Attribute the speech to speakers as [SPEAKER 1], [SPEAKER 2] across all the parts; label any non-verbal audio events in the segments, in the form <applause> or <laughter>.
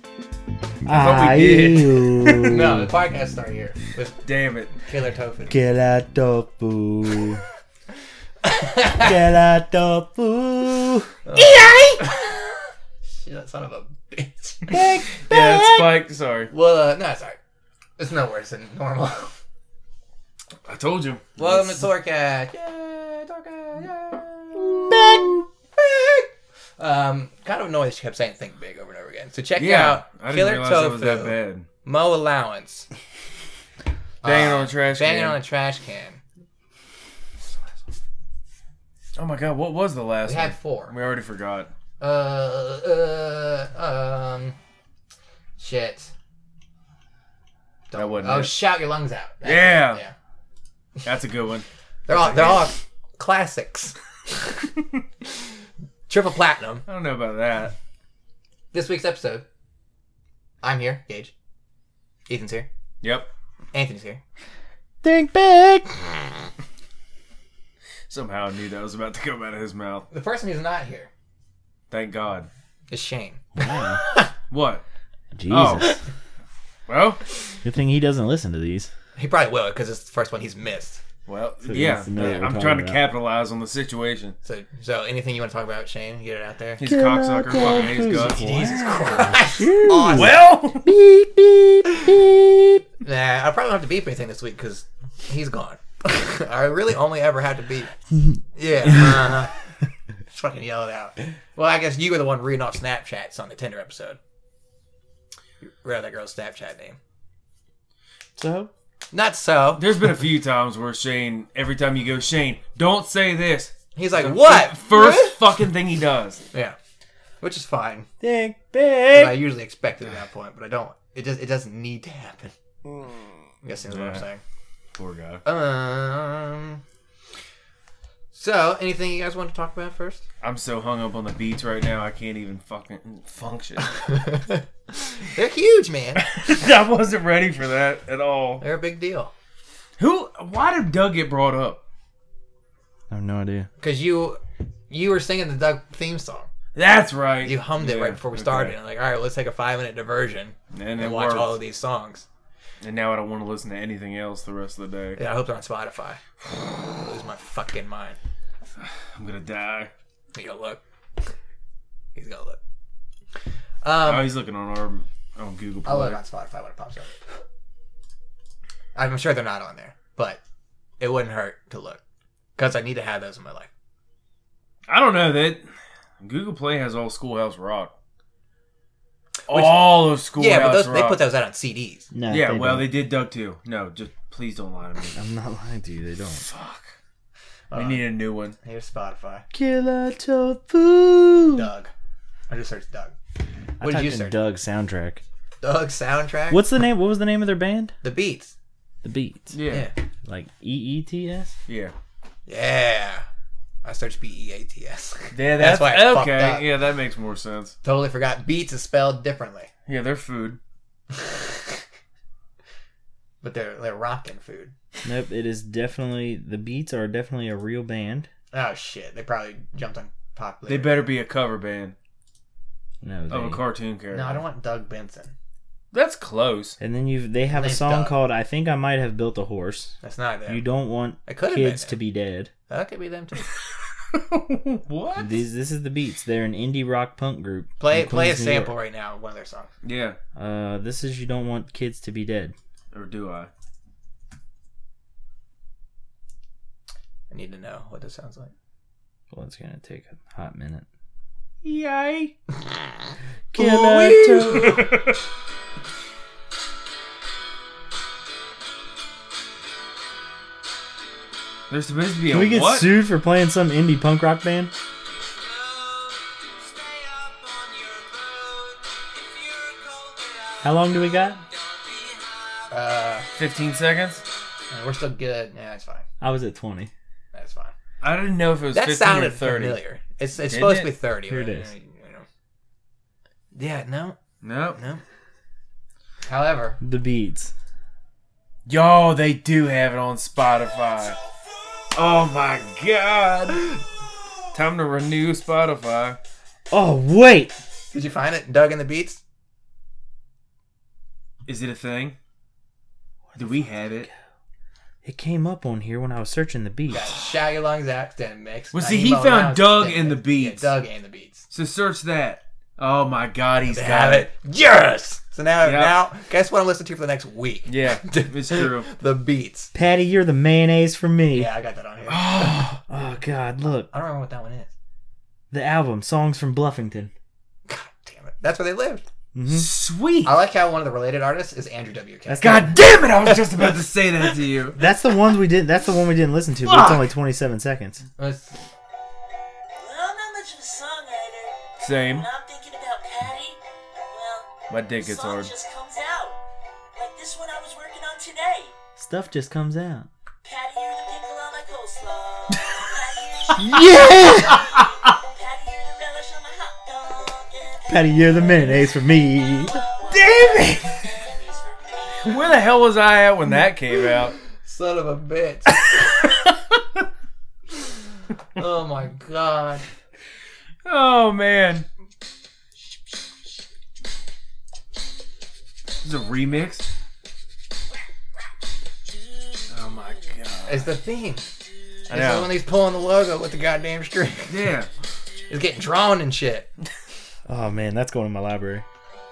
[SPEAKER 1] thought we
[SPEAKER 2] Aí
[SPEAKER 1] did.
[SPEAKER 2] o
[SPEAKER 1] No,
[SPEAKER 3] Mm.
[SPEAKER 1] the podcast started here with
[SPEAKER 3] Damn it.
[SPEAKER 1] Killer Tofu.
[SPEAKER 2] Keratopu. Keratopu.
[SPEAKER 1] Shit, that son of a bitch.
[SPEAKER 2] Big
[SPEAKER 3] Yeah, it's Spike. Sorry.
[SPEAKER 1] <laughs> well, uh, no, sorry. It's no worse than <laughs> normal.
[SPEAKER 3] I told you.
[SPEAKER 1] Welcome to Torcat. Yay, Torcat. Yay.
[SPEAKER 2] big.
[SPEAKER 1] Um, kind of annoyed she kept saying "think big" over and over again. So check
[SPEAKER 3] Yeah. I
[SPEAKER 1] out
[SPEAKER 3] didn't
[SPEAKER 1] Killer
[SPEAKER 3] realize
[SPEAKER 1] Tofu,
[SPEAKER 3] that was that bad.
[SPEAKER 1] Mo Allowance,
[SPEAKER 3] <laughs> Banging
[SPEAKER 1] Uh,
[SPEAKER 3] on a trash
[SPEAKER 1] banging
[SPEAKER 3] can.
[SPEAKER 1] on a trash can.
[SPEAKER 3] oh my god, what was the last
[SPEAKER 1] We
[SPEAKER 3] one?
[SPEAKER 1] had four.
[SPEAKER 3] We already forgot.
[SPEAKER 1] Uh, uh, um, shit.
[SPEAKER 3] That wasn't
[SPEAKER 1] Oh,
[SPEAKER 3] it.
[SPEAKER 1] shout your lungs out. That-
[SPEAKER 3] Yeah.
[SPEAKER 1] yeah.
[SPEAKER 3] That's a good one.
[SPEAKER 1] They're all they're all classics. Triple platinum.
[SPEAKER 3] I don't know about that.
[SPEAKER 1] This week's episode. I'm here, Gage. Ethan's here.
[SPEAKER 3] Yep.
[SPEAKER 1] Anthony's here.
[SPEAKER 2] Think big.
[SPEAKER 3] Somehow I knew that was about to come out of his mouth.
[SPEAKER 1] The person who's not here
[SPEAKER 3] Thank God.
[SPEAKER 1] is Shane.
[SPEAKER 3] What?
[SPEAKER 2] Jesus.
[SPEAKER 3] Well,
[SPEAKER 2] Good thing he doesn't listen to these.
[SPEAKER 1] He probably will because it's the first one he's missed.
[SPEAKER 3] well,
[SPEAKER 2] So he
[SPEAKER 3] yeah.
[SPEAKER 2] wants to know what we're
[SPEAKER 3] I'm
[SPEAKER 2] talking
[SPEAKER 3] trying to
[SPEAKER 2] about.
[SPEAKER 3] capitalize on the situation.
[SPEAKER 1] So, so anything you want to talk about, Shane, get it out there.
[SPEAKER 3] He's a cocksucker. Fucking hates guts.
[SPEAKER 1] Jesus Christ! <laughs> Awesome.
[SPEAKER 3] Well, <laughs>
[SPEAKER 2] Beep, beep, beep.
[SPEAKER 1] Nah, I probably don't have to beep anything this week because he's gone. <laughs> I really only ever had to beep.
[SPEAKER 3] <laughs>
[SPEAKER 1] Yeah. uh-huh. Just fucking yell it out. Well, I guess you were the one reading off Snapchats on the Tinder episode. You Read that girl's Snapchat name.
[SPEAKER 2] So?
[SPEAKER 1] Not so.
[SPEAKER 3] there's been a few times where Shane, every time you go, Shane, don't say this.
[SPEAKER 1] He's like, what?
[SPEAKER 3] First fucking thing he does.
[SPEAKER 1] Yeah. Which is fine.
[SPEAKER 2] Think
[SPEAKER 1] But I
[SPEAKER 2] big.
[SPEAKER 1] usually expect it at that point, but I don't. It just it doesn't need to happen. I guess that's what I'm
[SPEAKER 3] Hmm. Yeah.
[SPEAKER 1] saying.
[SPEAKER 3] Poor guy.
[SPEAKER 1] Um. So, anything you guys want to talk about first?
[SPEAKER 3] I'm so hung up on the beats right now, I can't even fucking
[SPEAKER 1] <laughs>
[SPEAKER 3] function. <laughs>
[SPEAKER 1] They're huge, man.
[SPEAKER 3] I wasn't ready for that at all.
[SPEAKER 1] They're a big deal.
[SPEAKER 3] Who? Why did Doug get brought up?
[SPEAKER 2] I have no idea.
[SPEAKER 1] Cause you you were singing the Doug theme song.
[SPEAKER 3] That's right.
[SPEAKER 1] You hummed it
[SPEAKER 3] Yeah,
[SPEAKER 1] right before we
[SPEAKER 3] okay.
[SPEAKER 1] started. I'm like, all right, let's take a five minute diversion
[SPEAKER 3] and
[SPEAKER 1] and
[SPEAKER 3] it
[SPEAKER 1] watch
[SPEAKER 3] worked.
[SPEAKER 1] all of these songs.
[SPEAKER 3] And now I don't want to listen to anything else the rest of the day.
[SPEAKER 1] Yeah, I hope they're on Spotify. <sighs> I lose my fucking mind.
[SPEAKER 3] I'm gonna die.
[SPEAKER 1] He's gonna look. He's gonna look. Um,
[SPEAKER 3] oh, he's looking on our on Google Play.
[SPEAKER 1] I'll look on Spotify when it pops up. I'm sure they're not on there, but it wouldn't hurt to look because I need to have those in my life.
[SPEAKER 3] I don't know that Google Play has all Schoolhouse Rock. all of Schoolhouse
[SPEAKER 1] yeah, but those,
[SPEAKER 3] Rock.
[SPEAKER 1] they put those out on CDs.
[SPEAKER 2] No.
[SPEAKER 3] yeah,
[SPEAKER 2] they
[SPEAKER 3] well,
[SPEAKER 2] don't.
[SPEAKER 3] they did Doug too. No, just please don't lie to me.
[SPEAKER 2] I'm not lying to you. They don't.
[SPEAKER 3] Fuck. We need a new one.
[SPEAKER 1] Here's Spotify.
[SPEAKER 2] Killer tofu.
[SPEAKER 1] Doug. I just searched Doug.
[SPEAKER 2] I
[SPEAKER 1] What did
[SPEAKER 2] typed
[SPEAKER 1] you
[SPEAKER 2] in
[SPEAKER 1] search?
[SPEAKER 2] Doug soundtrack.
[SPEAKER 1] Doug soundtrack.
[SPEAKER 2] What's the name? What was the name of their band?
[SPEAKER 1] The beats.
[SPEAKER 2] The Beats.
[SPEAKER 3] Yeah.
[SPEAKER 1] Yeah.
[SPEAKER 2] Like E E T S.
[SPEAKER 3] Yeah.
[SPEAKER 1] Yeah. I searched B E A T S.
[SPEAKER 3] Yeah,
[SPEAKER 1] That's
[SPEAKER 3] that's,
[SPEAKER 1] why I fucked
[SPEAKER 3] okay.
[SPEAKER 1] up.
[SPEAKER 3] Yeah, that makes more sense.
[SPEAKER 1] Totally forgot. Beats is spelled differently.
[SPEAKER 3] Yeah, they're food.
[SPEAKER 1] But they're they're rocking food.
[SPEAKER 2] Nope. It is definitely the Beats are definitely a real band.
[SPEAKER 1] Oh shit. They probably jumped on pop.
[SPEAKER 3] They
[SPEAKER 1] later.
[SPEAKER 3] better be a cover band
[SPEAKER 2] No. They,
[SPEAKER 3] of a cartoon character.
[SPEAKER 1] No, I don't want Doug Benson.
[SPEAKER 3] That's close. <laughs>
[SPEAKER 2] And then you they have a
[SPEAKER 1] Name's
[SPEAKER 2] song
[SPEAKER 1] Doug.
[SPEAKER 2] called "I Think I Might Have Built a Horse."
[SPEAKER 1] That's not them.
[SPEAKER 2] You don't want
[SPEAKER 1] It could have been
[SPEAKER 2] kids to
[SPEAKER 1] them.
[SPEAKER 2] be dead.
[SPEAKER 1] That could be them too.
[SPEAKER 3] what?
[SPEAKER 2] These this is the Beats. They're an indie rock punk group. <laughs>
[SPEAKER 1] Play
[SPEAKER 2] from
[SPEAKER 1] play a
[SPEAKER 2] Queens, New
[SPEAKER 1] sample
[SPEAKER 2] York.
[SPEAKER 1] right now of one of their songs.
[SPEAKER 3] Yeah.
[SPEAKER 2] Uh, this is "You Don't Want Kids to Be Dead."
[SPEAKER 3] Or do I?
[SPEAKER 1] I need to know what this sounds like.
[SPEAKER 2] Well, it's gonna take a hot minute.
[SPEAKER 3] Yay.
[SPEAKER 2] Killer tofu.
[SPEAKER 3] <laughs> There's supposed to be
[SPEAKER 2] Can
[SPEAKER 3] a
[SPEAKER 2] we get
[SPEAKER 3] what?
[SPEAKER 2] sued for playing some indie punk rock band? How long do we got?
[SPEAKER 1] Uh,
[SPEAKER 3] 15 seconds?
[SPEAKER 1] no, we're still good. Yeah, it's fine.
[SPEAKER 2] I was at 20.
[SPEAKER 1] That's fine.
[SPEAKER 3] I didn't know if it was
[SPEAKER 1] That
[SPEAKER 3] 15 or
[SPEAKER 1] sounded
[SPEAKER 3] 30.
[SPEAKER 1] familiar. It's
[SPEAKER 3] Didn't
[SPEAKER 1] it's supposed
[SPEAKER 3] it?
[SPEAKER 1] to be thirty.
[SPEAKER 2] Here it
[SPEAKER 1] but,
[SPEAKER 2] is.
[SPEAKER 1] you know. Yeah. No.
[SPEAKER 3] No.
[SPEAKER 1] No. However,
[SPEAKER 2] The Beats.
[SPEAKER 3] Yo, they do have it on Spotify. Oh my god. Time to renew Spotify.
[SPEAKER 2] Oh wait,
[SPEAKER 1] Did you find it? Doug and the Beats?
[SPEAKER 3] Is it a thing? Do we have it?
[SPEAKER 2] it came up on here when I was searching the
[SPEAKER 1] Got
[SPEAKER 2] beats.
[SPEAKER 1] Shout Your Lungs out, Extend Mix.
[SPEAKER 3] Well, see,
[SPEAKER 1] Naeem
[SPEAKER 3] he
[SPEAKER 1] Mo
[SPEAKER 3] found
[SPEAKER 1] Lounge,
[SPEAKER 3] Doug
[SPEAKER 1] Extend
[SPEAKER 3] and the
[SPEAKER 1] Mix.
[SPEAKER 3] Beats.
[SPEAKER 1] Yeah, Doug and the Beats.
[SPEAKER 3] So search that. Oh my God, he's
[SPEAKER 1] They
[SPEAKER 3] got
[SPEAKER 1] have
[SPEAKER 3] it.
[SPEAKER 1] it. Yes! So now,
[SPEAKER 3] Yeah.
[SPEAKER 1] now, guess what I'm listening to for the next week? <laughs>
[SPEAKER 3] Yeah, it's true.
[SPEAKER 1] The Beats.
[SPEAKER 2] Patty, you're the mayonnaise for me.
[SPEAKER 1] Yeah, I got
[SPEAKER 3] <gasps>
[SPEAKER 1] that on here. I
[SPEAKER 3] Oh,
[SPEAKER 2] Oh God, look
[SPEAKER 1] don't remember what that one is.
[SPEAKER 2] the album songs from Bluffington.
[SPEAKER 1] God damn it. That's where they lived.
[SPEAKER 2] hmm
[SPEAKER 3] sweet.
[SPEAKER 1] I like how one of the related artists is Andrew W.K.
[SPEAKER 2] That's
[SPEAKER 3] God damn it! I was just
[SPEAKER 1] <laughs>
[SPEAKER 3] about to say that to you.
[SPEAKER 2] That's the ones we did. That's the one we didn't listen to. But it's
[SPEAKER 3] Fuck.
[SPEAKER 2] only 27 seconds.
[SPEAKER 1] That's-
[SPEAKER 4] Well, I'm not much of a songwriter,
[SPEAKER 3] Same.
[SPEAKER 4] but I'm thinking about Patty. Well,
[SPEAKER 3] My dick is
[SPEAKER 4] song
[SPEAKER 3] hard.
[SPEAKER 4] just comes out. Like this one I was working on today.
[SPEAKER 2] Stuff just comes
[SPEAKER 3] <laughs>
[SPEAKER 2] out.
[SPEAKER 4] Patty, you're the pickle on my coleslaw. Patty, you're the
[SPEAKER 2] Yeah,
[SPEAKER 3] <laughs>
[SPEAKER 4] Patty, you're the relish on my hot dog. Yeah,
[SPEAKER 2] Patty, you're the mayonnaise for me.
[SPEAKER 3] Damn it!
[SPEAKER 4] Patty's for
[SPEAKER 3] <laughs>
[SPEAKER 4] me.
[SPEAKER 3] Where the hell was I at when that came out?
[SPEAKER 1] Son of a bitch. oh my god.
[SPEAKER 3] Oh man. This is a remix. Oh my god.
[SPEAKER 1] It's the theme.
[SPEAKER 3] I
[SPEAKER 1] It's
[SPEAKER 3] know.
[SPEAKER 1] when he's pulling the logo with the goddamn string.
[SPEAKER 3] Yeah.
[SPEAKER 1] It's getting drawn and shit.
[SPEAKER 2] Oh man, that's going in my library.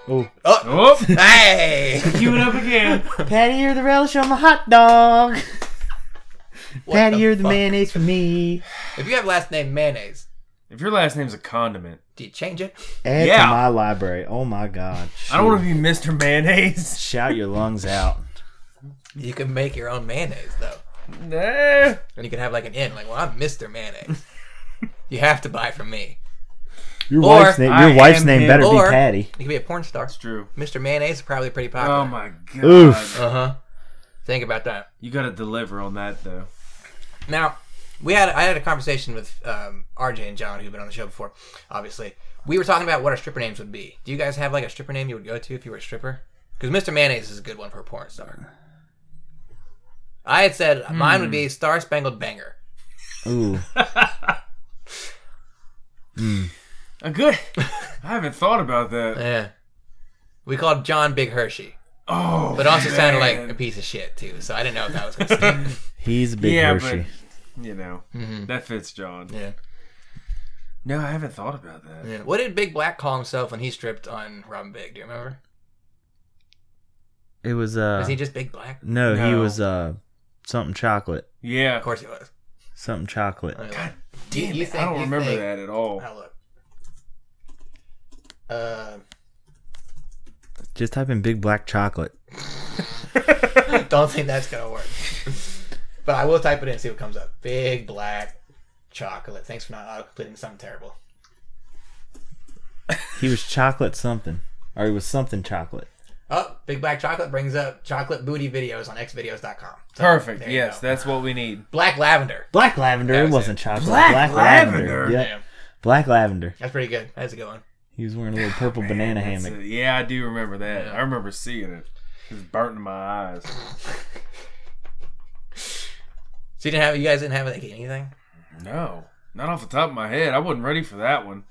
[SPEAKER 2] Oh,
[SPEAKER 1] Oh,
[SPEAKER 3] Oh,
[SPEAKER 1] hey!
[SPEAKER 3] cue it up again.
[SPEAKER 2] Patty, you're the relish on my hot dog. <laughs>
[SPEAKER 1] What
[SPEAKER 2] Patty, you're the
[SPEAKER 1] fuck?
[SPEAKER 2] mayonnaise for me.
[SPEAKER 1] If you have last name mayonnaise,
[SPEAKER 3] If your last name's a condiment,
[SPEAKER 1] do you change it?
[SPEAKER 2] Add
[SPEAKER 3] Yeah.
[SPEAKER 2] to my library. Oh my god.
[SPEAKER 3] I don't want
[SPEAKER 2] Shoot.
[SPEAKER 3] to be Mr. Mayonnaise.
[SPEAKER 2] Shout your lungs out.
[SPEAKER 1] You can make your own mayonnaise though,
[SPEAKER 3] Nah.
[SPEAKER 1] and you can have like an in, like, well, I'm Mister Mayonnaise. you have to buy from me.
[SPEAKER 2] Your
[SPEAKER 1] Or
[SPEAKER 2] wife's name.
[SPEAKER 3] I
[SPEAKER 2] Your wife's
[SPEAKER 3] am
[SPEAKER 2] name
[SPEAKER 3] him.
[SPEAKER 2] better be
[SPEAKER 1] Or-
[SPEAKER 2] Patty.
[SPEAKER 1] You can be a porn star.
[SPEAKER 3] It's true.
[SPEAKER 1] Mister Mayonnaise is probably pretty popular.
[SPEAKER 3] Oh my god.
[SPEAKER 2] Oof.
[SPEAKER 1] Uh huh. Think about that.
[SPEAKER 3] You gotta deliver on that though.
[SPEAKER 1] Now, we had I had a conversation with um, RJ and John, who've been on the show before. Obviously, we were talking about what our stripper names would be. Do you guys have like a stripper name you would go to if you were a stripper? Because Mr. Mayonnaise is a good one for a porn star. I had said mine would be
[SPEAKER 3] Hmm.
[SPEAKER 1] Star Spangled Banger.
[SPEAKER 2] Ooh.
[SPEAKER 3] A
[SPEAKER 2] <laughs>
[SPEAKER 3] good. I haven't thought about that.
[SPEAKER 1] Yeah. We called John Big Hershey,
[SPEAKER 3] Oh.
[SPEAKER 1] but also sounded like
[SPEAKER 3] man.
[SPEAKER 1] a piece of shit too. So I didn't know if that was gonna stick.
[SPEAKER 3] <laughs>
[SPEAKER 1] Mm-hmm.
[SPEAKER 2] He's a big
[SPEAKER 3] Yeah,
[SPEAKER 2] Hershey.
[SPEAKER 3] but you know that fits John.
[SPEAKER 1] yeah.
[SPEAKER 3] No, I haven't thought about that.
[SPEAKER 1] yeah. What did Big Black call himself when he stripped on Robin Big? Do you remember?
[SPEAKER 2] It was uh
[SPEAKER 1] Was he just Big Black?
[SPEAKER 2] no, he
[SPEAKER 3] No.
[SPEAKER 2] was uh something chocolate.
[SPEAKER 1] Of
[SPEAKER 3] Yeah.
[SPEAKER 1] course he was.
[SPEAKER 2] Something chocolate.
[SPEAKER 1] God
[SPEAKER 3] Damn it, I don't remember that at
[SPEAKER 1] <laughs>
[SPEAKER 3] all.
[SPEAKER 1] Now look. Uh,
[SPEAKER 2] Just type in big black chocolate.
[SPEAKER 1] don't think that's gonna work. but I will type it in and see what comes up. Big black chocolate. Thanks for not auto-completing something terrible.
[SPEAKER 2] He was chocolate something. Or he was something chocolate.
[SPEAKER 1] Oh, big black chocolate brings up chocolate booty videos on xvideos.com. So,
[SPEAKER 3] Perfect.
[SPEAKER 1] there you
[SPEAKER 3] Yes,
[SPEAKER 1] go.
[SPEAKER 3] that's what we need.
[SPEAKER 1] black lavender.
[SPEAKER 2] Black lavender.
[SPEAKER 1] That
[SPEAKER 2] It
[SPEAKER 1] was
[SPEAKER 2] wasn't
[SPEAKER 1] it.
[SPEAKER 2] chocolate.
[SPEAKER 3] Black lavender?
[SPEAKER 2] Yep.
[SPEAKER 1] Yeah,
[SPEAKER 2] Black lavender.
[SPEAKER 1] that's pretty good. That's a good one.
[SPEAKER 2] He was wearing a little purple banana
[SPEAKER 3] That's
[SPEAKER 2] hammock.
[SPEAKER 3] it. Yeah, I do remember that.
[SPEAKER 1] Yeah.
[SPEAKER 3] I remember seeing it. It was burnt in my eyes.
[SPEAKER 1] So you didn't have you guys didn't have like anything?
[SPEAKER 3] No, not off the top of my head. I wasn't ready for that one.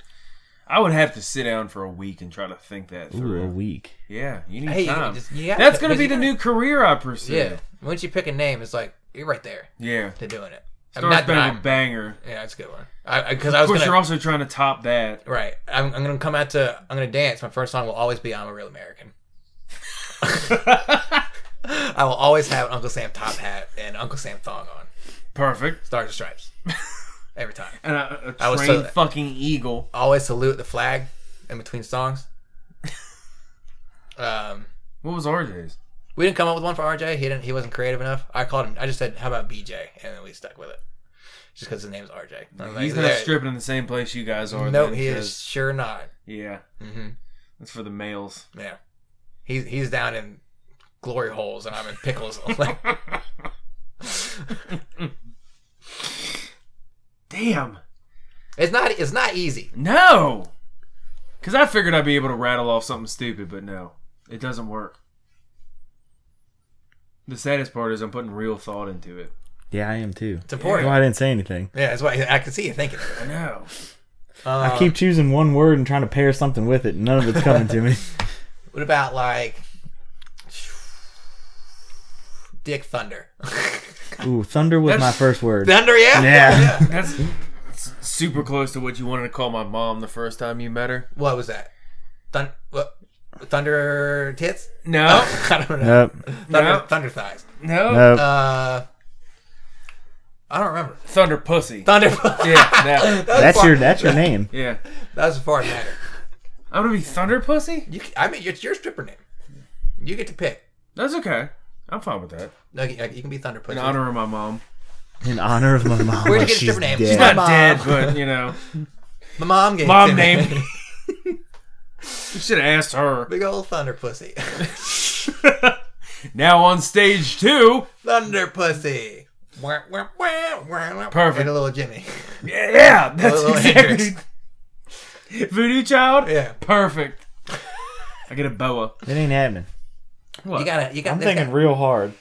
[SPEAKER 3] I would have to sit down for a week and try to think that
[SPEAKER 2] Ooh,
[SPEAKER 3] through.
[SPEAKER 2] a week.
[SPEAKER 3] Yeah, you need
[SPEAKER 1] Hey, you
[SPEAKER 3] time.
[SPEAKER 1] just- you gotta-
[SPEAKER 3] That's gonna be
[SPEAKER 1] you
[SPEAKER 3] the
[SPEAKER 1] gotta-
[SPEAKER 3] new career I pursue.
[SPEAKER 1] Yeah. Once you pick a name, it's like you're right there
[SPEAKER 3] yeah.
[SPEAKER 1] to doing it. I
[SPEAKER 3] Star
[SPEAKER 1] mean, not that
[SPEAKER 3] Spangled
[SPEAKER 1] I'm-
[SPEAKER 3] Banger.
[SPEAKER 1] yeah, that's a good one. I because I,
[SPEAKER 3] Of
[SPEAKER 1] was
[SPEAKER 3] course,
[SPEAKER 1] gonna,
[SPEAKER 3] you're also trying to top
[SPEAKER 1] <laughs>
[SPEAKER 3] that.
[SPEAKER 1] Right. I'm, I'm gonna come out to I'm gonna dance. My first song will always be I'm a real American. I will always have Uncle Sam top hat and Uncle Sam thong on.
[SPEAKER 3] Perfect.
[SPEAKER 1] Stars and stripes. Every time.
[SPEAKER 3] And a,
[SPEAKER 1] I
[SPEAKER 3] a
[SPEAKER 1] was
[SPEAKER 3] trained
[SPEAKER 1] so-
[SPEAKER 3] fucking eagle.
[SPEAKER 1] Always salute the flag in between songs. Um
[SPEAKER 3] What was RJ's?
[SPEAKER 1] we didn't come up with one for RJ. He didn't he wasn't creative enough. I called him I just said, How about BJ? And then we stuck with it. Just because his name's RJ. I was like,
[SPEAKER 3] He's not
[SPEAKER 1] "There-
[SPEAKER 3] stripping in the same place you guys are.
[SPEAKER 1] No,
[SPEAKER 3] then,
[SPEAKER 1] he
[SPEAKER 3] 'cause-
[SPEAKER 1] is sure not.
[SPEAKER 3] Yeah,
[SPEAKER 1] hmm
[SPEAKER 3] that's for the males.
[SPEAKER 1] Yeah. He's he's down in glory holes and I'm in pickles. <laughs> Like,
[SPEAKER 3] Damn.
[SPEAKER 1] It's not. It's not easy.
[SPEAKER 3] No. Because I figured I'd be able to rattle off something stupid, but no, it doesn't work. The saddest part is I'm putting real thought into it.
[SPEAKER 5] Yeah, I am too.
[SPEAKER 1] It's important.
[SPEAKER 5] Well, I didn't say anything.
[SPEAKER 1] Yeah, that's why I can see you thinking.
[SPEAKER 3] I know.
[SPEAKER 1] Um,
[SPEAKER 5] I keep choosing one word and trying to pair something with it, and none of it's coming to me.
[SPEAKER 1] What about like Dick Thunder? <laughs>
[SPEAKER 5] Ooh, thunder was my
[SPEAKER 3] That's-
[SPEAKER 5] first word.
[SPEAKER 1] Thunder, yeah.
[SPEAKER 5] Yeah.
[SPEAKER 3] That's, that's super close to what you wanted to call my mom the first time you met her.
[SPEAKER 1] What was that? Thun- what? Thunder tits? <laughs>
[SPEAKER 3] No,
[SPEAKER 1] I don't know.
[SPEAKER 5] Nope.
[SPEAKER 1] Thunder,
[SPEAKER 3] No.
[SPEAKER 1] thunder thighs.
[SPEAKER 3] no,
[SPEAKER 5] Nope.
[SPEAKER 1] Uh, I don't remember.
[SPEAKER 3] thunder pussy.
[SPEAKER 1] Thunder. <laughs>
[SPEAKER 3] yeah, that.
[SPEAKER 1] That was
[SPEAKER 5] that's
[SPEAKER 1] far-
[SPEAKER 5] your that's your name.
[SPEAKER 3] Yeah,
[SPEAKER 1] That was a far matter.
[SPEAKER 3] I'm gonna be thunder pussy.
[SPEAKER 1] You, c- I mean, it's your stripper name. You get to pick.
[SPEAKER 3] That's okay. I'm fine with that.
[SPEAKER 1] Like, like, you can be Thunder Pussy.
[SPEAKER 3] In honor of my mom.
[SPEAKER 5] In honor of my mom.
[SPEAKER 1] Where'd you
[SPEAKER 5] like
[SPEAKER 1] get a
[SPEAKER 5] she's
[SPEAKER 1] different name?
[SPEAKER 5] dead.
[SPEAKER 1] She's
[SPEAKER 3] Not
[SPEAKER 1] Mom.
[SPEAKER 3] dead, but you know,
[SPEAKER 1] My mom gave it
[SPEAKER 3] Mom
[SPEAKER 1] to me.
[SPEAKER 3] named me. you should have asked her.
[SPEAKER 1] <laughs>
[SPEAKER 3] <laughs>
[SPEAKER 1] Big old Thunder Pussy. <laughs>
[SPEAKER 3] now on stage two.
[SPEAKER 1] thunder Pussy. Wah, wah, wah, wah, wah.
[SPEAKER 3] Perfect.
[SPEAKER 1] And a little <laughs> Jimmy.
[SPEAKER 3] Yeah, yeah that's
[SPEAKER 1] Little
[SPEAKER 3] exactly. Voodoo child.
[SPEAKER 1] Yeah.
[SPEAKER 3] Perfect. I get a boa.
[SPEAKER 5] It ain't happening.
[SPEAKER 3] What?
[SPEAKER 1] You gotta. You gotta.
[SPEAKER 5] I'm
[SPEAKER 1] there's
[SPEAKER 5] thinking
[SPEAKER 1] gotta-
[SPEAKER 5] real hard.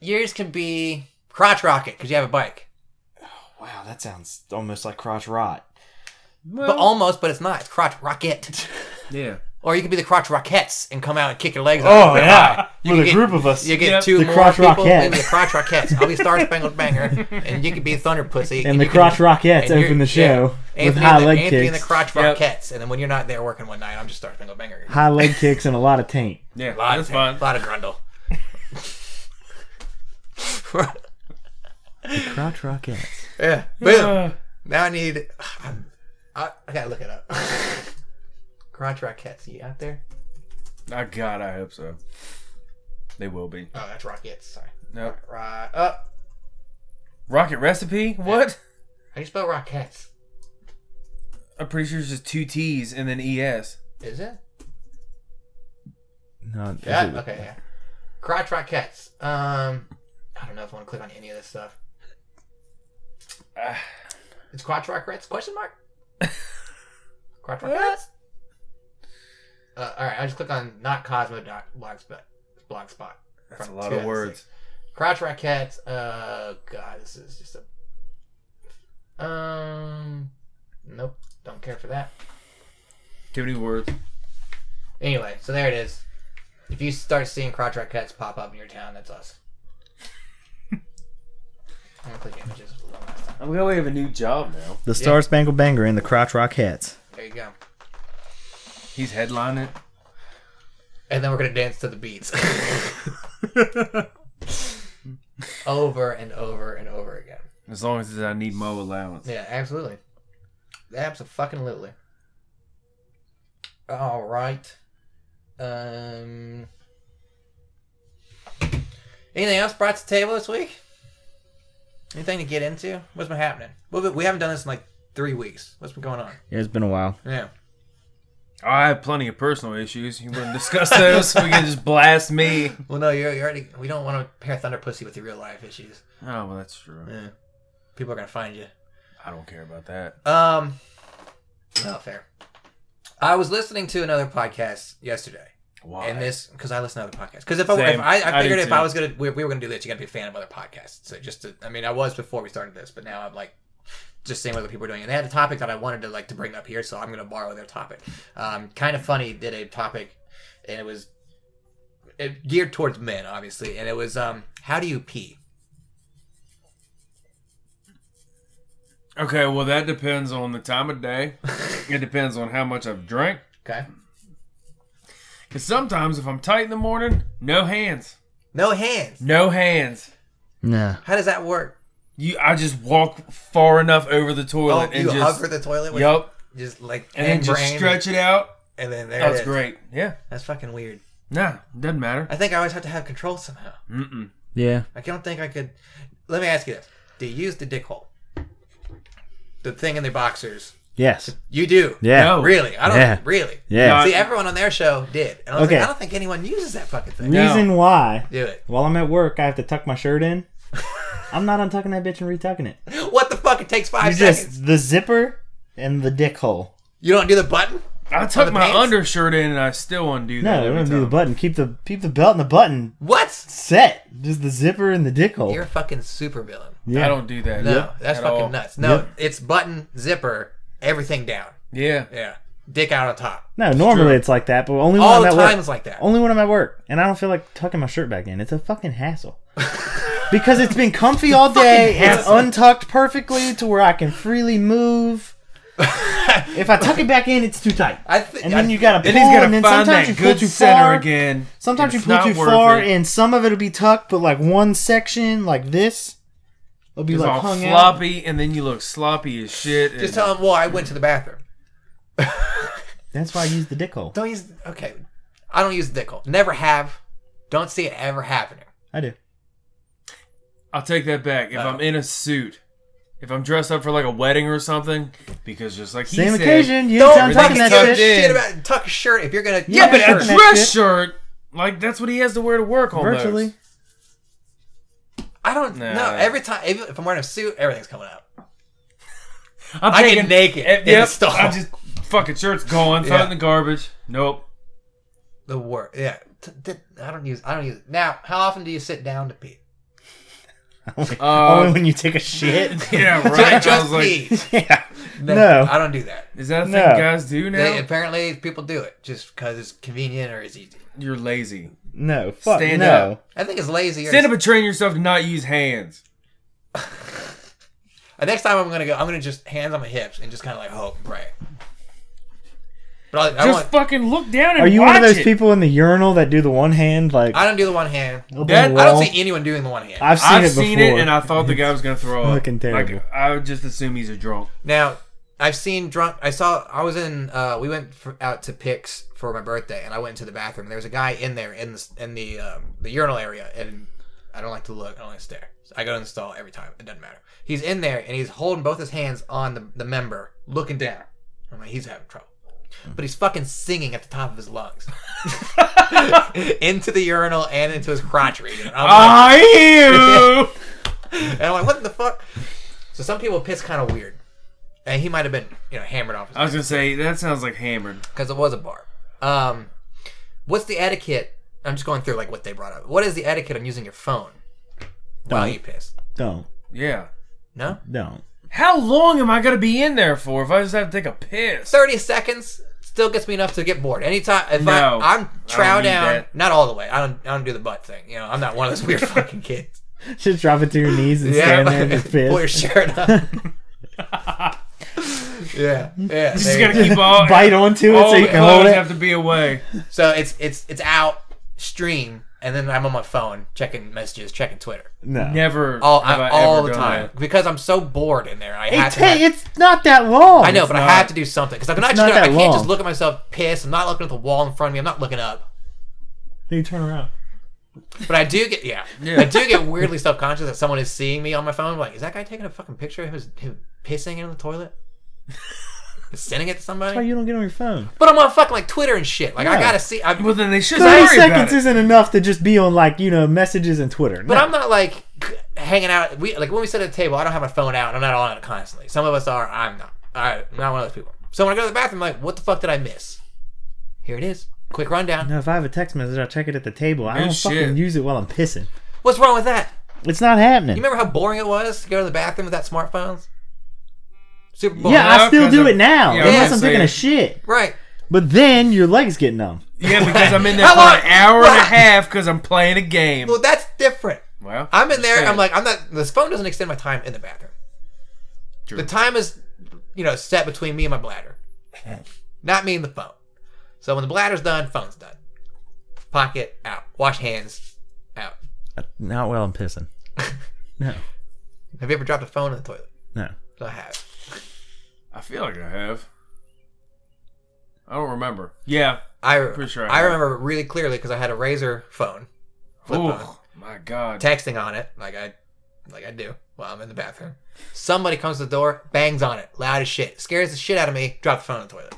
[SPEAKER 1] yours could be crotch rocket because you have a bike,
[SPEAKER 5] Wow, that sounds almost like crotch rot.
[SPEAKER 3] Well,
[SPEAKER 1] but almost, but it's not. It's crotch
[SPEAKER 5] <laughs>
[SPEAKER 1] rocket.
[SPEAKER 3] yeah.
[SPEAKER 1] Or you could be the crotch rockets and come out and kick your legs.
[SPEAKER 5] Oh
[SPEAKER 1] off.
[SPEAKER 5] yeah,
[SPEAKER 1] can
[SPEAKER 5] with a
[SPEAKER 1] get-
[SPEAKER 5] group of
[SPEAKER 1] <laughs>
[SPEAKER 5] us
[SPEAKER 1] You get
[SPEAKER 3] Yep.
[SPEAKER 1] two
[SPEAKER 5] The
[SPEAKER 1] more
[SPEAKER 5] crotch
[SPEAKER 1] people.
[SPEAKER 5] rockets.
[SPEAKER 1] Maybe the crotch rockets. I'll be Star Spangled
[SPEAKER 5] <laughs>
[SPEAKER 1] Banger, and you could be Thunder Pussy.
[SPEAKER 5] and the
[SPEAKER 1] you
[SPEAKER 5] crotch
[SPEAKER 1] can,
[SPEAKER 5] rockettes
[SPEAKER 1] and you're-
[SPEAKER 5] open the show
[SPEAKER 1] yeah.
[SPEAKER 5] with
[SPEAKER 1] Anthony
[SPEAKER 5] high
[SPEAKER 1] and the,
[SPEAKER 5] leg
[SPEAKER 1] Anthony
[SPEAKER 5] kicks,
[SPEAKER 1] and the crotch
[SPEAKER 3] Yep.
[SPEAKER 1] rockets, and then when you're not there working one night, I'm just Star Spangled Banger.
[SPEAKER 5] high leg kicks, and a lot of taint.
[SPEAKER 3] Yeah,
[SPEAKER 1] A lot
[SPEAKER 3] that's
[SPEAKER 1] of
[SPEAKER 3] fine.
[SPEAKER 1] A lot of grundle.
[SPEAKER 5] Crotch rockettes.
[SPEAKER 1] <laughs> yeah. Boom.
[SPEAKER 3] Uh,
[SPEAKER 1] Now I need. I, I gotta look it up. <laughs> crotch rockets. You out there?
[SPEAKER 3] oh God, I hope so. They will be.
[SPEAKER 1] Oh, that's rockets. Sorry. oh,
[SPEAKER 3] No.
[SPEAKER 1] Right. Up.
[SPEAKER 3] Rocket recipe? What?
[SPEAKER 1] How do you spell rockets?
[SPEAKER 3] I'm pretty sure it's just two T's and then E ES.
[SPEAKER 1] Is it?
[SPEAKER 5] No, is
[SPEAKER 1] Yeah.
[SPEAKER 5] it-
[SPEAKER 1] Okay. Yeah. Crotch rockets. Um, I don't know if I want to click on any of this stuff.
[SPEAKER 3] Ah.
[SPEAKER 1] It's crotch rockets? Question
[SPEAKER 5] <laughs>
[SPEAKER 1] mark. crotch rockets. Uh, all right. I just click on not Cosmo dot blogspot. Blogspot.
[SPEAKER 3] That's a
[SPEAKER 1] From
[SPEAKER 3] lot of
[SPEAKER 1] 2006.
[SPEAKER 3] words.
[SPEAKER 1] Crotch Rockets. Uh, God, this is just a. Um, nope, don't care for that.
[SPEAKER 3] Too many words.
[SPEAKER 1] Anyway, so there it is. If you start seeing Crotch Rockets pop up in your town, that's us. I'm gonna click images for one last time.
[SPEAKER 3] I'm glad we have a new job now.
[SPEAKER 5] The Star Spangled Banger and the Crotch Rockettes.
[SPEAKER 1] There you go.
[SPEAKER 3] He's headlining
[SPEAKER 1] And then we're gonna dance to the beats <laughs>
[SPEAKER 3] it.
[SPEAKER 1] over and over and over again.
[SPEAKER 3] as long as I need mo allowance.
[SPEAKER 1] Yeah, absolutely. Absolutely. All right. Um. Anything else brought to the table this week? Anything to get into? What's been happening? Well, we- we haven't done this in like three weeks. What's been going on?
[SPEAKER 5] Yeah, it's been a while.
[SPEAKER 1] Yeah.
[SPEAKER 3] I have plenty of personal issues. You want to discuss those? we can just blast me.
[SPEAKER 1] Well, no, you're, you're already. We don't want to pair Thunder Pussy with your real life issues.
[SPEAKER 3] Oh, well, that's true.
[SPEAKER 1] Yeah. People are gonna find you.
[SPEAKER 3] I don't care about that.
[SPEAKER 1] Um. Not fair. I was listening to another podcast yesterday.
[SPEAKER 3] Why?
[SPEAKER 1] And this because I listen to other podcasts. Because if, I, if
[SPEAKER 3] Same.
[SPEAKER 1] I,
[SPEAKER 3] I
[SPEAKER 1] I
[SPEAKER 3] do
[SPEAKER 1] figured if
[SPEAKER 3] too.
[SPEAKER 1] I was gonna we, we were gonna do this, you gotta be a fan of other podcasts. So just to, I mean, I was before we started this, but now I'm like just seeing what other people are doing. And they had a topic that I wanted to like to bring up here, so I'm gonna borrow their topic. Um, kind of funny did a topic, and it was it, geared towards men, obviously, and it was um, how do you pee?
[SPEAKER 3] okay, well, that depends on the time of
[SPEAKER 1] <laughs>
[SPEAKER 3] day. it depends on how much I've drank.
[SPEAKER 1] Okay,
[SPEAKER 3] Because sometimes if I'm tight in the morning, no hands.
[SPEAKER 1] no hands.
[SPEAKER 3] No hands.
[SPEAKER 5] Nah.
[SPEAKER 1] How does that work?
[SPEAKER 3] You, I just walk far enough over the
[SPEAKER 1] Oh,
[SPEAKER 3] toilet and
[SPEAKER 1] you
[SPEAKER 3] just,
[SPEAKER 1] hover the toilet with
[SPEAKER 3] yup,
[SPEAKER 1] just like
[SPEAKER 3] and then just
[SPEAKER 1] brain,
[SPEAKER 3] stretch it out.
[SPEAKER 1] and then there
[SPEAKER 3] That's
[SPEAKER 1] it is.
[SPEAKER 3] great. Yeah,
[SPEAKER 1] That's fucking weird.
[SPEAKER 3] nah, doesn't matter.
[SPEAKER 1] I think I always have to have control somehow.
[SPEAKER 3] Mm-mm.
[SPEAKER 5] Yeah.
[SPEAKER 1] I don't think I could. Let me ask you this: Do you use the dick hole? The thing in the boxers.
[SPEAKER 5] Yes.
[SPEAKER 1] You do.
[SPEAKER 5] Yeah.
[SPEAKER 3] No.
[SPEAKER 1] Really? I don't.
[SPEAKER 5] Yeah.
[SPEAKER 1] Really?
[SPEAKER 5] Yeah.
[SPEAKER 1] See, everyone on their show did, and I was
[SPEAKER 5] Okay.
[SPEAKER 1] like, I don't think anyone uses that fucking thing.
[SPEAKER 3] No.
[SPEAKER 5] Reason why?
[SPEAKER 1] Do it.
[SPEAKER 5] While I'm at work, I have to tuck my shirt in. <laughs> I'm not untucking that bitch and retucking it.
[SPEAKER 1] What the fuck? It takes five
[SPEAKER 5] It's
[SPEAKER 1] seconds.
[SPEAKER 5] just the zipper and the dick hole.
[SPEAKER 1] You don't do the button.
[SPEAKER 3] I tuck
[SPEAKER 1] the
[SPEAKER 3] my
[SPEAKER 1] pants?
[SPEAKER 3] undershirt in and I still undo that.
[SPEAKER 2] No, we're
[SPEAKER 3] every
[SPEAKER 2] gonna do the
[SPEAKER 3] time.
[SPEAKER 2] button. Keep the keep the belt and the button
[SPEAKER 1] What?
[SPEAKER 2] set. Just the zipper and the dick hole.
[SPEAKER 1] You're a fucking super villain.
[SPEAKER 2] yeah.
[SPEAKER 3] I don't do that.
[SPEAKER 1] No, that's
[SPEAKER 3] at
[SPEAKER 1] fucking
[SPEAKER 3] all.
[SPEAKER 1] nuts. No,
[SPEAKER 2] Yep.
[SPEAKER 1] it's button, zipper, everything down.
[SPEAKER 3] Yeah.
[SPEAKER 1] Yeah. Dick out on top.
[SPEAKER 2] No, normally it's like that, but only when
[SPEAKER 1] All the
[SPEAKER 2] I'm at
[SPEAKER 1] time
[SPEAKER 2] work.
[SPEAKER 1] it's like that.
[SPEAKER 2] Only when I'm at work, and I don't feel like tucking my shirt back in. It's a fucking
[SPEAKER 3] <laughs>
[SPEAKER 2] hassle. because it's been comfy all day. It's untucked perfectly to where I can freely
[SPEAKER 3] <laughs>
[SPEAKER 2] move. if I tuck it back in, it's too tight.
[SPEAKER 1] I thi-
[SPEAKER 2] and then
[SPEAKER 1] I-
[SPEAKER 2] you gotta pull,
[SPEAKER 3] And he's
[SPEAKER 2] and
[SPEAKER 3] gonna
[SPEAKER 2] then
[SPEAKER 3] find
[SPEAKER 2] sometimes you
[SPEAKER 3] that
[SPEAKER 2] pull
[SPEAKER 3] good
[SPEAKER 2] too
[SPEAKER 3] center
[SPEAKER 2] far.
[SPEAKER 3] again.
[SPEAKER 2] Sometimes you
[SPEAKER 3] It's
[SPEAKER 2] pull
[SPEAKER 3] not
[SPEAKER 2] too
[SPEAKER 3] worth
[SPEAKER 2] far,
[SPEAKER 3] it.
[SPEAKER 2] and some of it'll be tucked, but like one section, like this, will be
[SPEAKER 3] It's
[SPEAKER 2] like
[SPEAKER 3] all
[SPEAKER 2] hung out.
[SPEAKER 3] floppy, and then you look sloppy as shit. and-
[SPEAKER 1] Just tell him, well, I went to the bathroom.
[SPEAKER 2] That's why I use the dick hole.
[SPEAKER 1] Don't use. Okay. I don't use the dick hole. Never have. Don't see it ever happening.
[SPEAKER 2] I do.
[SPEAKER 3] I'll take that back. If
[SPEAKER 1] Oh.
[SPEAKER 3] I'm in a suit, if I'm dressed up for like a wedding or something, because just like he
[SPEAKER 2] Same
[SPEAKER 3] said,
[SPEAKER 2] occasion. You
[SPEAKER 1] Don't
[SPEAKER 2] ain't talking
[SPEAKER 1] fucking
[SPEAKER 2] that
[SPEAKER 1] talk
[SPEAKER 3] tucked
[SPEAKER 2] shit.
[SPEAKER 1] shit,
[SPEAKER 3] in.
[SPEAKER 1] about tuck a shirt if you're gonna.
[SPEAKER 2] Yeah,
[SPEAKER 3] Yeah, but
[SPEAKER 2] sure.
[SPEAKER 3] a dress shirt, like that's what he has to wear to work
[SPEAKER 2] <laughs>
[SPEAKER 3] almost.
[SPEAKER 2] Virtually.
[SPEAKER 1] I don't know.
[SPEAKER 3] Nah.
[SPEAKER 1] Every time, if, if I'm wearing a suit, everything's coming up.
[SPEAKER 3] I'm
[SPEAKER 1] I get
[SPEAKER 3] taking-
[SPEAKER 1] naked
[SPEAKER 3] Eh,
[SPEAKER 1] in the
[SPEAKER 3] yep,
[SPEAKER 1] stall.
[SPEAKER 3] I just fucking shirt's gone. Throw it
[SPEAKER 1] Yeah.
[SPEAKER 3] in the garbage. Nope.
[SPEAKER 1] The work. Yeah. T- t- I don't use. I don't use. Now, how often do you sit down to pee?
[SPEAKER 2] Only
[SPEAKER 3] Uh,
[SPEAKER 2] Oh, when you take a shit.
[SPEAKER 3] <laughs> yeah,
[SPEAKER 1] Do I
[SPEAKER 3] right. I
[SPEAKER 1] just
[SPEAKER 3] was like,
[SPEAKER 1] pee.
[SPEAKER 2] <laughs>
[SPEAKER 3] <laughs>
[SPEAKER 2] yeah.
[SPEAKER 1] No,
[SPEAKER 2] No.
[SPEAKER 1] I don't do that.
[SPEAKER 3] is that a thing
[SPEAKER 2] No.
[SPEAKER 3] guys do now?
[SPEAKER 1] They, apparently, people do it just because it's convenient or it's easy.
[SPEAKER 3] You're lazy.
[SPEAKER 2] No. Fuck
[SPEAKER 3] Stand
[SPEAKER 2] no.
[SPEAKER 3] up.
[SPEAKER 1] I think it's lazy.
[SPEAKER 3] Stand up and train yourself to not use hands.
[SPEAKER 1] Next time, I'm gonna go. I'm gonna just hands on my hips and just kind of like hope, and pray. But I, I
[SPEAKER 3] Just
[SPEAKER 1] want.
[SPEAKER 3] fucking look down and
[SPEAKER 2] Are you
[SPEAKER 3] watch
[SPEAKER 2] one of those
[SPEAKER 3] it.
[SPEAKER 2] people in the urinal that do the one hand like
[SPEAKER 1] I don't do the one hand.
[SPEAKER 2] open
[SPEAKER 3] that-
[SPEAKER 2] the
[SPEAKER 1] I
[SPEAKER 2] wall?
[SPEAKER 1] don't see anyone doing the one hand.
[SPEAKER 2] I've seen
[SPEAKER 3] I've
[SPEAKER 2] it before.
[SPEAKER 3] seen it, and I thought the guy was gonna
[SPEAKER 2] <laughs>
[SPEAKER 3] throw up.
[SPEAKER 2] fucking terrible.
[SPEAKER 3] Like I would just assume he's a drunk.
[SPEAKER 1] Now, I've seen drunk. I saw. I was in. Uh, we went for, out to Pix for my birthday, and I went to the bathroom. And there was a guy in there in the in the um, the urinal area, and I don't like to look. I don't like to stare. So I go to install every time. It doesn't matter. He's in there, and he's holding both his hands on the the member, looking down. I'm like, he's having trouble. But he's fucking singing at the top of his lungs <laughs> into the urinal and into his crotch region. I'm like,
[SPEAKER 3] I
[SPEAKER 1] and I'm like, what the fuck? So some people piss kind of weird, and he might have been, you know, hammered off. His
[SPEAKER 3] I was gonna say that sounds like hammered.
[SPEAKER 1] because it was a bar. Um, what's the etiquette? I'm just going through like what they brought up. What is the etiquette on using your phone while
[SPEAKER 2] Don't.
[SPEAKER 1] you piss?
[SPEAKER 2] don't
[SPEAKER 3] Yeah.
[SPEAKER 1] No,
[SPEAKER 2] don't.
[SPEAKER 3] How long am I gonna be in there for if I just have to take a piss?
[SPEAKER 1] thirty seconds still gets me enough to get bored. Anytime if
[SPEAKER 3] No,
[SPEAKER 1] I, I'm
[SPEAKER 3] I
[SPEAKER 1] trow
[SPEAKER 3] don't need
[SPEAKER 1] down,
[SPEAKER 3] that.
[SPEAKER 1] not all the way. I don't. I don't do the butt thing. You know, I'm not one of those weird fucking
[SPEAKER 3] <laughs>
[SPEAKER 1] kids.
[SPEAKER 2] Just drop it to your knees and
[SPEAKER 1] Yeah,
[SPEAKER 2] stand there and just
[SPEAKER 1] <laughs> pull your
[SPEAKER 2] piss.
[SPEAKER 1] shirt
[SPEAKER 3] <laughs>
[SPEAKER 1] up. yeah, yeah.
[SPEAKER 3] Just
[SPEAKER 1] there
[SPEAKER 3] gotta
[SPEAKER 1] you go.
[SPEAKER 3] keep
[SPEAKER 2] <laughs>
[SPEAKER 3] all
[SPEAKER 2] Bite onto it
[SPEAKER 3] all
[SPEAKER 2] so
[SPEAKER 3] the
[SPEAKER 2] you can hold
[SPEAKER 3] clothes
[SPEAKER 2] it.
[SPEAKER 3] have to be away.
[SPEAKER 1] So it's it's it's out stream, and then I'm on my phone checking messages, checking Twitter.
[SPEAKER 2] no.
[SPEAKER 3] Never
[SPEAKER 1] all
[SPEAKER 3] have
[SPEAKER 1] I,
[SPEAKER 3] I
[SPEAKER 1] all
[SPEAKER 3] ever
[SPEAKER 1] the
[SPEAKER 3] done
[SPEAKER 1] time
[SPEAKER 3] that.
[SPEAKER 1] because I'm so bored in there. I
[SPEAKER 2] It
[SPEAKER 1] have to.
[SPEAKER 2] ta-
[SPEAKER 1] have-
[SPEAKER 2] it's not that long.
[SPEAKER 1] I know, but I
[SPEAKER 3] not-
[SPEAKER 1] have to do something because I'm not just.
[SPEAKER 2] not
[SPEAKER 1] Gonna, I
[SPEAKER 2] that
[SPEAKER 1] can't just
[SPEAKER 2] long.
[SPEAKER 1] look at myself pissed. I'm not looking at the wall in front of me. I'm not looking up.
[SPEAKER 2] Then you turn around.
[SPEAKER 1] But I do get yeah,
[SPEAKER 3] Yeah.
[SPEAKER 1] I do get weirdly self conscious that someone is seeing me on my phone. Like, is that guy taking a fucking picture of his him pissing in
[SPEAKER 2] <laughs>
[SPEAKER 1] the toilet? Sending it to
[SPEAKER 2] That's why
[SPEAKER 1] somebody,
[SPEAKER 2] you don't get on your phone.
[SPEAKER 1] but I'm on fucking like Twitter and shit. Like I
[SPEAKER 2] Yeah.
[SPEAKER 1] gotta see. I'm,
[SPEAKER 3] Well then they should
[SPEAKER 2] Thirty
[SPEAKER 3] worry about
[SPEAKER 2] seconds
[SPEAKER 3] it.
[SPEAKER 2] isn't enough to just be on like you know messages and Twitter.
[SPEAKER 1] But
[SPEAKER 2] No.
[SPEAKER 1] I'm not like hanging out. We like when we sit at the table, I don't have my phone out. and I'm not on it constantly. Some of us are. I'm not. I'm not one of those people. So when I go to the bathroom, I'm like, what the fuck did I miss? Here it is. Quick rundown.
[SPEAKER 2] No, if I have a text message, I check it at the table. I
[SPEAKER 3] No
[SPEAKER 2] don't fucking
[SPEAKER 3] shit.
[SPEAKER 2] use it while I'm pissing.
[SPEAKER 1] What's wrong with that?
[SPEAKER 2] It's not happening.
[SPEAKER 1] You remember how boring it was to go to the bathroom without smartphones? Super boring.
[SPEAKER 2] yeah, I
[SPEAKER 3] now,
[SPEAKER 2] still
[SPEAKER 3] 'cause
[SPEAKER 2] do
[SPEAKER 3] I'm-
[SPEAKER 2] it now.
[SPEAKER 3] Yeah, I
[SPEAKER 2] unless
[SPEAKER 3] was gonna
[SPEAKER 2] I'm taking
[SPEAKER 3] say-
[SPEAKER 2] a shit.
[SPEAKER 1] Right.
[SPEAKER 2] But then your legs get numb.
[SPEAKER 3] Yeah, because I'm in there
[SPEAKER 1] How
[SPEAKER 3] for
[SPEAKER 1] long-
[SPEAKER 3] an hour and a
[SPEAKER 1] What?
[SPEAKER 3] half because I'm playing a game.
[SPEAKER 1] Well, that's different.
[SPEAKER 3] Well,
[SPEAKER 1] I'm in there.
[SPEAKER 3] saying.
[SPEAKER 1] I'm like, I'm not. This phone doesn't extend my time in the bathroom.
[SPEAKER 3] True.
[SPEAKER 1] The time is, you know, set between me and
[SPEAKER 3] <laughs>
[SPEAKER 1] my bladder, not me and the phone. So when the bladder's done, phone's done. Pocket out. Wash hands out.
[SPEAKER 2] Uh, Not while I'm pissing. <laughs> No,
[SPEAKER 1] Have you ever dropped a phone in the toilet?
[SPEAKER 2] no.
[SPEAKER 1] I have.
[SPEAKER 3] I feel like I have. I don't remember. Yeah.
[SPEAKER 1] I
[SPEAKER 3] Pretty sure I
[SPEAKER 1] I,
[SPEAKER 3] have.
[SPEAKER 1] remember really clearly because I had a razor phone, Flip phone.
[SPEAKER 3] Oh my god.
[SPEAKER 1] texting on it like I, like I do while I'm in the bathroom. Somebody comes to the door, bangs on it, loud as shit, scares the shit out of me. Drop the phone in the toilet.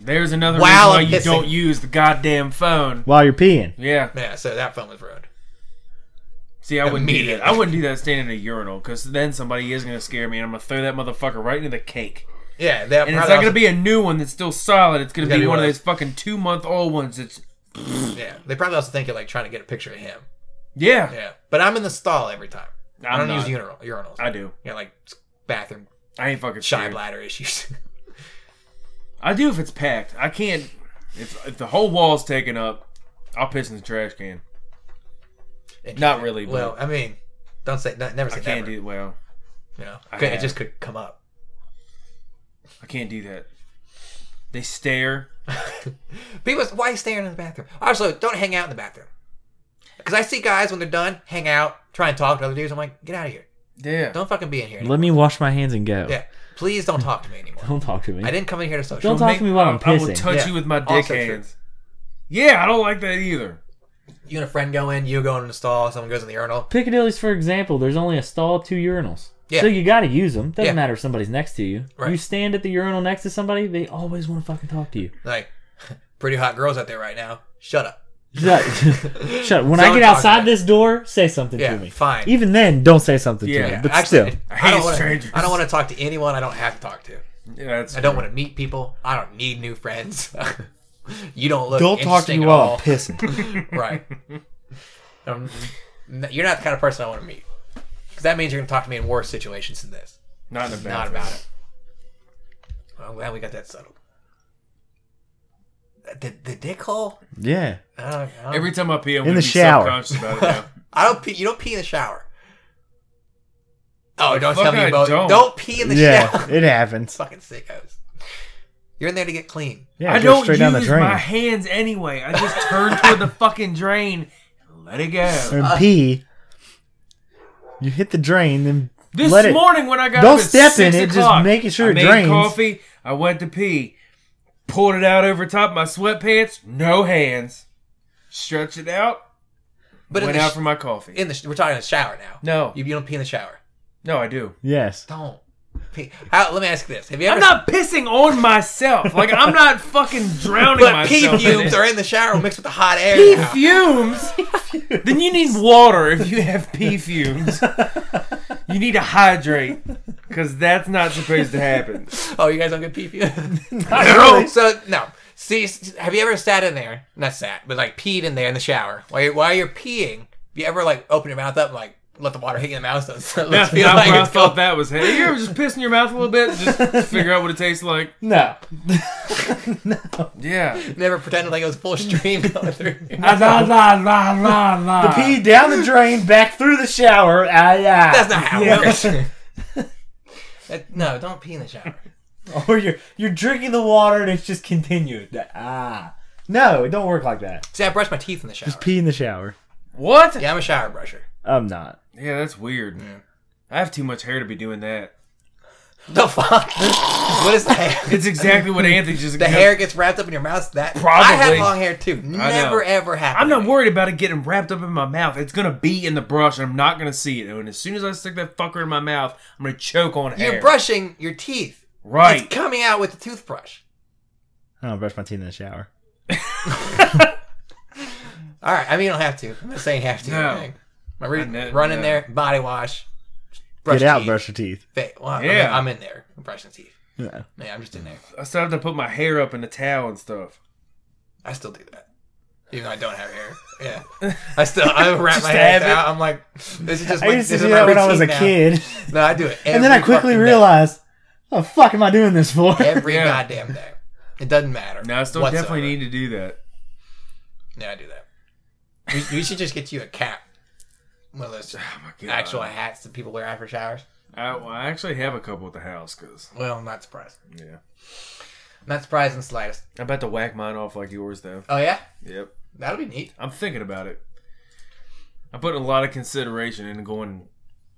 [SPEAKER 3] There's another
[SPEAKER 1] Wow,
[SPEAKER 3] reason
[SPEAKER 1] I'm
[SPEAKER 3] why you
[SPEAKER 1] pissing.
[SPEAKER 3] don't use the goddamn phone.
[SPEAKER 2] While you're peeing.
[SPEAKER 3] Yeah.
[SPEAKER 1] Yeah, so that phone was ruined.
[SPEAKER 3] See, I wouldn't do that.
[SPEAKER 1] Immediately.
[SPEAKER 3] I wouldn't do that standing in a urinal because then somebody is gonna scare me and I'm gonna throw that motherfucker right into the cake.
[SPEAKER 1] Yeah, that
[SPEAKER 3] And it's not gonna be a new one that's still solid. It's gonna be,
[SPEAKER 1] gotta be
[SPEAKER 3] one of
[SPEAKER 1] one of
[SPEAKER 3] those fucking two month old ones. That's
[SPEAKER 1] Yeah, they probably also think you're like trying to get a picture of him.
[SPEAKER 3] yeah,
[SPEAKER 1] Yeah, but I'm in the stall every time. I'm I
[SPEAKER 3] I'm
[SPEAKER 1] do not
[SPEAKER 3] not.
[SPEAKER 1] use urinal, urinals.
[SPEAKER 3] I do.
[SPEAKER 1] you know, like bathroom
[SPEAKER 3] I ain't fucking
[SPEAKER 1] shy
[SPEAKER 3] scared.
[SPEAKER 1] bladder issues. <laughs>
[SPEAKER 3] I do if it's packed. I can't. If if the whole wall's taken up, I'll piss in the trash can. Not really, but-
[SPEAKER 1] well, I mean, don't say don't, never say
[SPEAKER 3] I can't
[SPEAKER 1] never.
[SPEAKER 3] do well.
[SPEAKER 1] You know,
[SPEAKER 3] I
[SPEAKER 1] Could- it
[SPEAKER 3] have.
[SPEAKER 1] just could come up.
[SPEAKER 3] I can't do that. They stare.
[SPEAKER 1] People, why are you staring in the bathroom? Also, don't hang out in the bathroom. Because I see guys when they're done, hang out, try and talk to other dudes. I'm like, get out of here.
[SPEAKER 3] Yeah.
[SPEAKER 1] Don't fucking be in here.
[SPEAKER 2] Let me wash my hands and go.
[SPEAKER 1] Yeah. Please don't talk to me anymore.
[SPEAKER 2] Don't talk to me.
[SPEAKER 1] I didn't come in here to social.
[SPEAKER 2] Don't talk to me while I'm
[SPEAKER 3] I, I will
[SPEAKER 2] pissing.
[SPEAKER 3] touch
[SPEAKER 1] Yeah.
[SPEAKER 3] you with my dick
[SPEAKER 1] Also true.
[SPEAKER 3] hands. Yeah, I don't like that either.
[SPEAKER 1] You and a friend go in, you go in the stall, someone goes in the urinal.
[SPEAKER 2] Piccadilly's, for example, there's only a stall of two urinals.
[SPEAKER 1] Yeah.
[SPEAKER 2] So you got to use them. Doesn't
[SPEAKER 1] Yeah.
[SPEAKER 2] matter if somebody's next to you.
[SPEAKER 1] Right.
[SPEAKER 2] You stand at the urinal next to somebody, they always want to fucking talk
[SPEAKER 1] <laughs>
[SPEAKER 2] to you.
[SPEAKER 1] Like, pretty hot girls out there right now. Shut up.
[SPEAKER 2] Shut, <laughs> shut. When I
[SPEAKER 1] Don't
[SPEAKER 2] get
[SPEAKER 1] talk
[SPEAKER 2] outside
[SPEAKER 1] back.
[SPEAKER 2] this door, say something
[SPEAKER 1] Yeah,
[SPEAKER 2] to me.
[SPEAKER 1] fine.
[SPEAKER 2] Even then, don't say something
[SPEAKER 3] Yeah,
[SPEAKER 2] to me. But
[SPEAKER 1] Actually,
[SPEAKER 2] still,
[SPEAKER 1] I,
[SPEAKER 3] hate
[SPEAKER 1] don't wanna,
[SPEAKER 3] strangers.
[SPEAKER 1] I don't want to talk to anyone I don't have to talk to.
[SPEAKER 3] Yeah, that's
[SPEAKER 1] I don't want to meet people. I don't need new friends. <laughs> you don't look.
[SPEAKER 2] don't talk to
[SPEAKER 1] interesting
[SPEAKER 2] me
[SPEAKER 1] at
[SPEAKER 2] while
[SPEAKER 1] all.
[SPEAKER 2] I'm
[SPEAKER 1] <laughs>
[SPEAKER 2] pissing. <laughs>
[SPEAKER 1] Right. Um, n- you're not the kind of person I want to meet. Because that means you're going to talk to me in worse situations than this.
[SPEAKER 3] not in a bathroom.
[SPEAKER 1] Not about it. Well, I'm glad we got that settled. Uh, The, the dick hole?
[SPEAKER 2] yeah.
[SPEAKER 1] I don't, I don't,
[SPEAKER 3] Every time I pee, I'm
[SPEAKER 2] In
[SPEAKER 3] gonna
[SPEAKER 2] the
[SPEAKER 3] be
[SPEAKER 2] shower.
[SPEAKER 3] self-conscious about it now.
[SPEAKER 1] <laughs> I don't pee. You don't pee in the shower. Oh, don't
[SPEAKER 3] fuck
[SPEAKER 1] tell me
[SPEAKER 3] I
[SPEAKER 1] about
[SPEAKER 3] don't.
[SPEAKER 1] don't. pee in the
[SPEAKER 2] Yeah.
[SPEAKER 3] <laughs>
[SPEAKER 1] shower.
[SPEAKER 2] It happens.
[SPEAKER 1] Fucking sickos. You're in there to get clean.
[SPEAKER 2] <laughs> Yeah.
[SPEAKER 3] I
[SPEAKER 2] go
[SPEAKER 3] don't use
[SPEAKER 2] straight down the drain
[SPEAKER 3] my hands anyway. I just turn toward the fucking drain. and Let it go.
[SPEAKER 2] and
[SPEAKER 1] Uh,
[SPEAKER 2] pee. You hit the drain, then
[SPEAKER 3] This
[SPEAKER 2] let it.
[SPEAKER 3] morning when I got
[SPEAKER 2] Don't
[SPEAKER 3] up at
[SPEAKER 2] step
[SPEAKER 3] six
[SPEAKER 2] in it, just
[SPEAKER 3] o'clock,
[SPEAKER 2] making sure
[SPEAKER 3] I
[SPEAKER 2] it
[SPEAKER 3] made
[SPEAKER 2] drains.
[SPEAKER 3] coffee. I went to pee, pulled it out over top my sweatpants. No hands. Stretched it out.
[SPEAKER 1] But in
[SPEAKER 3] went
[SPEAKER 1] the,
[SPEAKER 3] out
[SPEAKER 1] sh-
[SPEAKER 3] for my coffee.
[SPEAKER 1] in the sh- we're talking in the shower now.
[SPEAKER 3] no,
[SPEAKER 1] You, you don't pee in the shower.
[SPEAKER 3] no, I do.
[SPEAKER 2] Yes.
[SPEAKER 1] <laughs> Don't. Pee. How, let me ask you this: Have you ever?
[SPEAKER 3] I'm not pissing on myself. Like I'm not fucking
[SPEAKER 1] <laughs>
[SPEAKER 3] drowning
[SPEAKER 1] But pee
[SPEAKER 3] myself. in
[SPEAKER 1] fumes
[SPEAKER 3] it.
[SPEAKER 1] are in the shower mixed with the hot air.
[SPEAKER 3] <laughs> pee
[SPEAKER 1] now.
[SPEAKER 3] fumes. then you need water if you have pee fumes. You need to hydrate because that's not supposed to
[SPEAKER 1] <laughs>
[SPEAKER 3] happen.
[SPEAKER 1] Oh, you guys don't get pee fumes.
[SPEAKER 2] <laughs> really.
[SPEAKER 1] So no. See, s- have you ever sat in there? Not sat, but like peed in there in the shower while you're, while you're peeing. Have you ever like open your mouth up and like let the water hit you in the mouth? So it
[SPEAKER 3] That's
[SPEAKER 1] looks- feel
[SPEAKER 3] not
[SPEAKER 1] like
[SPEAKER 3] where I
[SPEAKER 1] it's
[SPEAKER 3] thought
[SPEAKER 1] cold?
[SPEAKER 3] that was headed. You ever just piss in your mouth a little bit,
[SPEAKER 1] <laughs>
[SPEAKER 3] just figure out what it tastes like.
[SPEAKER 2] No.
[SPEAKER 3] Yeah,
[SPEAKER 1] Never pretended like it was full
[SPEAKER 3] <laughs>
[SPEAKER 1] stream going through.
[SPEAKER 3] la la la la la.
[SPEAKER 2] The pee down the drain, back through the shower. Ah, yeah.
[SPEAKER 1] <laughs> That's not how it
[SPEAKER 2] Yeah.
[SPEAKER 1] works.
[SPEAKER 3] <laughs>
[SPEAKER 1] <laughs> That- no, don't pee in the shower.
[SPEAKER 2] <laughs> Or you're you're drinking the water and it's just continued. Ah. No, it don't work like that.
[SPEAKER 1] See, I brush my teeth in the shower.
[SPEAKER 2] Pee in the shower.
[SPEAKER 3] What?
[SPEAKER 1] Yeah, I'm a shower brusher.
[SPEAKER 2] I'm not.
[SPEAKER 3] Yeah, that's weird. I have too much hair to be doing that.
[SPEAKER 1] The fuck? what is that?
[SPEAKER 3] <laughs> It's exactly
[SPEAKER 1] <laughs>
[SPEAKER 3] what Anthony just.
[SPEAKER 1] The hair gets wrapped up in your mouth. That I have
[SPEAKER 3] Probably.
[SPEAKER 1] long hair too. Never ever happened.
[SPEAKER 3] I'm
[SPEAKER 1] to
[SPEAKER 3] not
[SPEAKER 1] me.
[SPEAKER 3] worried about it getting wrapped up in my mouth. It's gonna be in the brush, and I'm not gonna see it. And as soon as I stick that fucker in my mouth, I'm gonna choke on hair.
[SPEAKER 1] You're brushing your teeth.
[SPEAKER 3] right?
[SPEAKER 1] It's coming out with the toothbrush.
[SPEAKER 2] I don't brush my teeth in the shower.
[SPEAKER 1] All right. I mean, you don't have to. I'm not saying you have to.
[SPEAKER 3] No.
[SPEAKER 1] Like, My re-
[SPEAKER 3] I know-
[SPEAKER 1] run in
[SPEAKER 3] no.
[SPEAKER 1] there, body wash, brush
[SPEAKER 2] Get out,
[SPEAKER 1] teeth.
[SPEAKER 2] brush your teeth.
[SPEAKER 1] Fa- well, I'm-
[SPEAKER 3] Yeah.
[SPEAKER 1] I'm, in there. I'm brushing teeth.
[SPEAKER 2] Yeah.
[SPEAKER 1] Yeah, I'm just in there.
[SPEAKER 3] I still have to put my hair up in the towel and stuff.
[SPEAKER 1] I still do that, even though I don't have hair. Yeah, I still
[SPEAKER 3] <laughs>
[SPEAKER 1] I wrap my
[SPEAKER 3] to
[SPEAKER 1] hair
[SPEAKER 3] have it.
[SPEAKER 1] out. I'm like, this is just.
[SPEAKER 2] <laughs> I
[SPEAKER 1] my-
[SPEAKER 2] used to
[SPEAKER 1] this
[SPEAKER 2] do
[SPEAKER 1] is my
[SPEAKER 2] that when I was a
[SPEAKER 1] routine now. <laughs>
[SPEAKER 2] kid.
[SPEAKER 1] No, I do it.
[SPEAKER 2] And then I
[SPEAKER 1] every
[SPEAKER 2] quickly
[SPEAKER 1] fucking day.
[SPEAKER 2] realized, what the fuck am I doing this for?
[SPEAKER 3] <laughs>
[SPEAKER 1] every
[SPEAKER 3] Yeah.
[SPEAKER 1] goddamn day. It doesn't matter.
[SPEAKER 3] No, I still
[SPEAKER 1] whatsoever.
[SPEAKER 3] definitely need to do that. <sighs>
[SPEAKER 1] Yeah, I do that. We, we should just get you a cap. One of those
[SPEAKER 3] Oh my <laughs> god!
[SPEAKER 1] actual hats that people wear after showers.
[SPEAKER 3] I, well, I actually have a couple at the house because
[SPEAKER 1] Well, I'm not surprised.
[SPEAKER 3] yeah,
[SPEAKER 1] Not surprised in the slightest.
[SPEAKER 3] I'm about to whack mine off like yours though.
[SPEAKER 1] Oh yeah,
[SPEAKER 3] Yep,
[SPEAKER 1] that'll be neat.
[SPEAKER 3] I'm thinking about it. I put a lot of consideration into going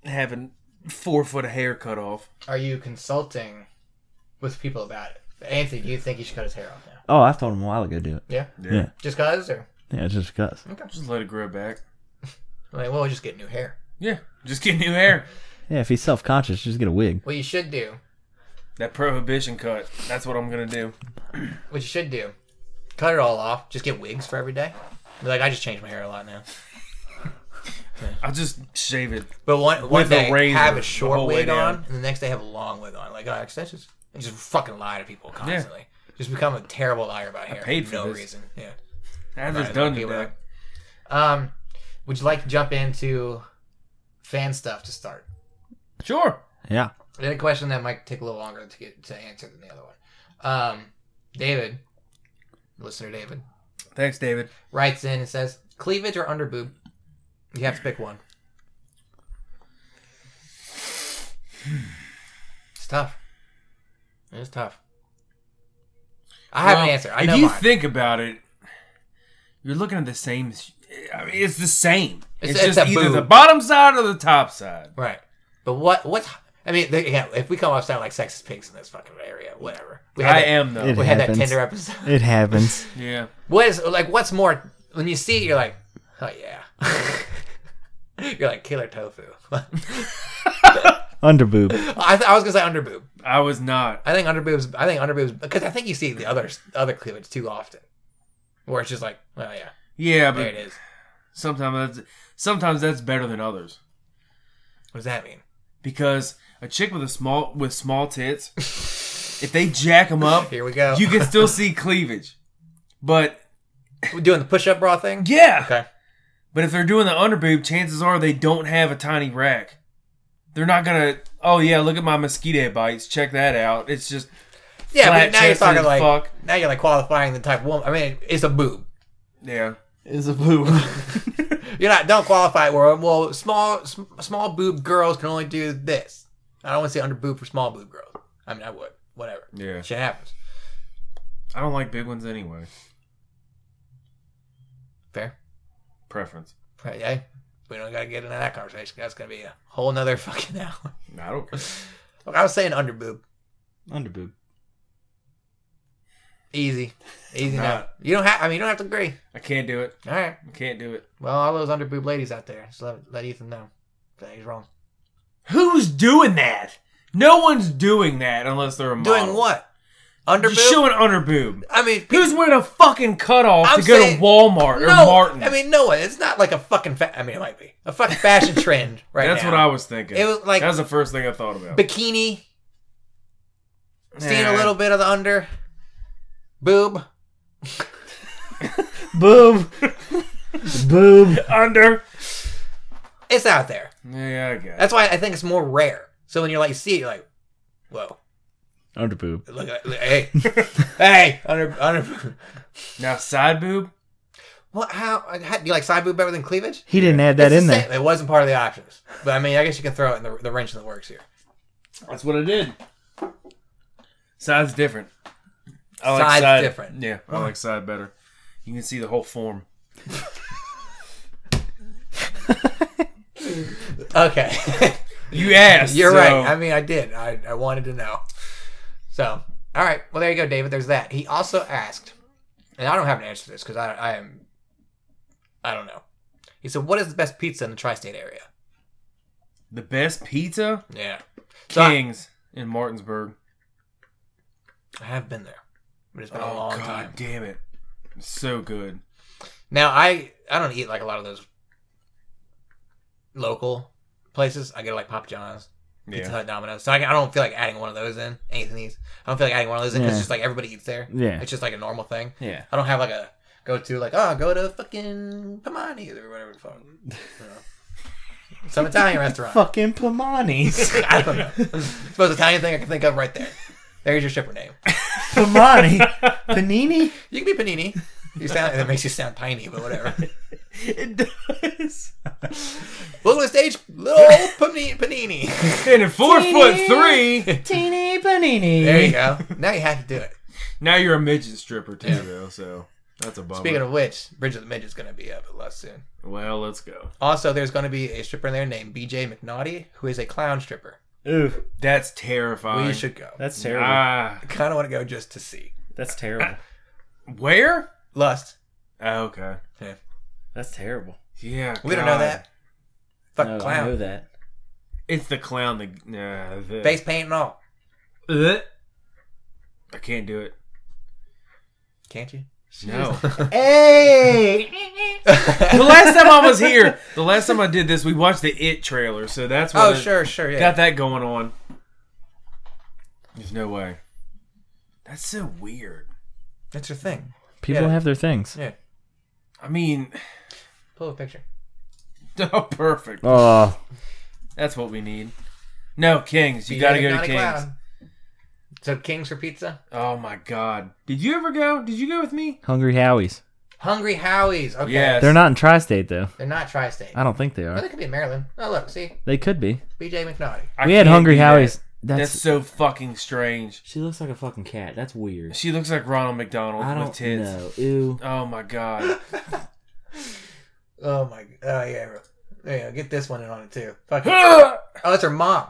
[SPEAKER 3] having four foot of hair cut off.
[SPEAKER 1] Are you consulting with people about it? Anthony, do you think he should cut his hair off now?
[SPEAKER 2] <laughs> Oh, I told him a while ago to do it.
[SPEAKER 1] Yeah,
[SPEAKER 2] Yeah.
[SPEAKER 1] just cause, or
[SPEAKER 2] Yeah, it's just because.
[SPEAKER 3] just let it grow back.
[SPEAKER 1] like, well, we'll just get new hair.
[SPEAKER 3] Yeah, just get new hair.
[SPEAKER 2] Yeah, if he's self conscious, just get a wig.
[SPEAKER 1] What you should do,
[SPEAKER 3] That prohibition cut. That's what I'm gonna do.
[SPEAKER 1] what you should do, cut it all off. Just get wigs for every day. Be like, I just changed my hair a lot now.
[SPEAKER 3] I'll just shave it.
[SPEAKER 1] But one one
[SPEAKER 3] With a
[SPEAKER 1] day
[SPEAKER 3] razor
[SPEAKER 1] have
[SPEAKER 3] the
[SPEAKER 1] a
[SPEAKER 3] whole
[SPEAKER 1] short
[SPEAKER 3] way
[SPEAKER 1] wig
[SPEAKER 3] down.
[SPEAKER 1] on, and the next day have a long wig on, like oh, extensions. and just fucking lie to people constantly. Just become a terrible liar about hair.
[SPEAKER 3] paid
[SPEAKER 1] for
[SPEAKER 3] for
[SPEAKER 1] no
[SPEAKER 3] this.
[SPEAKER 1] reason. Yeah.
[SPEAKER 3] I'm
[SPEAKER 1] Right,
[SPEAKER 3] just done
[SPEAKER 1] okay,
[SPEAKER 3] with
[SPEAKER 1] we're-
[SPEAKER 3] that.
[SPEAKER 1] Um, would you like to jump into fan stuff to start?
[SPEAKER 3] Sure.
[SPEAKER 5] Yeah.
[SPEAKER 1] I had a question that might take a little longer to get to answer than the other one. Um, David, listener David,
[SPEAKER 3] Thanks, David.
[SPEAKER 1] writes in and says, "Cleavage or underboob? You have to pick one." It's tough. It's tough. I have an
[SPEAKER 3] Well,
[SPEAKER 1] answer. I
[SPEAKER 3] if
[SPEAKER 1] know
[SPEAKER 3] you
[SPEAKER 1] mine.
[SPEAKER 3] think about it, you're looking at the same. sh- I mean, it's the same.
[SPEAKER 1] It's-
[SPEAKER 3] It's,
[SPEAKER 1] it's
[SPEAKER 3] just
[SPEAKER 1] a
[SPEAKER 3] either
[SPEAKER 1] boob.
[SPEAKER 3] the bottom side or the top side.
[SPEAKER 1] Right. But what? What's? I mean, they, yeah. If we come off sound like sexist pigs in this fucking area, whatever. We had
[SPEAKER 3] I
[SPEAKER 1] that,
[SPEAKER 3] am though.
[SPEAKER 5] It-
[SPEAKER 1] We had that
[SPEAKER 5] happens.
[SPEAKER 1] Tinder episode.
[SPEAKER 5] It happens.
[SPEAKER 3] Yeah.
[SPEAKER 1] <laughs> What is like? What's more? When you see it, you're like, oh yeah. <laughs> you're like killer tofu. <laughs> I,
[SPEAKER 5] Underboob.
[SPEAKER 1] th- I was gonna say underboob.
[SPEAKER 3] I was not.
[SPEAKER 1] I think underboobs. I think underboobs because I think you see the other other cleavage too often, where it's just like, oh yeah,
[SPEAKER 3] Yeah,
[SPEAKER 1] there it
[SPEAKER 3] but
[SPEAKER 1] is.
[SPEAKER 3] sometimes that's sometimes that's better than others
[SPEAKER 1] What does that mean?
[SPEAKER 3] because a chick with a small with small
[SPEAKER 1] <laughs>
[SPEAKER 3] tits, if they jack them up,
[SPEAKER 1] Here we go.
[SPEAKER 3] you can still see cleavage. But
[SPEAKER 1] We're doing the push-up bra thing.
[SPEAKER 3] yeah,
[SPEAKER 1] Okay.
[SPEAKER 3] But if they're doing the underboob, chances are they don't have a tiny rack. They're not gonna. Oh yeah, look at my mosquito bites. Check that out. It's just
[SPEAKER 1] Yeah,
[SPEAKER 3] Flat
[SPEAKER 1] but now you're
[SPEAKER 3] chested
[SPEAKER 1] talking
[SPEAKER 3] as
[SPEAKER 1] like
[SPEAKER 3] fuck.
[SPEAKER 1] now you're like qualifying the type of woman. I mean, it's a boob.
[SPEAKER 3] yeah.
[SPEAKER 5] Is a
[SPEAKER 2] <laughs>
[SPEAKER 5] boob.
[SPEAKER 1] You're not don't qualify it. Where well, small sm- small boob girls can only do this. I don't want to say under boob for small boob girls. I mean, I would whatever.
[SPEAKER 3] Yeah.
[SPEAKER 1] shit happens.
[SPEAKER 3] I don't like big ones anyway.
[SPEAKER 1] Fair.
[SPEAKER 3] Preference.
[SPEAKER 1] Right, yeah. We don't gotta get into that conversation. That's gonna be a whole nother <laughs> fucking hour.
[SPEAKER 3] I don't care.
[SPEAKER 1] Look, I was saying under boob.
[SPEAKER 5] Underboob.
[SPEAKER 1] Easy, easy
[SPEAKER 3] I'm
[SPEAKER 1] now.
[SPEAKER 3] not.
[SPEAKER 1] You don't have. I mean, you don't have to agree.
[SPEAKER 3] I can't do it.
[SPEAKER 1] All right.
[SPEAKER 3] I can't do it.
[SPEAKER 1] Well, all those under boob ladies out there, just let, let Ethan know that he's wrong.
[SPEAKER 3] Who's doing that? No one's doing that unless they're a model.
[SPEAKER 1] Doing what? Under
[SPEAKER 3] Just
[SPEAKER 1] boob.
[SPEAKER 3] showing underboob.
[SPEAKER 1] I mean, people
[SPEAKER 3] Who's wearing a fucking cutoff
[SPEAKER 1] I'm
[SPEAKER 3] to go
[SPEAKER 1] saying-
[SPEAKER 3] to Walmart or
[SPEAKER 1] no,
[SPEAKER 3] Martin?
[SPEAKER 1] I mean, no one. It's not like a fucking. Fa- I mean, it might be a fucking
[SPEAKER 3] <laughs>
[SPEAKER 1] fashion trend right
[SPEAKER 3] that's
[SPEAKER 1] now.
[SPEAKER 3] what I was thinking.
[SPEAKER 1] It was like-
[SPEAKER 3] that was the first thing I thought about.
[SPEAKER 1] Bikini, seeing a
[SPEAKER 3] Nah.
[SPEAKER 1] little bit of the under, boob.
[SPEAKER 5] Boob. boob.
[SPEAKER 3] under.
[SPEAKER 1] It's out there.
[SPEAKER 3] Yeah, I guess.
[SPEAKER 1] That's why I think it's more rare. So when you're like, you see it, you're like, whoa,
[SPEAKER 5] Underboob.
[SPEAKER 1] look at look,
[SPEAKER 3] <laughs>
[SPEAKER 1] hey, hey, under under.
[SPEAKER 3] Now side boob.
[SPEAKER 1] What? How, how do you like side boob better than cleavage?
[SPEAKER 5] He didn't add that
[SPEAKER 1] It's
[SPEAKER 5] in
[SPEAKER 1] the
[SPEAKER 5] there.
[SPEAKER 1] same. It wasn't part of the options, but I mean, I guess you can throw it in the, the wrench in the works here.
[SPEAKER 3] That's what I did. Side's different. I
[SPEAKER 1] Side's different.
[SPEAKER 3] Yeah, I like side better. You can see the whole form.
[SPEAKER 1] Okay. <laughs>
[SPEAKER 3] You <laughs> asked.
[SPEAKER 1] You're
[SPEAKER 3] so-
[SPEAKER 1] right. I mean, I did. I, I wanted to know. So, all right. Well, there you go, David. There's that. He also asked, and I don't have an answer to this because I, I am, I don't know. He said, "What is the best pizza in the tri-state area?"
[SPEAKER 3] the best pizza
[SPEAKER 1] Yeah. So I,
[SPEAKER 3] Kings in Martinsburg.
[SPEAKER 1] I have been there, but it's been a
[SPEAKER 3] Oh
[SPEAKER 1] long
[SPEAKER 3] god
[SPEAKER 1] time.
[SPEAKER 3] damn it! It's so good.
[SPEAKER 1] Now I I don't eat like a lot of those local places. I get like Papa John's, Pizza
[SPEAKER 3] Yeah.
[SPEAKER 1] Hut, Domino's. So I, I don't feel like adding one of those in. Anthony's. I don't feel like adding one of those in because
[SPEAKER 5] Yeah.
[SPEAKER 1] it's just like everybody eats there.
[SPEAKER 5] Yeah.
[SPEAKER 1] It's just like a normal thing.
[SPEAKER 5] Yeah.
[SPEAKER 1] I don't have like a go to like oh go to fucking Pamani's or whatever the fuck. You know. Some Italian restaurant.
[SPEAKER 5] Fucking
[SPEAKER 2] <laughs>
[SPEAKER 5] Pomani's.
[SPEAKER 1] I don't know. It's the most Italian thing I can think of right there. There's your shipper name. <laughs>
[SPEAKER 5] Pomani. Panini?
[SPEAKER 1] You can be Panini. You sound and it makes you sound piney, but whatever.
[SPEAKER 3] It does.
[SPEAKER 1] Welcome to stage, little old Pani- Panini.
[SPEAKER 3] And at four foot three,
[SPEAKER 5] Teeny Panini.
[SPEAKER 1] There you go. Now you have to do it.
[SPEAKER 3] now you're a midget stripper too, though. So that's a bummer.
[SPEAKER 1] Speaking of which, Bridge of the Midget's going to be up at less soon.
[SPEAKER 3] well, let's go.
[SPEAKER 1] Also, there's going to be a stripper in there named BJ McNaughty, who is a clown stripper.
[SPEAKER 5] Ooh,
[SPEAKER 3] That's terrifying.
[SPEAKER 1] We should go.
[SPEAKER 5] that's terrible.
[SPEAKER 3] Ah,
[SPEAKER 1] Kind of want to go just to see.
[SPEAKER 5] that's terrible.
[SPEAKER 3] where?
[SPEAKER 1] Lust.
[SPEAKER 3] Oh, okay.
[SPEAKER 5] That's terrible.
[SPEAKER 3] Yeah.
[SPEAKER 1] We don't know
[SPEAKER 3] God.
[SPEAKER 1] that. Fuck
[SPEAKER 5] No, I know
[SPEAKER 1] clown.
[SPEAKER 5] that.
[SPEAKER 3] It's the clown. The uh, the-
[SPEAKER 1] Face paint and all.
[SPEAKER 3] Ugh. I can't do it.
[SPEAKER 1] Can't you?
[SPEAKER 3] <laughs> No.
[SPEAKER 5] Hey!
[SPEAKER 3] the last time I was here, the last time I did this, we watched the It trailer, so that's what
[SPEAKER 1] oh,
[SPEAKER 3] it-
[SPEAKER 1] sure, sure, yeah.
[SPEAKER 3] got that going on. There's no way. That's so weird.
[SPEAKER 1] That's your thing.
[SPEAKER 5] People
[SPEAKER 1] Yeah.
[SPEAKER 5] have their things.
[SPEAKER 1] Yeah.
[SPEAKER 3] I mean, <laughs>
[SPEAKER 1] Pull a picture.
[SPEAKER 3] oh, perfect.
[SPEAKER 5] Oh,
[SPEAKER 3] That's what we need. No, Kings. You gotta go to Kings.
[SPEAKER 1] So Kings for pizza.
[SPEAKER 3] Oh my God. Did you ever go? Did you go with me?
[SPEAKER 5] Hungry Howies.
[SPEAKER 1] Hungry Howies. Okay.
[SPEAKER 3] Yes.
[SPEAKER 5] They're not in tri-state though.
[SPEAKER 1] They're not tri-state.
[SPEAKER 5] I don't think they
[SPEAKER 1] Oh, they
[SPEAKER 5] are.
[SPEAKER 1] could be in Maryland. Oh look, see,
[SPEAKER 5] They could be.
[SPEAKER 1] BJ McNaughty.
[SPEAKER 3] I
[SPEAKER 5] we had
[SPEAKER 3] can't
[SPEAKER 5] Hungry
[SPEAKER 3] do that.
[SPEAKER 5] Howies.
[SPEAKER 3] That's,
[SPEAKER 5] That's,
[SPEAKER 3] so fucking strange.
[SPEAKER 5] she looks like a fucking cat. That's weird.
[SPEAKER 3] She looks like Ronald McDonald
[SPEAKER 5] I
[SPEAKER 3] with
[SPEAKER 5] don't
[SPEAKER 3] tits.
[SPEAKER 5] know. Ew.
[SPEAKER 3] Oh my <laughs> God.
[SPEAKER 1] Oh my. Oh yeah. bro. There you go. Get this one in on it too.
[SPEAKER 3] <gasps>
[SPEAKER 1] Fuck it.
[SPEAKER 3] oh,
[SPEAKER 1] Oh, it's her mom.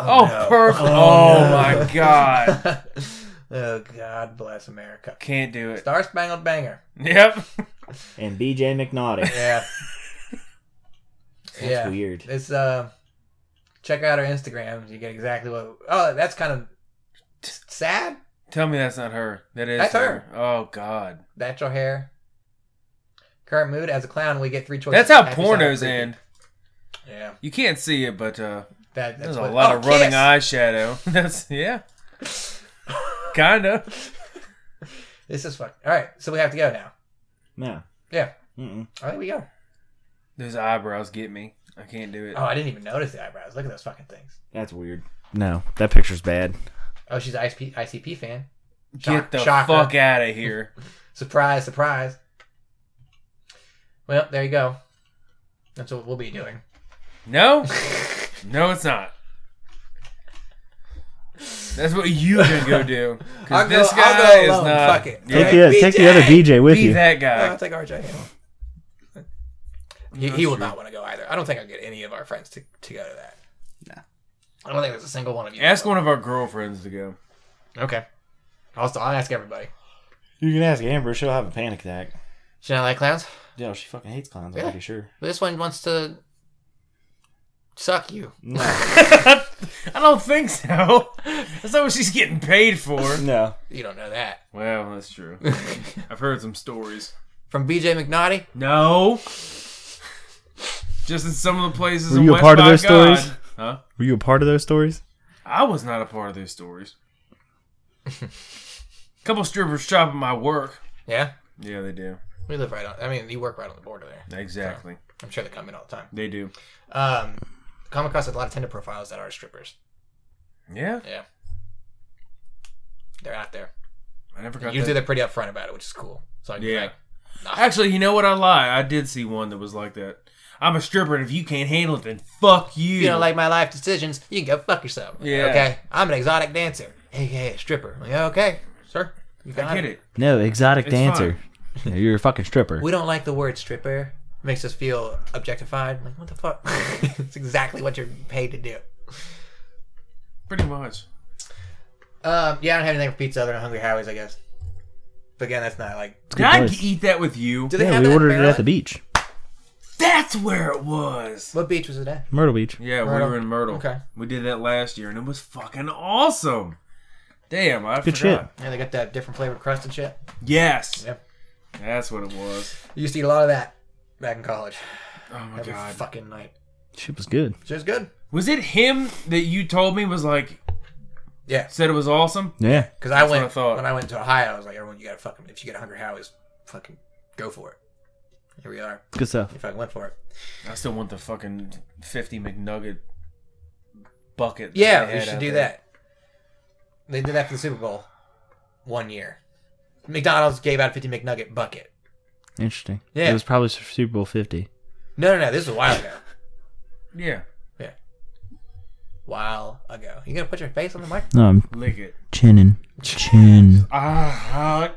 [SPEAKER 1] no.
[SPEAKER 3] perfect. Oh,
[SPEAKER 1] no.
[SPEAKER 3] my God.
[SPEAKER 1] <laughs> oh God bless America.
[SPEAKER 3] Can't do it. <laughs>
[SPEAKER 1] Star Spangled Banger.
[SPEAKER 3] Yep.
[SPEAKER 5] And BJ McNaughty.
[SPEAKER 3] <laughs>
[SPEAKER 1] Yeah. yeah.
[SPEAKER 5] weird.
[SPEAKER 1] It's uh, check out our Instagrams. You get exactly what. Oh, that's kind of sad.
[SPEAKER 3] Tell me that's not her. That is
[SPEAKER 1] That's her.
[SPEAKER 3] Oh God.
[SPEAKER 1] That's your hair. Current mood as a clown, we get three choices.
[SPEAKER 3] That's how
[SPEAKER 1] Happy,
[SPEAKER 3] pornos
[SPEAKER 1] sad,
[SPEAKER 3] end.
[SPEAKER 1] creepy. Yeah,
[SPEAKER 3] You can't see it, but uh,
[SPEAKER 1] that, that's
[SPEAKER 3] there's
[SPEAKER 1] what-
[SPEAKER 3] a lot
[SPEAKER 1] Oh,
[SPEAKER 3] of running
[SPEAKER 1] Kiss!
[SPEAKER 3] eyeshadow. <laughs> that's
[SPEAKER 1] <laughs>
[SPEAKER 3] yeah. Kinda.
[SPEAKER 1] This is fuck. All right, so we have to go now.
[SPEAKER 5] No.
[SPEAKER 1] Yeah.
[SPEAKER 5] Mm-mm.
[SPEAKER 1] I think we go.
[SPEAKER 3] Those eyebrows get me. I can't do it.
[SPEAKER 1] Oh, I didn't even notice the eyebrows. Look at those fucking things.
[SPEAKER 5] That's weird. No, that picture's bad.
[SPEAKER 1] Oh, she's an ICP, ICP fan.
[SPEAKER 3] get the
[SPEAKER 1] shocker.
[SPEAKER 3] fuck out of here.
[SPEAKER 1] Surprise, surprise. Well, there you go. That's what we'll be doing. <laughs>
[SPEAKER 3] No, no, it's not. That's what you can go
[SPEAKER 1] <laughs>
[SPEAKER 3] do. Because
[SPEAKER 1] I'll go-
[SPEAKER 3] this
[SPEAKER 1] I'll
[SPEAKER 3] guy
[SPEAKER 1] go
[SPEAKER 3] is
[SPEAKER 1] alone.
[SPEAKER 3] not.
[SPEAKER 1] Fuck it.
[SPEAKER 3] Yeah,
[SPEAKER 5] Take, the, take the other BJ with
[SPEAKER 3] be
[SPEAKER 5] you.
[SPEAKER 3] that
[SPEAKER 1] Oh,
[SPEAKER 3] guy.
[SPEAKER 1] I'll take RJ. Hamel. He, he will not want to go either. I don't think I'll get any of our friends to, to go to that. No. I don't think there's a single one of you.
[SPEAKER 3] Ask one of our girlfriends to go.
[SPEAKER 1] Okay. I'll, I'll ask everybody.
[SPEAKER 5] You can ask Amber. She'll have a panic attack.
[SPEAKER 1] Should I like clowns?
[SPEAKER 5] Yeah, she fucking hates clowns.
[SPEAKER 1] Yeah.
[SPEAKER 5] I'm pretty
[SPEAKER 3] <laughs>
[SPEAKER 5] sure.
[SPEAKER 1] This one wants to suck you.
[SPEAKER 5] No.
[SPEAKER 3] <laughs> I don't think so. That's not what she's getting paid for.
[SPEAKER 5] no.
[SPEAKER 1] You don't know that. <laughs>
[SPEAKER 3] Well, that's true. I've heard some stories.
[SPEAKER 1] From BJ McNaughty?
[SPEAKER 3] No. Just in some of the places.
[SPEAKER 5] Were
[SPEAKER 3] in
[SPEAKER 5] you a
[SPEAKER 3] West
[SPEAKER 5] part of
[SPEAKER 3] by
[SPEAKER 5] those
[SPEAKER 3] God.
[SPEAKER 5] stories?
[SPEAKER 3] Huh?
[SPEAKER 5] Were you a part of those stories?
[SPEAKER 3] I was not a part of those <laughs> stories. couple strippers shop at my work.
[SPEAKER 1] Yeah.
[SPEAKER 3] Yeah, they do.
[SPEAKER 1] We live right on. I mean, you work right on the border there.
[SPEAKER 3] Exactly.
[SPEAKER 1] I'm sure they come in all the time.
[SPEAKER 3] They do.
[SPEAKER 1] Um, come across a lot of Tinder profiles that are strippers.
[SPEAKER 3] Yeah.
[SPEAKER 1] Yeah. They're out there.
[SPEAKER 3] I never got
[SPEAKER 1] Usually
[SPEAKER 3] that.
[SPEAKER 1] they're pretty upfront about it, which is cool. So I can be
[SPEAKER 3] Yeah.
[SPEAKER 1] like,
[SPEAKER 3] Actually, you know what? I lie. I did see one that was like that. I'm a stripper, and if you can't handle it, then fuck you.
[SPEAKER 1] you don't like my life decisions, you can go fuck yourself.
[SPEAKER 3] Yeah.
[SPEAKER 1] Okay. I'm an exotic dancer. Hey, hey, stripper. Like, okay, sir. You
[SPEAKER 3] I
[SPEAKER 1] got
[SPEAKER 3] get it.
[SPEAKER 5] No, exotic
[SPEAKER 3] It's
[SPEAKER 5] dancer. <laughs> Yeah, you're a fucking stripper.
[SPEAKER 1] We don't like the word stripper. Makes us feel objectified. Like, what the fuck? <laughs> it's exactly what you're paid to do.
[SPEAKER 3] Pretty much.
[SPEAKER 1] Um, yeah, I don't have anything for pizza other than Hungry Highways, I guess. But again, that's not like.
[SPEAKER 3] Did I
[SPEAKER 5] place.
[SPEAKER 3] eat that with you?
[SPEAKER 1] Do they
[SPEAKER 5] yeah,
[SPEAKER 1] have
[SPEAKER 5] we
[SPEAKER 1] that in
[SPEAKER 5] ordered it
[SPEAKER 1] Maryland?
[SPEAKER 5] at the beach,
[SPEAKER 3] That's where it was.
[SPEAKER 1] What beach was it at?
[SPEAKER 5] Myrtle Beach.
[SPEAKER 3] Yeah,
[SPEAKER 1] Myrtle.
[SPEAKER 3] we were in Myrtle.
[SPEAKER 1] Okay.
[SPEAKER 3] We did that last year, and it was fucking awesome. Damn, I
[SPEAKER 5] Good
[SPEAKER 3] forgot.
[SPEAKER 1] Yeah, they got that different flavored crust and shit.
[SPEAKER 3] Yes.
[SPEAKER 1] Yep.
[SPEAKER 3] That's what it was.
[SPEAKER 1] I used to eat a lot of that back in college
[SPEAKER 3] Oh my
[SPEAKER 1] every
[SPEAKER 3] god.
[SPEAKER 1] fucking night.
[SPEAKER 5] Shit was good.
[SPEAKER 1] Which is good.
[SPEAKER 3] Was it him that you told me was like
[SPEAKER 1] Yeah,
[SPEAKER 3] said it was awesome?
[SPEAKER 5] Yeah.
[SPEAKER 1] because I
[SPEAKER 3] what
[SPEAKER 1] went
[SPEAKER 3] I thought.
[SPEAKER 1] when I went to Ohio. I was like, everyone, you gotta fucking if you get a Hungry Highways, fucking go for it. Here we are.
[SPEAKER 5] Good stuff.
[SPEAKER 1] You fucking went for it.
[SPEAKER 3] I still want the fucking fifty McNugget bucket. that
[SPEAKER 1] Yeah,
[SPEAKER 3] they
[SPEAKER 1] we
[SPEAKER 3] had
[SPEAKER 1] should
[SPEAKER 3] out
[SPEAKER 1] do
[SPEAKER 3] there.
[SPEAKER 1] that. They did that for the Super Bowl one year. McDonald's gave out a 50 McNugget bucket.
[SPEAKER 5] Interesting.
[SPEAKER 1] Yeah.
[SPEAKER 5] It was probably Super Bowl 50.
[SPEAKER 1] No, no, no. This was a while
[SPEAKER 3] <laughs>
[SPEAKER 1] ago.
[SPEAKER 3] Yeah.
[SPEAKER 1] while ago. You gonna put your face on the mic?
[SPEAKER 5] No, I'm
[SPEAKER 3] Lick it.
[SPEAKER 5] chinning. Chin.
[SPEAKER 3] Ah. ah.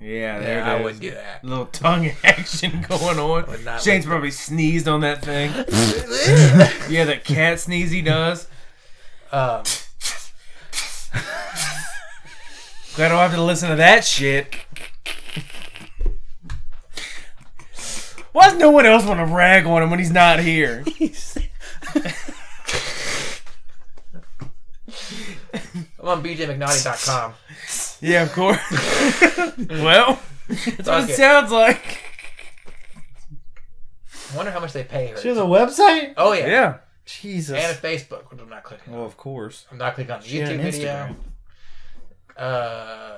[SPEAKER 3] yeah, there
[SPEAKER 1] Yeah,
[SPEAKER 3] it is.
[SPEAKER 1] I wouldn't do that.
[SPEAKER 3] Little tongue <laughs> action going
[SPEAKER 1] Would
[SPEAKER 3] on.
[SPEAKER 1] not
[SPEAKER 3] Shane's probably sneezed on that thing. <laughs> Yeah, that cat sneeze he does.
[SPEAKER 1] <laughs> um,
[SPEAKER 3] Glad I don't have to listen to that shit. Why does no one else want to rag on him when he's not here?
[SPEAKER 1] I'm on bjmcnaughty.com.
[SPEAKER 3] Yeah, of
[SPEAKER 1] <laughs>
[SPEAKER 3] course. well, that's what
[SPEAKER 1] Fuck
[SPEAKER 3] it,
[SPEAKER 1] it.
[SPEAKER 3] sounds like.
[SPEAKER 1] I wonder how much they pay her.
[SPEAKER 5] website?
[SPEAKER 1] oh yeah.
[SPEAKER 3] Yeah. Oh,
[SPEAKER 5] Jesus.
[SPEAKER 1] and a Facebook, which I'm not clicking. on.
[SPEAKER 5] of course.
[SPEAKER 1] I'm not clicking on the
[SPEAKER 5] had
[SPEAKER 1] YouTube
[SPEAKER 5] an
[SPEAKER 1] video.
[SPEAKER 5] Instagram.
[SPEAKER 1] Uh,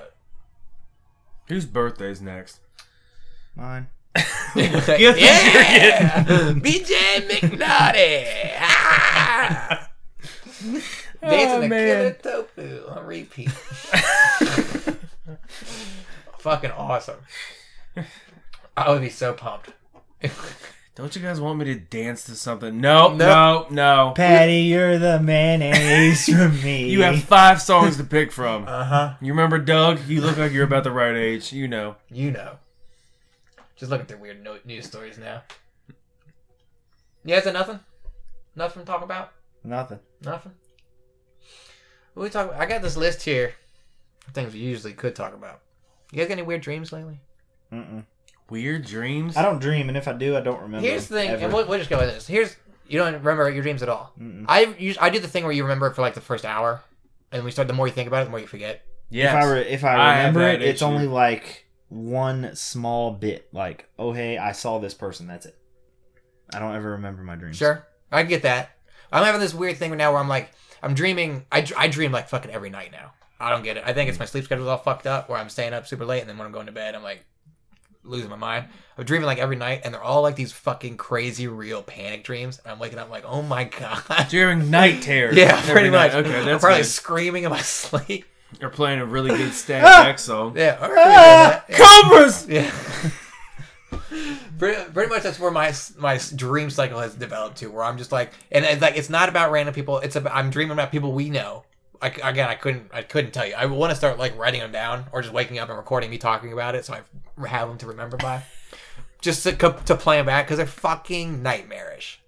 [SPEAKER 3] Whose birthday's next? <laughs>
[SPEAKER 5] Mine.
[SPEAKER 1] yeah, <laughs> BJ McNaughty. Ah! <laughs> Dancing the killer
[SPEAKER 3] Oh, man.
[SPEAKER 1] tofu on repeat. <laughs> Fucking awesome. I would be so pumped.
[SPEAKER 3] Don't you guys want me to dance to something? No,
[SPEAKER 1] No.
[SPEAKER 3] no, no.
[SPEAKER 5] Patty, you're the mayonnaise <laughs> from me.
[SPEAKER 3] You have five songs to
[SPEAKER 5] <laughs>
[SPEAKER 3] pick from.
[SPEAKER 1] Uh huh.
[SPEAKER 3] You remember Doug? You look like you're about the right age. You know.
[SPEAKER 1] You know. Just look at their weird no- news stories now. Yeah, is it nothing? Nothing to talk about?
[SPEAKER 5] nothing.
[SPEAKER 1] Nothing. What we talk about? I got this list here. of Things we usually could talk about. You guys got any weird dreams lately?
[SPEAKER 5] Mm-mm.
[SPEAKER 3] Weird dreams.
[SPEAKER 5] I don't dream, and if I do, I don't remember.
[SPEAKER 1] Here's the thing,
[SPEAKER 5] ever.
[SPEAKER 1] and we'll, we'll just go with this. Here's you don't remember your dreams at all.
[SPEAKER 5] Mm-mm.
[SPEAKER 1] I us- I do the thing where you remember it for like the first hour, and we start. The more you think about it, the more you forget.
[SPEAKER 3] Yes.
[SPEAKER 5] If I re- if
[SPEAKER 3] I
[SPEAKER 5] I
[SPEAKER 3] have
[SPEAKER 5] remember
[SPEAKER 3] that
[SPEAKER 5] it, it's
[SPEAKER 3] issue.
[SPEAKER 5] only like one small bit. Like, oh hey, I saw this person. That's it. I don't ever remember my dreams.
[SPEAKER 1] Sure, I get that. I'm having this weird thing now where I'm like, I'm dreaming. I, dr- I dream like fucking every night now. I don't get it. I think it's my sleep schedule's all fucked up, where I'm staying up super late, and then when I'm going to bed, I'm like losing my mind. I'm dreaming like every night, and they're all like these fucking crazy, real panic dreams. And I'm waking up like, oh my <laughs> god.
[SPEAKER 3] During night terrors.
[SPEAKER 1] Yeah,
[SPEAKER 3] Every
[SPEAKER 1] pretty
[SPEAKER 3] night.
[SPEAKER 1] much.
[SPEAKER 3] Okay,
[SPEAKER 1] I'm
[SPEAKER 3] that's
[SPEAKER 1] probably
[SPEAKER 3] good.
[SPEAKER 1] screaming in my <laughs> sleep.
[SPEAKER 3] You're playing a really
[SPEAKER 1] <laughs>
[SPEAKER 3] good Stan Jack song.
[SPEAKER 1] Yeah. all right,
[SPEAKER 5] Ah,
[SPEAKER 1] yeah. <laughs>
[SPEAKER 3] Cobras.
[SPEAKER 1] Yeah. <laughs> pretty, pretty much that's where my my dream cycle has developed to, where I'm just like, and it's like it's not about random people. It's about I'm dreaming about people we know. I, again, I couldn't I couldn't tell you. I want to start like writing them down or just waking up and recording me talking about it so I have them to remember by, <laughs> just to co- to play them back because they're fucking nightmarish.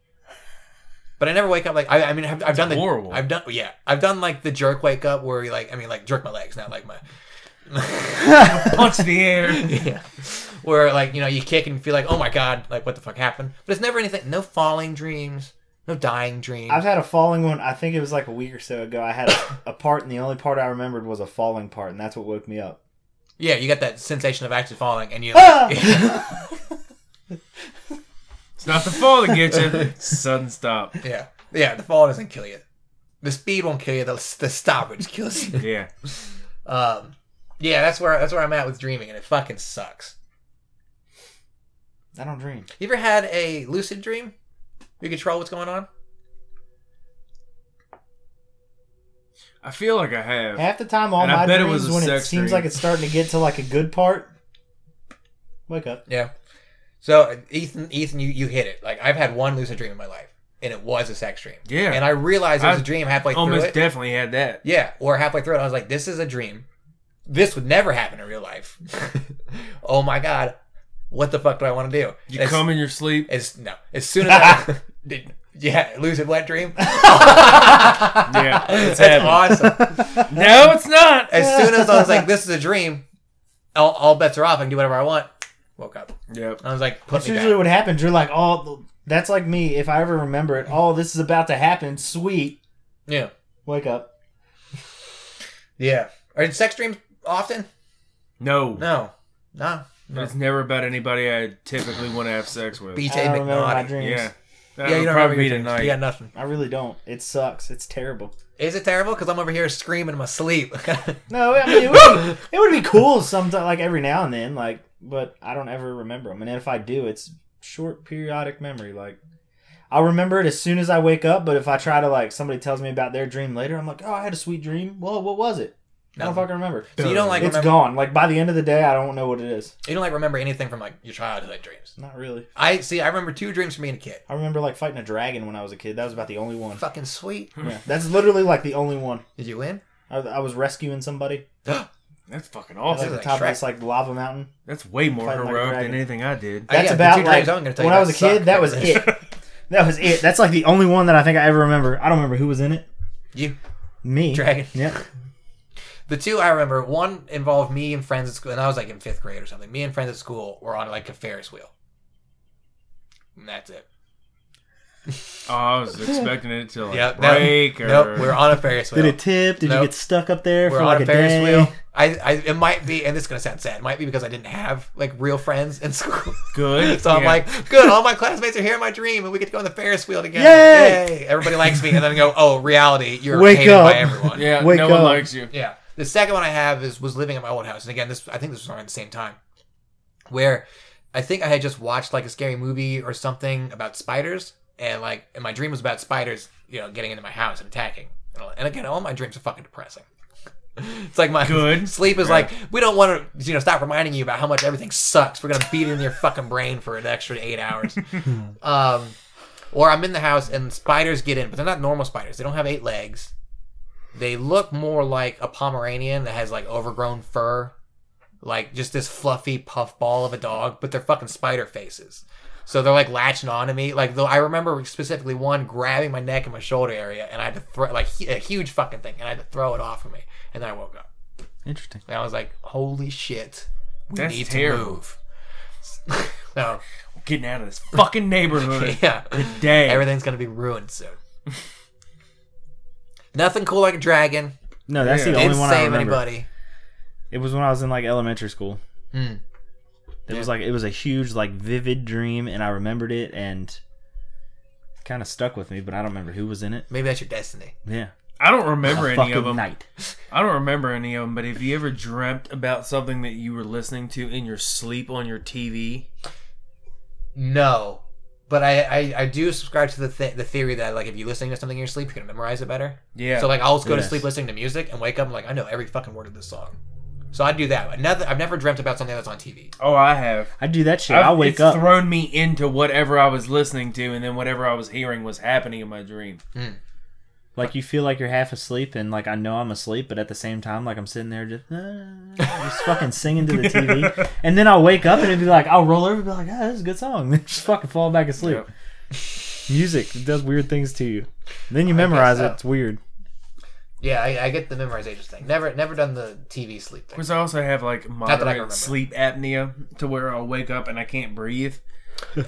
[SPEAKER 1] But I never wake up like I, I mean I've, I've done the
[SPEAKER 3] horrible.
[SPEAKER 1] I've done yeah I've done like the jerk wake up where you like I mean like jerk my legs not like my <laughs>
[SPEAKER 3] Punch the air.
[SPEAKER 1] yeah. Where like, you know, you kick and you feel like, oh my god, like what the fuck happened? But it's never anything no falling dreams, no dying dreams.
[SPEAKER 5] I've had a falling one. I think it was like a week or so ago. I had a, a part, and the only part I remembered was a falling part, and that's what woke me
[SPEAKER 3] <laughs>
[SPEAKER 5] up.
[SPEAKER 1] yeah, you get that sensation of actually falling and you
[SPEAKER 5] Ah!
[SPEAKER 3] It's not the fall that gets you. Sudden stop.
[SPEAKER 1] <laughs> Yeah. Yeah, the fall doesn't kill you. The speed won't kill you, the the stoppage kills
[SPEAKER 5] <laughs>
[SPEAKER 1] you.
[SPEAKER 3] Yeah.
[SPEAKER 1] Um yeah, that's where that's where I'm at with dreaming and it fucking sucks.
[SPEAKER 5] I don't dream.
[SPEAKER 1] You ever had a lucid dream? You control what's going on?
[SPEAKER 3] I feel like I have.
[SPEAKER 5] Half the time, all
[SPEAKER 3] And I
[SPEAKER 5] my
[SPEAKER 3] bet it
[SPEAKER 5] dreams
[SPEAKER 3] was a
[SPEAKER 5] when it
[SPEAKER 3] sex
[SPEAKER 5] seems
[SPEAKER 3] dream.
[SPEAKER 5] like it's starting to get to like a good part, wake up.
[SPEAKER 1] Yeah. So uh, Ethan Ethan you, you hit it. Like I've had one lucid dream in my life and it was a sex dream.
[SPEAKER 3] Yeah.
[SPEAKER 1] And I realized it was a
[SPEAKER 3] I
[SPEAKER 1] dream halfway through
[SPEAKER 3] Almost
[SPEAKER 1] it.
[SPEAKER 3] definitely had that.
[SPEAKER 1] Yeah, or halfway through it, I was like, this is a dream. This would never happen in
[SPEAKER 3] <laughs>
[SPEAKER 1] real life. oh my god, what the fuck do I want to do?
[SPEAKER 3] You
[SPEAKER 1] as,
[SPEAKER 3] come in your
[SPEAKER 1] <laughs>
[SPEAKER 3] sleep.
[SPEAKER 1] as no, as soon
[SPEAKER 3] <laughs>
[SPEAKER 1] as I did, yeah, lucid wet dream.
[SPEAKER 3] Yeah. <laughs> It's
[SPEAKER 1] That's
[SPEAKER 3] happening.
[SPEAKER 1] awesome.
[SPEAKER 3] No, it's not.
[SPEAKER 1] As soon as I
[SPEAKER 3] <laughs>
[SPEAKER 1] was like, this is a dream, all, all bets are off. I can do whatever I want. Woke up.
[SPEAKER 3] Yep.
[SPEAKER 1] I was like, put
[SPEAKER 5] That's
[SPEAKER 1] me
[SPEAKER 5] usually
[SPEAKER 1] back.
[SPEAKER 5] what happens. You're like, oh, that's like me. If I ever remember it, oh, this is about to happen. Sweet.
[SPEAKER 1] Yeah,
[SPEAKER 5] Wake up.
[SPEAKER 1] yeah. Are in sex dreams often?
[SPEAKER 3] No.
[SPEAKER 1] No, no.
[SPEAKER 3] It's never about anybody I typically want to have sex with.
[SPEAKER 1] BJ
[SPEAKER 5] I don't remember my
[SPEAKER 1] McNaughty.
[SPEAKER 5] dreams.
[SPEAKER 3] Yeah. That
[SPEAKER 1] Yeah, you
[SPEAKER 3] would
[SPEAKER 1] don't
[SPEAKER 3] uh, probably
[SPEAKER 1] remember
[SPEAKER 3] be
[SPEAKER 1] your dreams.
[SPEAKER 3] tonight.
[SPEAKER 1] You got nothing.
[SPEAKER 5] I really don't. It sucks. It's terrible.
[SPEAKER 1] Is it terrible? Because I'm over here screaming in my sleep. <laughs>
[SPEAKER 5] No, I mean, it would be, it would be cool sometimes, like every now and then, like, but I don't ever remember them. And if I do, it's short periodic memory. Like, I'll remember it as soon as I wake up, but if I try to, like, somebody tells me about their dream later, I'm like, oh, I had a sweet dream. Well, what was it? I
[SPEAKER 1] No.
[SPEAKER 5] don't fucking remember.
[SPEAKER 1] So you don't like
[SPEAKER 5] It's
[SPEAKER 1] remember,
[SPEAKER 5] gone. Like, by the end of the day, I don't know what it is.
[SPEAKER 1] you don't like remember anything from like your childhood dreams.
[SPEAKER 5] Not really.
[SPEAKER 1] I see. I remember two dreams from being a kid.
[SPEAKER 5] I remember, like, fighting a dragon when I was a kid. That was about the only one.
[SPEAKER 1] Fucking sweet.
[SPEAKER 5] Yeah, that's literally like the only one.
[SPEAKER 1] Did you win? <gasps> Oh,
[SPEAKER 5] I, I was rescuing somebody
[SPEAKER 3] That's fucking
[SPEAKER 5] at like
[SPEAKER 3] awesome.
[SPEAKER 5] the
[SPEAKER 1] like
[SPEAKER 5] top
[SPEAKER 1] Shrek.
[SPEAKER 5] of this like lava mountain.
[SPEAKER 3] That's way more
[SPEAKER 5] Fighting like a
[SPEAKER 3] heroic than
[SPEAKER 5] dragon.
[SPEAKER 3] anything I did.
[SPEAKER 5] That's
[SPEAKER 1] yeah, the
[SPEAKER 5] about
[SPEAKER 1] two
[SPEAKER 5] like
[SPEAKER 1] dreams I'm gonna tell you
[SPEAKER 5] when I
[SPEAKER 1] about
[SPEAKER 5] was a kid.
[SPEAKER 1] suck.
[SPEAKER 5] That was it. <laughs> that was it. That's like the only one that I think I ever remember. I don't remember who was in it.
[SPEAKER 1] <laughs> You
[SPEAKER 5] Me,
[SPEAKER 1] dragon.
[SPEAKER 5] Yeah,
[SPEAKER 1] The two I remember. One involved me and friends at school, and I was like in fifth grade or something. Me and friends at school were on like a Ferris wheel. And that's it.
[SPEAKER 3] Oh, I was expecting it to like
[SPEAKER 1] Yep, no.
[SPEAKER 3] break or
[SPEAKER 1] Nope. We're on a Ferris wheel.
[SPEAKER 5] did it tip? Did
[SPEAKER 1] Nope.
[SPEAKER 5] you get stuck up there
[SPEAKER 1] we're
[SPEAKER 5] for
[SPEAKER 1] on
[SPEAKER 5] like
[SPEAKER 1] a
[SPEAKER 5] a
[SPEAKER 1] Ferris
[SPEAKER 5] day?
[SPEAKER 1] wheel. I, I, it might be, and this is gonna sound sad. It might be because I didn't have like real friends in <laughs> school.
[SPEAKER 3] <laughs> good.
[SPEAKER 1] <laughs> So I'm
[SPEAKER 3] Yeah.
[SPEAKER 1] like, good, all my classmates are here in my dream, and we get to go on the Ferris wheel together.
[SPEAKER 5] Yay!
[SPEAKER 1] Yay! Everybody likes me, and then I go, oh, reality, you're
[SPEAKER 5] Wake
[SPEAKER 1] hated
[SPEAKER 5] up. <laughs>
[SPEAKER 1] by everyone.
[SPEAKER 3] yeah,
[SPEAKER 5] wake
[SPEAKER 3] no one
[SPEAKER 5] up.
[SPEAKER 3] likes you.
[SPEAKER 1] Yeah. The second one I have is was living at my old house, and again, this I think this was around the same time, where I think I had just watched like a scary movie or something about spiders, and like, and my dream was about spiders, you know, getting into my house and attacking. And all- And again, all my dreams are fucking depressing. <laughs> It's like my
[SPEAKER 3] Good.
[SPEAKER 1] <laughs> sleep is like we don't want to you know stop reminding you about how much everything sucks. We're gonna beat it in your fucking brain for an extra eight hours. um, or I'm in the house and spiders get in, but they're not normal spiders. They don't have eight legs. They look more like a Pomeranian that has like overgrown fur, like just this fluffy puff ball of a dog, but they're fucking spider faces. So they're like latching onto me. Like though, I remember specifically one grabbing my neck and my shoulder area, and I had to throw like hu- a huge fucking thing, and I had to throw it off of me, and then I woke up.
[SPEAKER 5] Interesting.
[SPEAKER 1] And I was like, holy shit, we
[SPEAKER 3] That's
[SPEAKER 1] need
[SPEAKER 3] terrible.
[SPEAKER 1] to move. <laughs>
[SPEAKER 5] <laughs>
[SPEAKER 1] so,
[SPEAKER 3] Getting out of this fucking neighborhood
[SPEAKER 1] <laughs> yeah.
[SPEAKER 3] today.
[SPEAKER 1] Everything's going to be ruined
[SPEAKER 5] <laughs>
[SPEAKER 1] soon. Nothing cool like a dragon.
[SPEAKER 5] No, that's
[SPEAKER 3] Yeah.
[SPEAKER 5] the
[SPEAKER 1] Didn't
[SPEAKER 5] only one I
[SPEAKER 1] save
[SPEAKER 5] remember.
[SPEAKER 1] anybody.
[SPEAKER 5] It was when I was in like elementary school.
[SPEAKER 1] Hmm.
[SPEAKER 5] It was like it was a huge, like vivid dream, and I remembered it, and kind of stuck with me. But I don't remember who was in it.
[SPEAKER 1] Maybe that's your destiny.
[SPEAKER 5] Yeah,
[SPEAKER 3] I don't remember
[SPEAKER 5] a
[SPEAKER 3] any
[SPEAKER 5] Oh, fucking
[SPEAKER 3] of them.
[SPEAKER 5] night.
[SPEAKER 3] I don't remember any of them. But have you ever dreamt about something that you were listening to in your sleep on your TV?
[SPEAKER 1] No. But I, I, I do subscribe to the th- the theory that like if you're listening to something in your sleep, you're gonna memorize it better.
[SPEAKER 3] Yeah.
[SPEAKER 1] So like I'll just go to
[SPEAKER 5] Yes.
[SPEAKER 1] sleep listening to music and wake up and like I know every fucking word of this song. So I do that. Another, I've never dreamt about something that's on TV.
[SPEAKER 3] oh, I have.
[SPEAKER 5] I do that shit.
[SPEAKER 3] I've-
[SPEAKER 5] I'll wake
[SPEAKER 3] it's
[SPEAKER 5] up.
[SPEAKER 3] thrown me into whatever I was listening to, and then whatever I was hearing was happening in my dream.
[SPEAKER 5] like you feel like you're half asleep, and like I know I'm asleep, but at the same time, like I'm sitting there just, <laughs> uh, just fucking singing to the
[SPEAKER 1] <laughs>
[SPEAKER 5] TV, and then I'll wake up and it'd be like I'll roll over and be like, oh, this is a good song, <laughs> and just fucking fall back asleep.
[SPEAKER 3] Yep.
[SPEAKER 5] Music does weird things to you. Then you memorize
[SPEAKER 1] so.
[SPEAKER 5] it. It's weird.
[SPEAKER 1] Yeah, I, I get the memorization thing. Never never done the TV sleep
[SPEAKER 3] Of
[SPEAKER 1] thing.
[SPEAKER 3] course, I also have like
[SPEAKER 1] I can
[SPEAKER 3] moderate
[SPEAKER 1] remember.
[SPEAKER 3] sleep apnea to where I'll wake up and I can't breathe.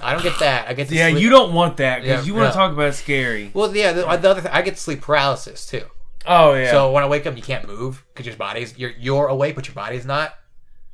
[SPEAKER 1] I don't get that. I get the
[SPEAKER 3] Yeah,
[SPEAKER 1] sleep-
[SPEAKER 3] you don't want that because
[SPEAKER 1] Yeah,
[SPEAKER 3] you want
[SPEAKER 1] no.
[SPEAKER 3] to talk about scary.
[SPEAKER 1] Well, yeah. The, the other thing, I get sleep paralysis too.
[SPEAKER 3] Oh yeah.
[SPEAKER 1] So when I wake up, you can't move because your body's you're you're awake, but your body's not.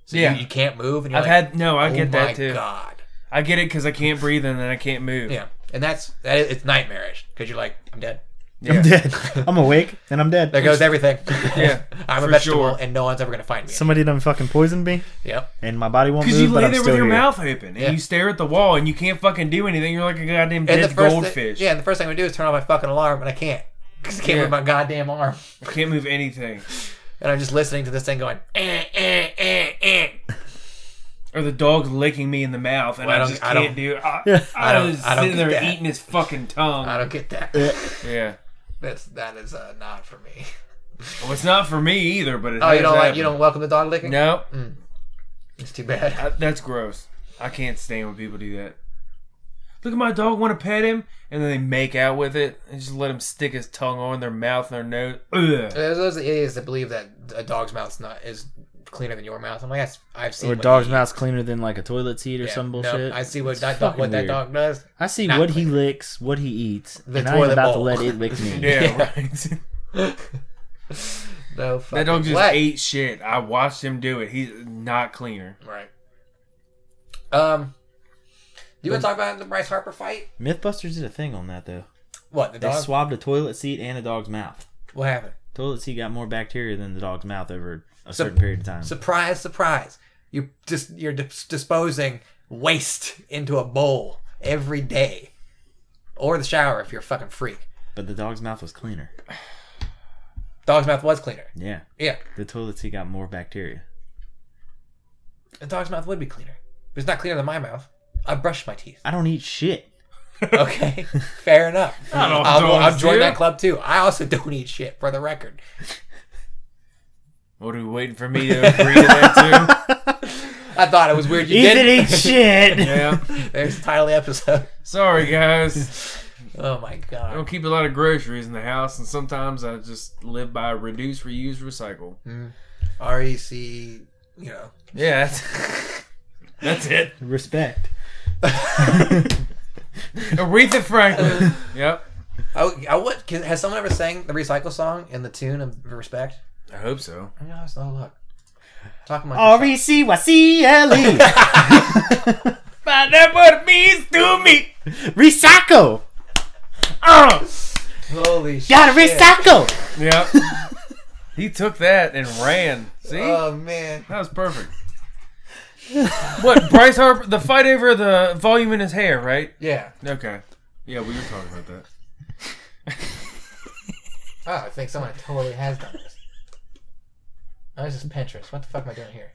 [SPEAKER 1] So
[SPEAKER 3] Yeah.
[SPEAKER 1] you, you can't move, and you're
[SPEAKER 3] I've
[SPEAKER 1] like,
[SPEAKER 3] had no. I
[SPEAKER 1] oh
[SPEAKER 3] get that
[SPEAKER 1] my
[SPEAKER 3] too.
[SPEAKER 1] god.
[SPEAKER 3] I get it because I can't breathe and then I can't move.
[SPEAKER 1] Yeah, and that's that. Is, it's nightmarish because you're like, I'm dead.
[SPEAKER 5] I'm
[SPEAKER 3] Yeah.
[SPEAKER 5] dead. I'm awake and I'm dead.
[SPEAKER 1] There goes everything.
[SPEAKER 3] <laughs> Yeah,
[SPEAKER 1] <laughs> I'm a
[SPEAKER 3] for
[SPEAKER 1] vegetable,
[SPEAKER 3] sure.
[SPEAKER 1] and no one's ever gonna find me.
[SPEAKER 5] Somebody done fucking poisoned me,
[SPEAKER 1] yep.
[SPEAKER 5] and my body won't
[SPEAKER 3] Because you
[SPEAKER 5] move, but
[SPEAKER 3] lay
[SPEAKER 5] I'm
[SPEAKER 3] there
[SPEAKER 5] still
[SPEAKER 3] with your
[SPEAKER 5] here.
[SPEAKER 3] mouth open and
[SPEAKER 1] Yeah.
[SPEAKER 3] you stare at the wall and you can't fucking do anything. You're like a goddamn
[SPEAKER 1] And the
[SPEAKER 3] dead
[SPEAKER 1] first
[SPEAKER 3] goldfish.
[SPEAKER 1] Thing, yeah, and the first thing I do is turn on my fucking alarm, and I can't because I can't
[SPEAKER 3] Yeah.
[SPEAKER 1] move my goddamn arm.
[SPEAKER 3] I can't move anything.
[SPEAKER 1] And I'm just listening to this thing going. Eh, eh, eh, eh.
[SPEAKER 3] Or the dog's licking me in the mouth and
[SPEAKER 1] Well, I
[SPEAKER 3] I,
[SPEAKER 1] don't-
[SPEAKER 3] just
[SPEAKER 1] I
[SPEAKER 3] can't
[SPEAKER 1] don't-
[SPEAKER 3] do. I,
[SPEAKER 5] Yeah.
[SPEAKER 3] I,
[SPEAKER 1] I don't-
[SPEAKER 3] was
[SPEAKER 1] I don't
[SPEAKER 3] sitting
[SPEAKER 1] get
[SPEAKER 3] there
[SPEAKER 1] that.
[SPEAKER 3] eating his fucking tongue.
[SPEAKER 1] I don't get that.
[SPEAKER 3] yeah.
[SPEAKER 1] That's that is uh, not for me.
[SPEAKER 3] Well, it's not for me either. But it
[SPEAKER 1] Oh,
[SPEAKER 3] has
[SPEAKER 1] you don't like you
[SPEAKER 3] happened.
[SPEAKER 1] don't welcome the dog licking.
[SPEAKER 3] No,
[SPEAKER 1] it's too bad. <laughs>
[SPEAKER 3] I- that's gross. I can't stand when people do that. Look at my dog. Want to pet him and then they make out with it and just let him stick his tongue on their mouth and their nose. Ugh.
[SPEAKER 1] There's those idiots that believe that a dog's mouth's not is cleaner than your mouth. I'm like, that's, I've seen
[SPEAKER 5] Or
[SPEAKER 1] what
[SPEAKER 5] dog's
[SPEAKER 1] he-
[SPEAKER 5] mouth's cleaner than like a toilet seat or
[SPEAKER 1] yeah,
[SPEAKER 5] some
[SPEAKER 1] no,
[SPEAKER 5] bullshit.
[SPEAKER 1] I see what that dog,
[SPEAKER 5] fucking
[SPEAKER 1] what that
[SPEAKER 5] weird.
[SPEAKER 1] dog does.
[SPEAKER 5] I see
[SPEAKER 1] Not
[SPEAKER 5] what he
[SPEAKER 1] clean.
[SPEAKER 5] licks, what he eats,
[SPEAKER 1] The
[SPEAKER 5] and I'm
[SPEAKER 1] toilet bowl.
[SPEAKER 5] about to let it
[SPEAKER 1] <laughs>
[SPEAKER 5] lick me.
[SPEAKER 3] Yeah,
[SPEAKER 1] <laughs> Yeah.
[SPEAKER 3] right. <laughs>
[SPEAKER 1] No fucking
[SPEAKER 3] that dog just
[SPEAKER 1] way.
[SPEAKER 3] ate shit. I watched him do it. He's not cleaner.
[SPEAKER 1] Right. Um. You want to talk about the Bryce Harper fight?
[SPEAKER 5] MythBusters did a thing on that though.
[SPEAKER 1] What the
[SPEAKER 5] They
[SPEAKER 1] dog?
[SPEAKER 5] swabbed a toilet seat and a dog's mouth.
[SPEAKER 1] what happened?
[SPEAKER 5] Toilet seat got more bacteria than the dog's mouth over a
[SPEAKER 1] So-
[SPEAKER 5] certain period of time.
[SPEAKER 1] Surprise! Surprise! You just you're dis- disposing waste into a bowl every day, or the shower if you're a fucking freak.
[SPEAKER 5] but the dog's mouth was cleaner.
[SPEAKER 1] Dog's mouth was cleaner.
[SPEAKER 5] Yeah,
[SPEAKER 1] Yeah,
[SPEAKER 5] the toilet seat got more bacteria.
[SPEAKER 1] a dog's mouth would be cleaner. But it's not cleaner than my mouth. I brush my
[SPEAKER 5] <laughs>
[SPEAKER 1] teeth.
[SPEAKER 5] I don't eat shit.
[SPEAKER 1] Okay, fair enough.
[SPEAKER 3] Not all
[SPEAKER 1] I'll, I'll
[SPEAKER 3] dogs
[SPEAKER 1] join
[SPEAKER 3] do.
[SPEAKER 1] that club too. I also <laughs> don't eat shit, for the record.
[SPEAKER 3] What are you waiting for me to agree to that
[SPEAKER 1] I thought it was weird. You
[SPEAKER 5] Ethan
[SPEAKER 1] did. <laughs>
[SPEAKER 5] eats shit.
[SPEAKER 3] too?
[SPEAKER 5] <laughs>
[SPEAKER 3] Yeah.
[SPEAKER 1] There's the title of
[SPEAKER 3] <laughs>
[SPEAKER 1] the episode.
[SPEAKER 3] Sorry guys.
[SPEAKER 1] Oh my
[SPEAKER 3] I
[SPEAKER 1] god.
[SPEAKER 3] don't keep a lot of groceries in the house and sometimes I just live by reduce, reuse, recycle.
[SPEAKER 1] R E C. You know.
[SPEAKER 3] Yeah. <laughs> That's, that's it.
[SPEAKER 5] Respect.
[SPEAKER 3] Aretha Franklin. Yep.
[SPEAKER 1] I, I would. can- Has someone ever sang the recycle song in the tune of Respect?
[SPEAKER 3] I hope so.
[SPEAKER 1] I mean, I was, oh look. Talking
[SPEAKER 3] Oh,
[SPEAKER 1] about.
[SPEAKER 5] R E C Y C L
[SPEAKER 1] <laughs>
[SPEAKER 5] E.
[SPEAKER 3] Find out what it means to me.
[SPEAKER 5] Recycle.
[SPEAKER 3] Oh.
[SPEAKER 1] Holy shit.
[SPEAKER 5] Gotta recycle.
[SPEAKER 3] Yep. <laughs> He took that and ran. See?
[SPEAKER 1] Oh man.
[SPEAKER 3] Uh, that was perfect. what, Bryce Harper, the fight over the volume in his hair, right?
[SPEAKER 1] Yeah.
[SPEAKER 3] Okay. Yeah, we were talking about that.
[SPEAKER 1] Oh, I think someone totally has done this. Oh, this is Pinterest. What the fuck am I doing here?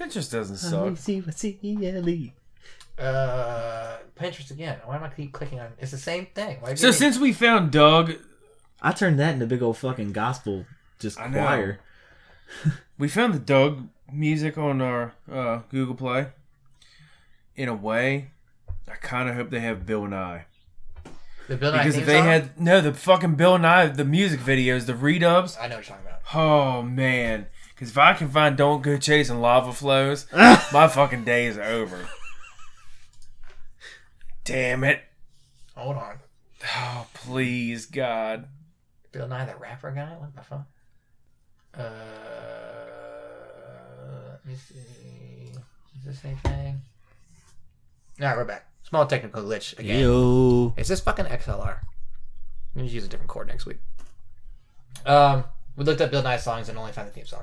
[SPEAKER 3] Pinterest doesn't
[SPEAKER 5] Let me
[SPEAKER 3] suck.
[SPEAKER 5] see what C-E-L-E.
[SPEAKER 1] Uh, Pinterest again. Why am I keep clicking on? It's the same thing. Why do
[SPEAKER 3] So
[SPEAKER 1] you-
[SPEAKER 3] since we found Doug,
[SPEAKER 5] I turned that into big old fucking gospel just
[SPEAKER 3] I know.
[SPEAKER 5] choir.
[SPEAKER 3] we found the Doug music on our uh, Google Play. In a way, I kind of hope they have Bill and I.
[SPEAKER 1] the Bill Nye
[SPEAKER 3] Because
[SPEAKER 1] theme
[SPEAKER 3] if they
[SPEAKER 1] song?
[SPEAKER 3] had no the fucking Bill and I the music videos, the redubs.
[SPEAKER 1] I know what you're talking about.
[SPEAKER 3] Oh man, because if I can find "Don't Go Chasing Lava
[SPEAKER 1] <laughs>
[SPEAKER 3] Flows," my fucking day is over. Damn it!
[SPEAKER 1] Hold on,
[SPEAKER 3] Oh please, God.
[SPEAKER 1] Bill Nye the rapper guy. What the fuck? Uh, let me see. Is this the same thing? All right, we're back. Small technical glitch again.
[SPEAKER 5] Yo.
[SPEAKER 1] It's this fucking XLR. I'm gonna use a different cord next week. Um, we looked up Bill Nye songs and only found the theme song.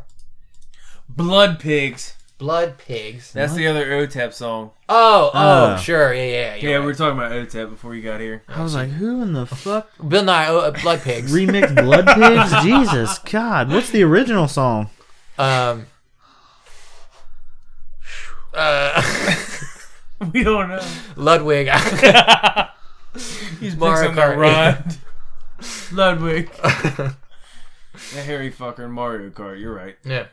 [SPEAKER 3] Blood Pigs.
[SPEAKER 1] Blood Pigs.
[SPEAKER 3] That's the other OTEP song.
[SPEAKER 1] Oh, oh,
[SPEAKER 5] Oh.
[SPEAKER 1] sure, yeah, yeah, yeah.
[SPEAKER 3] Yeah, we were talking about OTEP before you got here. <laughs>
[SPEAKER 5] I was like, who in the
[SPEAKER 1] <laughs>
[SPEAKER 5] fuck
[SPEAKER 1] Bill Nye, oh, uh, Blood Pigs.
[SPEAKER 5] remixed Blood Pigs? Jesus, God. What's the original song? <sighs>
[SPEAKER 1] um. Uh, <laughs>
[SPEAKER 3] We don't know.
[SPEAKER 1] Ludwig.
[SPEAKER 5] <laughs>
[SPEAKER 1] <laughs>
[SPEAKER 3] He's Mario
[SPEAKER 1] Mario
[SPEAKER 3] Kart.
[SPEAKER 1] Kart.
[SPEAKER 3] Run. <laughs> Ludwig. That hairy fucker in Mario Kart. You're right.
[SPEAKER 1] yeah,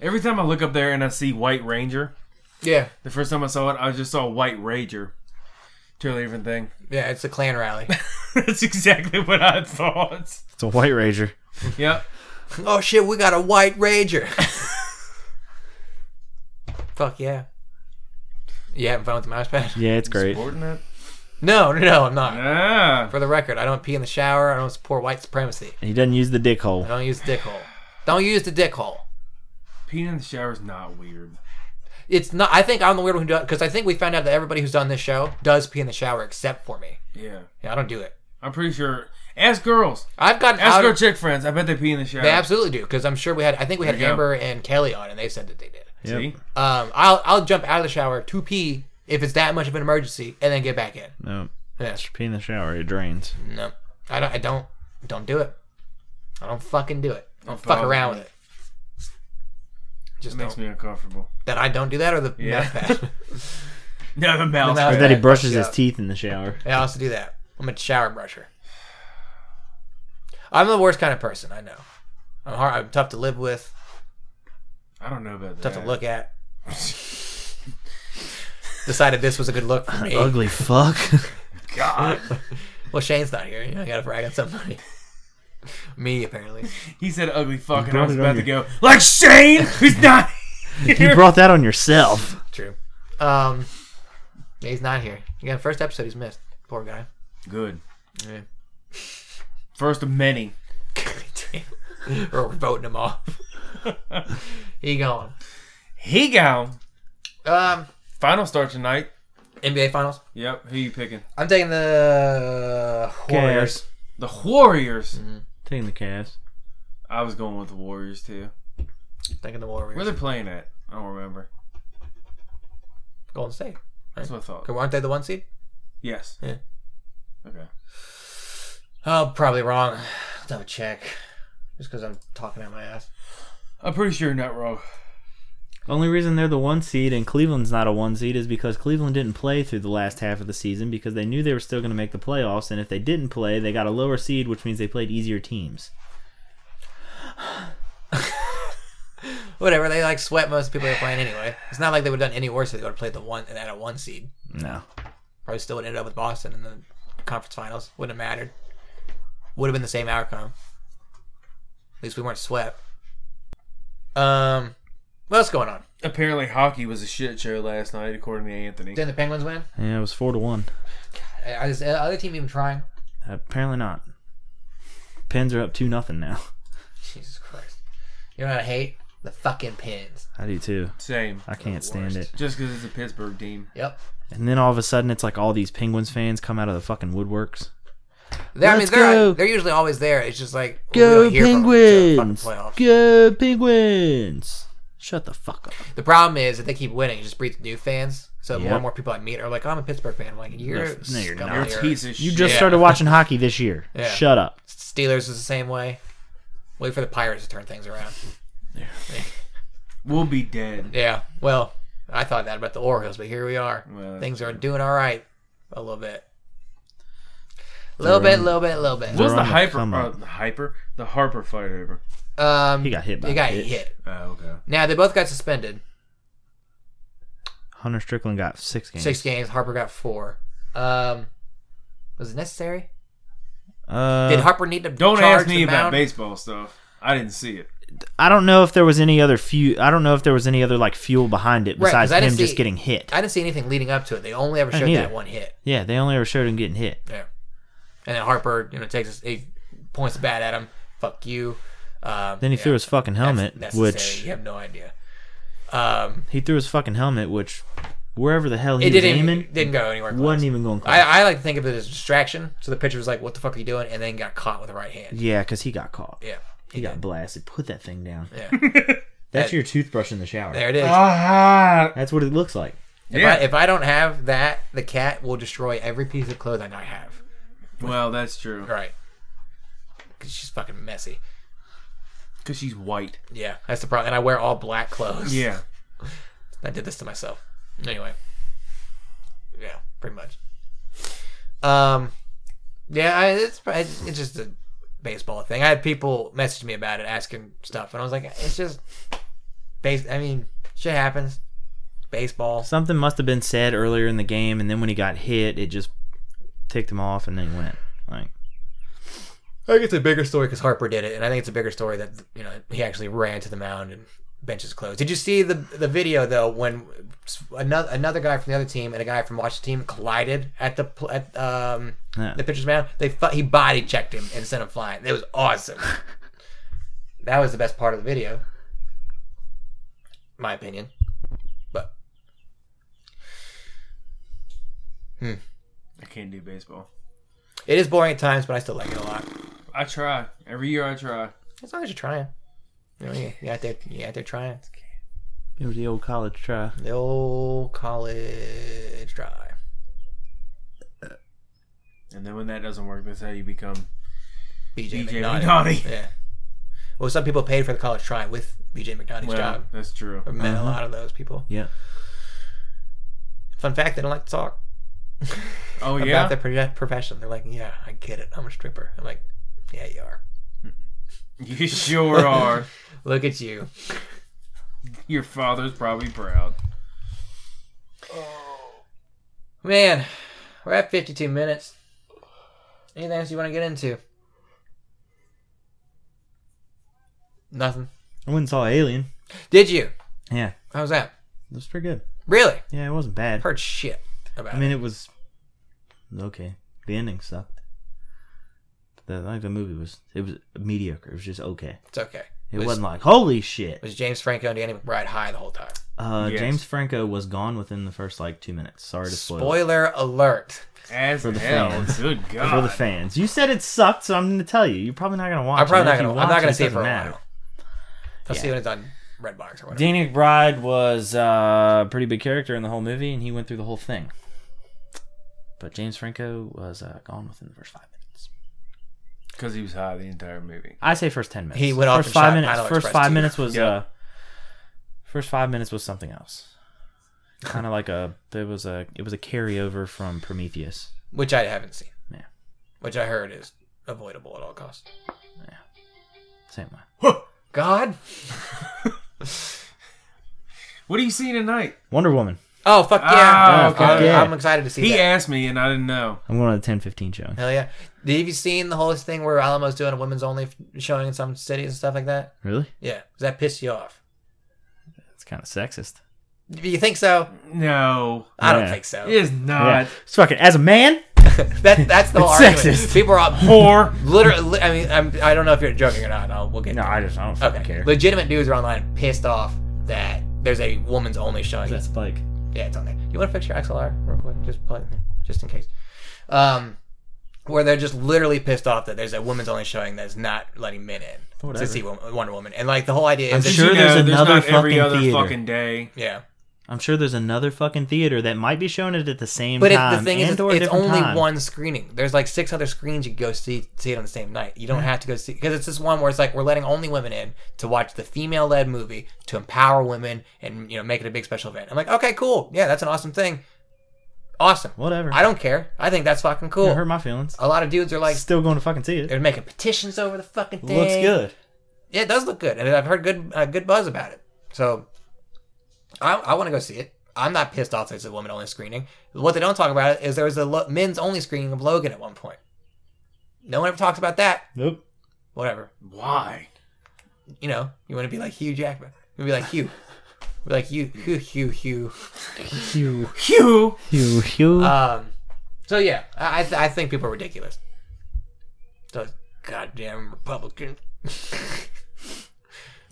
[SPEAKER 3] Every time I look up there and I see White Ranger,
[SPEAKER 1] yeah,
[SPEAKER 3] the first time I saw it, I just saw White Rager. Totally different thing. <laughs>
[SPEAKER 1] yeah. It's a clan rally. <laughs>
[SPEAKER 3] That's exactly what I thought.
[SPEAKER 5] It's a White Rager.
[SPEAKER 3] Yep.
[SPEAKER 1] oh shit, we got a white rager. <laughs> Fuck yeah. You having fun with the mouse pad?
[SPEAKER 5] Yeah, it's great.
[SPEAKER 3] Supporting that?
[SPEAKER 1] <laughs> No, no, no, I'm not.
[SPEAKER 3] Ah.
[SPEAKER 1] For the record, I don't pee in the shower. I don't support white supremacy.
[SPEAKER 5] He doesn't use the dick hole.
[SPEAKER 1] I don't use the dick hole. Don't use the dick hole.
[SPEAKER 3] Peeing in the shower is not weird.
[SPEAKER 1] It's not. I think I'm the weird one who does because I think we found out that everybody who's done this show does pee in the shower except for me.
[SPEAKER 3] Yeah.
[SPEAKER 1] Yeah, I don't do it.
[SPEAKER 3] I'm pretty sure. Ask girls.
[SPEAKER 1] I've gotten
[SPEAKER 3] Ask
[SPEAKER 1] out.
[SPEAKER 3] girl
[SPEAKER 1] Of,
[SPEAKER 3] chick friends. I bet they pee in the shower.
[SPEAKER 1] they absolutely do because I'm sure we had. I think we had
[SPEAKER 3] There you go.
[SPEAKER 1] Amber and Kelly on, and they said that they did.
[SPEAKER 5] Yep.
[SPEAKER 3] See?
[SPEAKER 1] Um, I'll I'll jump out of the shower to pee if it's that much of an emergency, and then get back in.
[SPEAKER 5] No.
[SPEAKER 1] Yeah,
[SPEAKER 5] Pee in the shower, it drains.
[SPEAKER 1] no, I don't. I don't. Don't do it. I don't fucking do it. Don't fuck
[SPEAKER 3] bothers
[SPEAKER 1] around
[SPEAKER 3] me.
[SPEAKER 1] with it. Just
[SPEAKER 3] It makes
[SPEAKER 1] don't.
[SPEAKER 3] me uncomfortable.
[SPEAKER 1] that I don't do that, or the
[SPEAKER 3] Yeah.
[SPEAKER 1] mouth pad.
[SPEAKER 3] No, the mouth.
[SPEAKER 1] The mouth-
[SPEAKER 5] Or that he
[SPEAKER 1] Yeah,
[SPEAKER 5] brushes
[SPEAKER 1] yeah.
[SPEAKER 5] his teeth in the shower.
[SPEAKER 1] Yeah, I also do that. I'm a shower brusher. I'm the worst kind of person. I know. I'm hard. I'm tough to live with.
[SPEAKER 3] I don't know about that.
[SPEAKER 1] Tough to look at. Decided this was a good look for me.
[SPEAKER 5] Ugly <laughs> fuck.
[SPEAKER 3] God.
[SPEAKER 1] Well, Shane's not here. You know, I gotta brag on somebody. me apparently.
[SPEAKER 3] He said ugly fuck, and I
[SPEAKER 5] brought
[SPEAKER 3] was
[SPEAKER 5] it
[SPEAKER 3] about
[SPEAKER 5] on
[SPEAKER 3] to
[SPEAKER 5] your-
[SPEAKER 3] go, like Shane, who's not
[SPEAKER 5] you brought that on yourself.
[SPEAKER 1] True. Um, yeah, he's not here. Again, first episode he's missed. Poor guy.
[SPEAKER 3] Good.
[SPEAKER 1] Yeah.
[SPEAKER 3] First of many.
[SPEAKER 1] Damn. <laughs> We're voting him off. <laughs> he going.
[SPEAKER 3] He go.
[SPEAKER 1] Um,
[SPEAKER 3] Final start tonight.
[SPEAKER 1] NBA Finals.
[SPEAKER 3] Yep. Who you picking?
[SPEAKER 1] I'm taking the Warriors.
[SPEAKER 3] The Warriors.
[SPEAKER 5] Taking the Cavs.
[SPEAKER 3] I was going with the Warriors too.
[SPEAKER 1] Taking the Warriors.
[SPEAKER 3] Where they playing at? I don't remember.
[SPEAKER 1] Golden State.
[SPEAKER 3] That's what I thought.
[SPEAKER 1] Aren't they the one seed?
[SPEAKER 3] Yes.
[SPEAKER 1] Yeah.
[SPEAKER 3] Okay.
[SPEAKER 1] Oh, probably wrong. Let's have a check. Just because I'm talking out my ass.
[SPEAKER 3] I'm pretty sure you're not wrong.
[SPEAKER 5] Only reason they're the one seed and Cleveland's not a one seed is because Cleveland didn't play through the last half of the season because they knew they were still going to make the playoffs, and if they didn't play, they got a lower seed, which means they played easier teams.
[SPEAKER 1] Whatever. They like sweat most people they're playing anyway. It's not like they would have done any worse if they would have played the one and had a one seed.
[SPEAKER 5] No.
[SPEAKER 1] Probably still would have ended up with Boston in the conference finals. Wouldn't have mattered. Would have been the same outcome. At least we weren't swept. Um, what else going on?
[SPEAKER 3] Apparently, hockey was a shit show last night, according to Anthony.
[SPEAKER 1] Didn't the Penguins win?
[SPEAKER 5] Yeah, it was four to one.
[SPEAKER 1] Uh, Is the other team even trying?
[SPEAKER 5] Apparently not. Pens are up two nothing now.
[SPEAKER 1] <laughs> Jesus Christ. You know what I hate? The fucking pins.
[SPEAKER 5] I do too.
[SPEAKER 3] Same.
[SPEAKER 5] I can't stand it.
[SPEAKER 3] Just because it's a Pittsburgh team.
[SPEAKER 1] Yep.
[SPEAKER 5] And then all of a sudden, it's like all these Penguins fans come out of the fucking woodworks.
[SPEAKER 1] They, I mean,
[SPEAKER 5] Let's
[SPEAKER 1] they're
[SPEAKER 5] go.
[SPEAKER 1] they're usually always there. It's just like we
[SPEAKER 5] Go
[SPEAKER 1] don't hear from them until the
[SPEAKER 5] Penguins!
[SPEAKER 1] fucking playoffs.
[SPEAKER 5] Go Penguins! Shut the fuck up.
[SPEAKER 1] The problem is if they keep winning, it just breeds new fans. So more
[SPEAKER 5] Yep.
[SPEAKER 1] and more people I meet are like, "Oh, I'm a Pittsburgh fan. I'm like, you're
[SPEAKER 5] No, no, you're
[SPEAKER 1] scum
[SPEAKER 5] not.
[SPEAKER 1] of
[SPEAKER 3] You're
[SPEAKER 1] the
[SPEAKER 3] a
[SPEAKER 1] earth."
[SPEAKER 3] piece of
[SPEAKER 5] You
[SPEAKER 3] shit.
[SPEAKER 5] just
[SPEAKER 1] Yeah.
[SPEAKER 5] started watching hockey this year.
[SPEAKER 1] <laughs> Yeah.
[SPEAKER 5] Shut up.
[SPEAKER 1] Steelers is the same way. Wait for the Pirates to turn things around.
[SPEAKER 3] We'll be dead.
[SPEAKER 1] Yeah. Well, I thought that about the Orioles, but here we are.
[SPEAKER 3] Well,
[SPEAKER 1] things are doing all right. A little bit. A little bit, little bit, little bit.
[SPEAKER 3] What was the
[SPEAKER 5] They're on the
[SPEAKER 3] hyper?
[SPEAKER 5] come
[SPEAKER 3] uh,
[SPEAKER 5] up.
[SPEAKER 3] the hyper? The Harper fight over?
[SPEAKER 1] Um,
[SPEAKER 5] He got hit by
[SPEAKER 1] He
[SPEAKER 5] a
[SPEAKER 1] got
[SPEAKER 5] pitch.
[SPEAKER 1] hit.
[SPEAKER 3] Oh, okay.
[SPEAKER 1] Now they both got suspended.
[SPEAKER 5] Hunter Strickland got six games.
[SPEAKER 1] Six games. Harper got four. Um, was it necessary?
[SPEAKER 5] Uh,
[SPEAKER 1] Did Harper need to
[SPEAKER 3] Don't
[SPEAKER 1] charge
[SPEAKER 3] ask me
[SPEAKER 1] the
[SPEAKER 3] about
[SPEAKER 1] mound?
[SPEAKER 3] baseball stuff. I didn't see it.
[SPEAKER 5] I don't know if there was any other fuel. I don't know if there was any other like fuel behind it
[SPEAKER 1] Right, 'cause
[SPEAKER 5] besides
[SPEAKER 1] I
[SPEAKER 5] him
[SPEAKER 1] didn't see-
[SPEAKER 5] just getting hit.
[SPEAKER 1] I didn't see anything leading up to it. They only ever
[SPEAKER 5] I
[SPEAKER 1] showed
[SPEAKER 5] didn't
[SPEAKER 1] that
[SPEAKER 5] either.
[SPEAKER 1] one hit.
[SPEAKER 5] yeah, they only ever showed him getting hit.
[SPEAKER 1] Yeah. And then Harper, you know, takes his, he points the bat at him. Fuck you. Um,
[SPEAKER 5] Then he
[SPEAKER 1] yeah,
[SPEAKER 5] threw his fucking
[SPEAKER 1] that's
[SPEAKER 5] helmet,
[SPEAKER 1] necessary.
[SPEAKER 5] which
[SPEAKER 1] you have no idea. Um,
[SPEAKER 5] he threw his fucking helmet, which wherever the hell he
[SPEAKER 1] it
[SPEAKER 5] was
[SPEAKER 1] didn't
[SPEAKER 5] aiming
[SPEAKER 1] didn't go anywhere. Close.
[SPEAKER 5] wasn't even going close. Yeah, 'cause
[SPEAKER 1] I, I like to think of it as a distraction. So the pitcher was like, "What the fuck are you doing?" and then got caught with the right hand.
[SPEAKER 5] yeah, because he got caught.
[SPEAKER 1] Yeah.
[SPEAKER 5] He got blasted. Put that thing down. <laughs>
[SPEAKER 1] Yeah.
[SPEAKER 5] That's
[SPEAKER 1] That-
[SPEAKER 5] your toothbrush in the shower.
[SPEAKER 1] There it is.
[SPEAKER 3] Ah,
[SPEAKER 5] That's what it looks like.
[SPEAKER 1] If,
[SPEAKER 3] yeah.
[SPEAKER 1] I, if I don't have that, the cat will destroy every piece of clothing I have.
[SPEAKER 3] well, that's true.
[SPEAKER 1] Right. Because she's fucking messy.
[SPEAKER 3] Because she's white.
[SPEAKER 1] Yeah, that's the problem. And I wear all black clothes.
[SPEAKER 3] Yeah.
[SPEAKER 1] I did this to myself. Anyway. Yeah, pretty much. Um, yeah, I, it's it's just a baseball thing. I had people message me about it, asking stuff, and I was like, it's just base. I mean, shit happens. Baseball.
[SPEAKER 5] Something must have been said earlier in the game, and then when he got hit, it just ticked him off, and then he went like,
[SPEAKER 1] I think it's a bigger story because Harper did it, and I think it's a bigger story that you know he actually ran to the mound and benches closed. Did you see the the video though when another another guy from the other team and a guy from Washington team collided at the pl- at um
[SPEAKER 5] Yeah.
[SPEAKER 1] the pitcher's mound? They fu- he body checked him and sent him flying. It was awesome. that was the best part of the video, my opinion. But
[SPEAKER 3] I can't do baseball.
[SPEAKER 1] it is boring at times, but I still like it a lot.
[SPEAKER 3] I try. Every year I try.
[SPEAKER 1] As long as you're trying, you know, you- you're out there, you're out there trying.
[SPEAKER 5] "It was the old college try."
[SPEAKER 1] The old college drive.
[SPEAKER 3] And then when that doesn't work, that's how you become.
[SPEAKER 1] BJ,
[SPEAKER 3] BJ
[SPEAKER 1] McNaughty.
[SPEAKER 3] McNaughty.
[SPEAKER 1] Yeah. Well, some people paid for the college try with BJ McNaughty's
[SPEAKER 3] Well,
[SPEAKER 1] job.
[SPEAKER 3] that's true.
[SPEAKER 1] I've met a
[SPEAKER 5] Uh-huh.
[SPEAKER 1] lot of those people.
[SPEAKER 5] Yeah.
[SPEAKER 1] Fun fact, they don't like to talk
[SPEAKER 3] Oh
[SPEAKER 1] about
[SPEAKER 3] yeah,
[SPEAKER 1] their pro- profession. They're like, yeah, I get it. I'm a stripper. I'm like, yeah, you are.
[SPEAKER 3] you
[SPEAKER 5] <laughs>
[SPEAKER 3] sure are.
[SPEAKER 1] Look at you.
[SPEAKER 3] Your father's probably proud.
[SPEAKER 1] Man, we're at 52 minutes. Anything else you want to get into? Nothing.
[SPEAKER 5] I went and saw Alien.
[SPEAKER 1] Did you?
[SPEAKER 5] Yeah,
[SPEAKER 1] How was that?
[SPEAKER 5] it was pretty good.
[SPEAKER 1] Really?
[SPEAKER 5] Yeah, it wasn't bad.
[SPEAKER 1] Heard shit about
[SPEAKER 5] I
[SPEAKER 1] it.
[SPEAKER 5] mean, it was okay. The ending sucked. The like the movie was it was mediocre. It was just okay.
[SPEAKER 1] It's okay.
[SPEAKER 5] It
[SPEAKER 1] Was-
[SPEAKER 5] was, not like holy shit.
[SPEAKER 1] Was James Franco and Danny McBride high the whole time?
[SPEAKER 5] Uh,
[SPEAKER 3] Yes.
[SPEAKER 5] James Franco was gone within the first like two minutes. Sorry to spoil. it.
[SPEAKER 1] Spoiler alert.
[SPEAKER 3] As
[SPEAKER 5] For the
[SPEAKER 3] hell.
[SPEAKER 5] fans.
[SPEAKER 3] Good God.
[SPEAKER 5] For the fans, you said it sucked, so I'm going to tell you. You're probably not going to watch.
[SPEAKER 1] I'm probably
[SPEAKER 5] it.
[SPEAKER 1] not
[SPEAKER 5] If you
[SPEAKER 1] gonna. I'm
[SPEAKER 5] watch
[SPEAKER 1] not gonna
[SPEAKER 5] it
[SPEAKER 1] see it for a
[SPEAKER 5] doesn't matter.
[SPEAKER 1] while. I'll see when it's on Redbox or whatever.
[SPEAKER 5] Danny McBride was uh, a pretty big character in the whole movie, and he went through the whole thing. But James Franco was uh, gone within the first five minutes.
[SPEAKER 3] Because he was high the entire movie.
[SPEAKER 5] I say first ten minutes.
[SPEAKER 1] He went off
[SPEAKER 5] first
[SPEAKER 1] and shot
[SPEAKER 5] five minutes.
[SPEAKER 1] Pineapple
[SPEAKER 5] First
[SPEAKER 1] Express
[SPEAKER 5] five
[SPEAKER 1] too.
[SPEAKER 5] minutes was
[SPEAKER 3] Yeah.
[SPEAKER 5] uh, first five minutes was something else. kind of like a there was a it was a carryover from Prometheus.
[SPEAKER 1] Which I haven't seen.
[SPEAKER 5] Yeah.
[SPEAKER 1] Which I heard is avoidable at all costs.
[SPEAKER 5] Same way.
[SPEAKER 1] <gasps> God.
[SPEAKER 3] What are you seeing tonight?
[SPEAKER 5] Wonder Woman.
[SPEAKER 1] Oh fuck yeah!
[SPEAKER 3] Ah,
[SPEAKER 5] okay.
[SPEAKER 1] I'm-
[SPEAKER 5] Yeah.
[SPEAKER 1] I'm excited to see
[SPEAKER 3] He
[SPEAKER 1] that.
[SPEAKER 3] asked me, and I didn't know.
[SPEAKER 5] I'm going to the ten fifteen showing.
[SPEAKER 1] Hell yeah! Have you seen the whole thing where Alamo's doing a women's only f- showing in some cities and stuff like that?
[SPEAKER 5] Really?
[SPEAKER 1] Yeah. Does that piss you off?
[SPEAKER 5] That's kind of sexist.
[SPEAKER 1] Do you think so?
[SPEAKER 3] No,
[SPEAKER 1] I don't
[SPEAKER 5] Yeah.
[SPEAKER 1] think so.
[SPEAKER 3] it is
[SPEAKER 5] Yeah.
[SPEAKER 3] not.
[SPEAKER 5] It's fucking as a man.
[SPEAKER 1] That that's the whole
[SPEAKER 5] <laughs> It's
[SPEAKER 1] argument.
[SPEAKER 5] sexist.
[SPEAKER 1] People are all-
[SPEAKER 3] Poor.
[SPEAKER 1] literally. li- I mean, I'm, I don't know if you're joking or not. I'll, we'll get.
[SPEAKER 5] No,
[SPEAKER 1] to it.
[SPEAKER 5] I just I don't fucking
[SPEAKER 1] Okay.
[SPEAKER 5] care.
[SPEAKER 1] Legitimate dudes are online pissed off that there's a woman's only showing.
[SPEAKER 5] That's like
[SPEAKER 1] Yeah, it's on there. You want to fix your XLR real quick, just play, just in case. Um, where they're just literally pissed off that there's a women's only showing that's not letting men in
[SPEAKER 5] Oh, Whatever.
[SPEAKER 1] to see Wo- Wonder Woman, and like the whole idea
[SPEAKER 5] I'm
[SPEAKER 1] is that
[SPEAKER 5] sure
[SPEAKER 3] You
[SPEAKER 5] there's
[SPEAKER 3] know,
[SPEAKER 5] another
[SPEAKER 3] not every
[SPEAKER 5] fucking
[SPEAKER 3] other
[SPEAKER 5] theater.
[SPEAKER 3] fucking day.
[SPEAKER 1] yeah.
[SPEAKER 5] I'm sure there's another fucking theater that might be showing it at the same
[SPEAKER 1] But it,
[SPEAKER 5] time.
[SPEAKER 1] the thing is,
[SPEAKER 5] and
[SPEAKER 1] it's,
[SPEAKER 5] or a
[SPEAKER 1] it's
[SPEAKER 5] different
[SPEAKER 1] only
[SPEAKER 5] time.
[SPEAKER 1] one screening. There's like six other screens you can go see see it on the same night. You don't have to go see because it's this one where it's like we're letting only women in to watch the female led movie to empower women and you know make it a big special event. I'm like, okay, cool, yeah, that's an awesome thing. Awesome.
[SPEAKER 5] Whatever.
[SPEAKER 1] I don't care. I think that's fucking cool.
[SPEAKER 5] It hurt my feelings.
[SPEAKER 1] A lot of dudes are like
[SPEAKER 5] Still going to fucking see it.
[SPEAKER 1] they're making petitions over the fucking thing.
[SPEAKER 5] Looks good.
[SPEAKER 1] Yeah, it does look good, and I've heard good uh, good buzz about it. So, I, I want to go see it. I'm not pissed off there's a woman only screening. What they don't talk about is there was a lo- men's only screening of Logan at one point. No one ever talks about that.
[SPEAKER 5] Nope.
[SPEAKER 1] Whatever.
[SPEAKER 3] Why?
[SPEAKER 1] You know, you want to be like Hugh Jackman. You want to be like Hugh. <laughs> Be like you, Hugh, Hugh, Hugh.
[SPEAKER 5] Hugh.
[SPEAKER 3] Hugh.
[SPEAKER 5] Hugh. Hugh.
[SPEAKER 1] Um, so yeah, I I, th- I think people are ridiculous. Those goddamn Republicans. <laughs>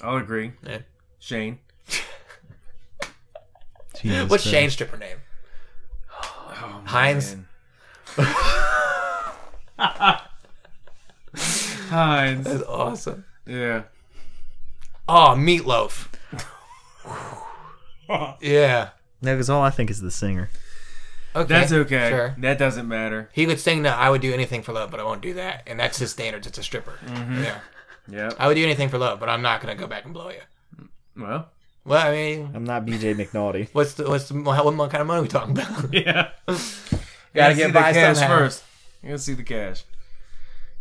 [SPEAKER 3] I'll agree.
[SPEAKER 1] Yeah.
[SPEAKER 3] Shane.
[SPEAKER 5] Jesus
[SPEAKER 1] What's
[SPEAKER 5] Christ.
[SPEAKER 1] Shane's stripper name?
[SPEAKER 3] Oh,
[SPEAKER 1] Heinz.
[SPEAKER 3] man. <laughs> Heinz.
[SPEAKER 1] That's awesome.
[SPEAKER 3] Yeah.
[SPEAKER 1] Oh, meatloaf.
[SPEAKER 3] <laughs>
[SPEAKER 1] yeah.
[SPEAKER 5] No, because all I think is the singer.
[SPEAKER 1] Okay.
[SPEAKER 3] That's okay.
[SPEAKER 1] Sure.
[SPEAKER 3] That doesn't matter.
[SPEAKER 1] He could sing that I would do anything for love, but I won't do that. And that's his standards. It's a stripper.
[SPEAKER 3] Mm-hmm.
[SPEAKER 1] Yeah.
[SPEAKER 3] Yeah.
[SPEAKER 1] I would do anything for love, but I'm not going to go back and blow you.
[SPEAKER 3] Well.
[SPEAKER 1] Well, I mean,
[SPEAKER 5] I'm not BJ McNaughty.
[SPEAKER 1] what's the, what's the, what kind of money we talking
[SPEAKER 3] <laughs>
[SPEAKER 1] about?
[SPEAKER 3] Yeah.
[SPEAKER 1] Gotta
[SPEAKER 3] see
[SPEAKER 1] get
[SPEAKER 3] the
[SPEAKER 1] by
[SPEAKER 3] cash
[SPEAKER 1] somehow.
[SPEAKER 3] first. You gotta see the cash.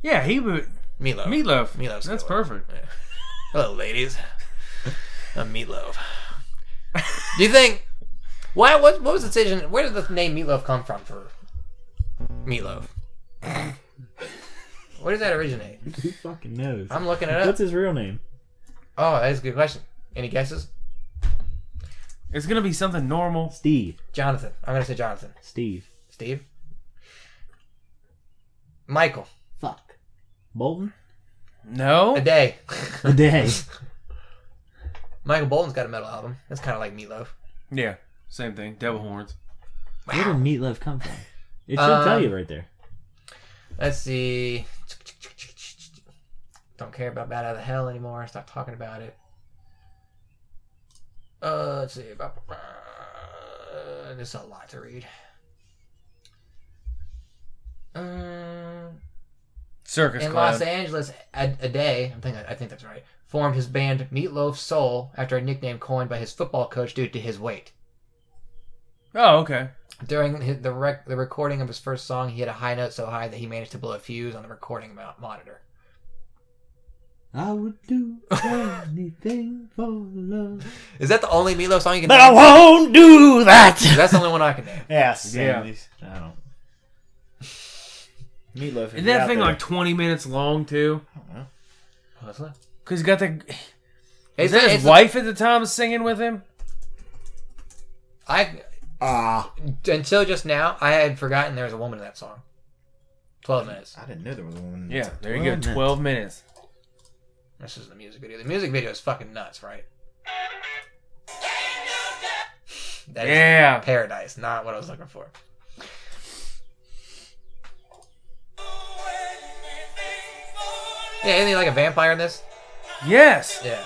[SPEAKER 3] Yeah, he would.
[SPEAKER 1] Meatloaf.
[SPEAKER 3] Meatloaf.
[SPEAKER 1] Meatloaf's a
[SPEAKER 3] That's
[SPEAKER 1] good one.
[SPEAKER 3] perfect.
[SPEAKER 1] Yeah. Hello, ladies. I'm Meatloaf. do you think, why, what, what was the decision, where did the name Meatloaf come from for Meatloaf? Where does that originate?
[SPEAKER 5] <laughs> Who fucking knows?
[SPEAKER 1] I'm looking it up.
[SPEAKER 5] his real name?
[SPEAKER 1] Oh, that is a good question. Any guesses?
[SPEAKER 3] It's gonna be something normal.
[SPEAKER 5] Steve.
[SPEAKER 1] Jonathan. I'm gonna say Jonathan.
[SPEAKER 5] Steve.
[SPEAKER 1] Steve. Michael.
[SPEAKER 5] Fuck. <laughs> Bolton?
[SPEAKER 1] A
[SPEAKER 3] No.
[SPEAKER 1] day.
[SPEAKER 5] The day.
[SPEAKER 1] Michael Bolton's got a metal album. That's kind of like Meatloaf.
[SPEAKER 3] Yeah. Same thing. Devil horns.
[SPEAKER 5] Where did Meatloaf come from? It should
[SPEAKER 1] Um,
[SPEAKER 5] tell you right there.
[SPEAKER 1] Let's see. Don't care about Bad Out of Hell anymore. Stop talking about it. Uh, let's see. About uh, there's a lot to read. Um.
[SPEAKER 3] Circus
[SPEAKER 1] in
[SPEAKER 3] clown.
[SPEAKER 1] Los Angeles, a, a day, I think I think that's right, formed his band Meatloaf Soul after a nickname coined by his football coach due to his weight.
[SPEAKER 3] oh, okay.
[SPEAKER 1] During hi- the rec- the recording of his first song, he hit a high note so high that he managed to blow a fuse on the recording mo- monitor.
[SPEAKER 5] I would do <laughs> anything for love.
[SPEAKER 1] Is that the only Meatloaf song you can
[SPEAKER 5] But I
[SPEAKER 1] name?
[SPEAKER 5] won't do that!
[SPEAKER 1] That's the only one I can name.
[SPEAKER 5] Yes.
[SPEAKER 3] Yeah.
[SPEAKER 5] I don't. Meatloaf.
[SPEAKER 3] Isn't that thing like 20 minutes long too?
[SPEAKER 1] Oh, What's that?
[SPEAKER 3] Cause he got the. <laughs> Is
[SPEAKER 1] It's,
[SPEAKER 3] that
[SPEAKER 1] it's,
[SPEAKER 3] his wife at the time singing with him?
[SPEAKER 1] I
[SPEAKER 5] Ah.
[SPEAKER 1] until just now I had forgotten there was a woman in that song. Twelve minutes.
[SPEAKER 5] I didn't know there was one.
[SPEAKER 3] Yeah. There you go. 12 minutes.
[SPEAKER 1] This is the music video. The music video is fucking nuts, right? <laughs> That is
[SPEAKER 3] Yeah.
[SPEAKER 1] paradise, not what I was looking for. Yeah, anything like a vampire in this?
[SPEAKER 3] Yes.
[SPEAKER 1] Yeah.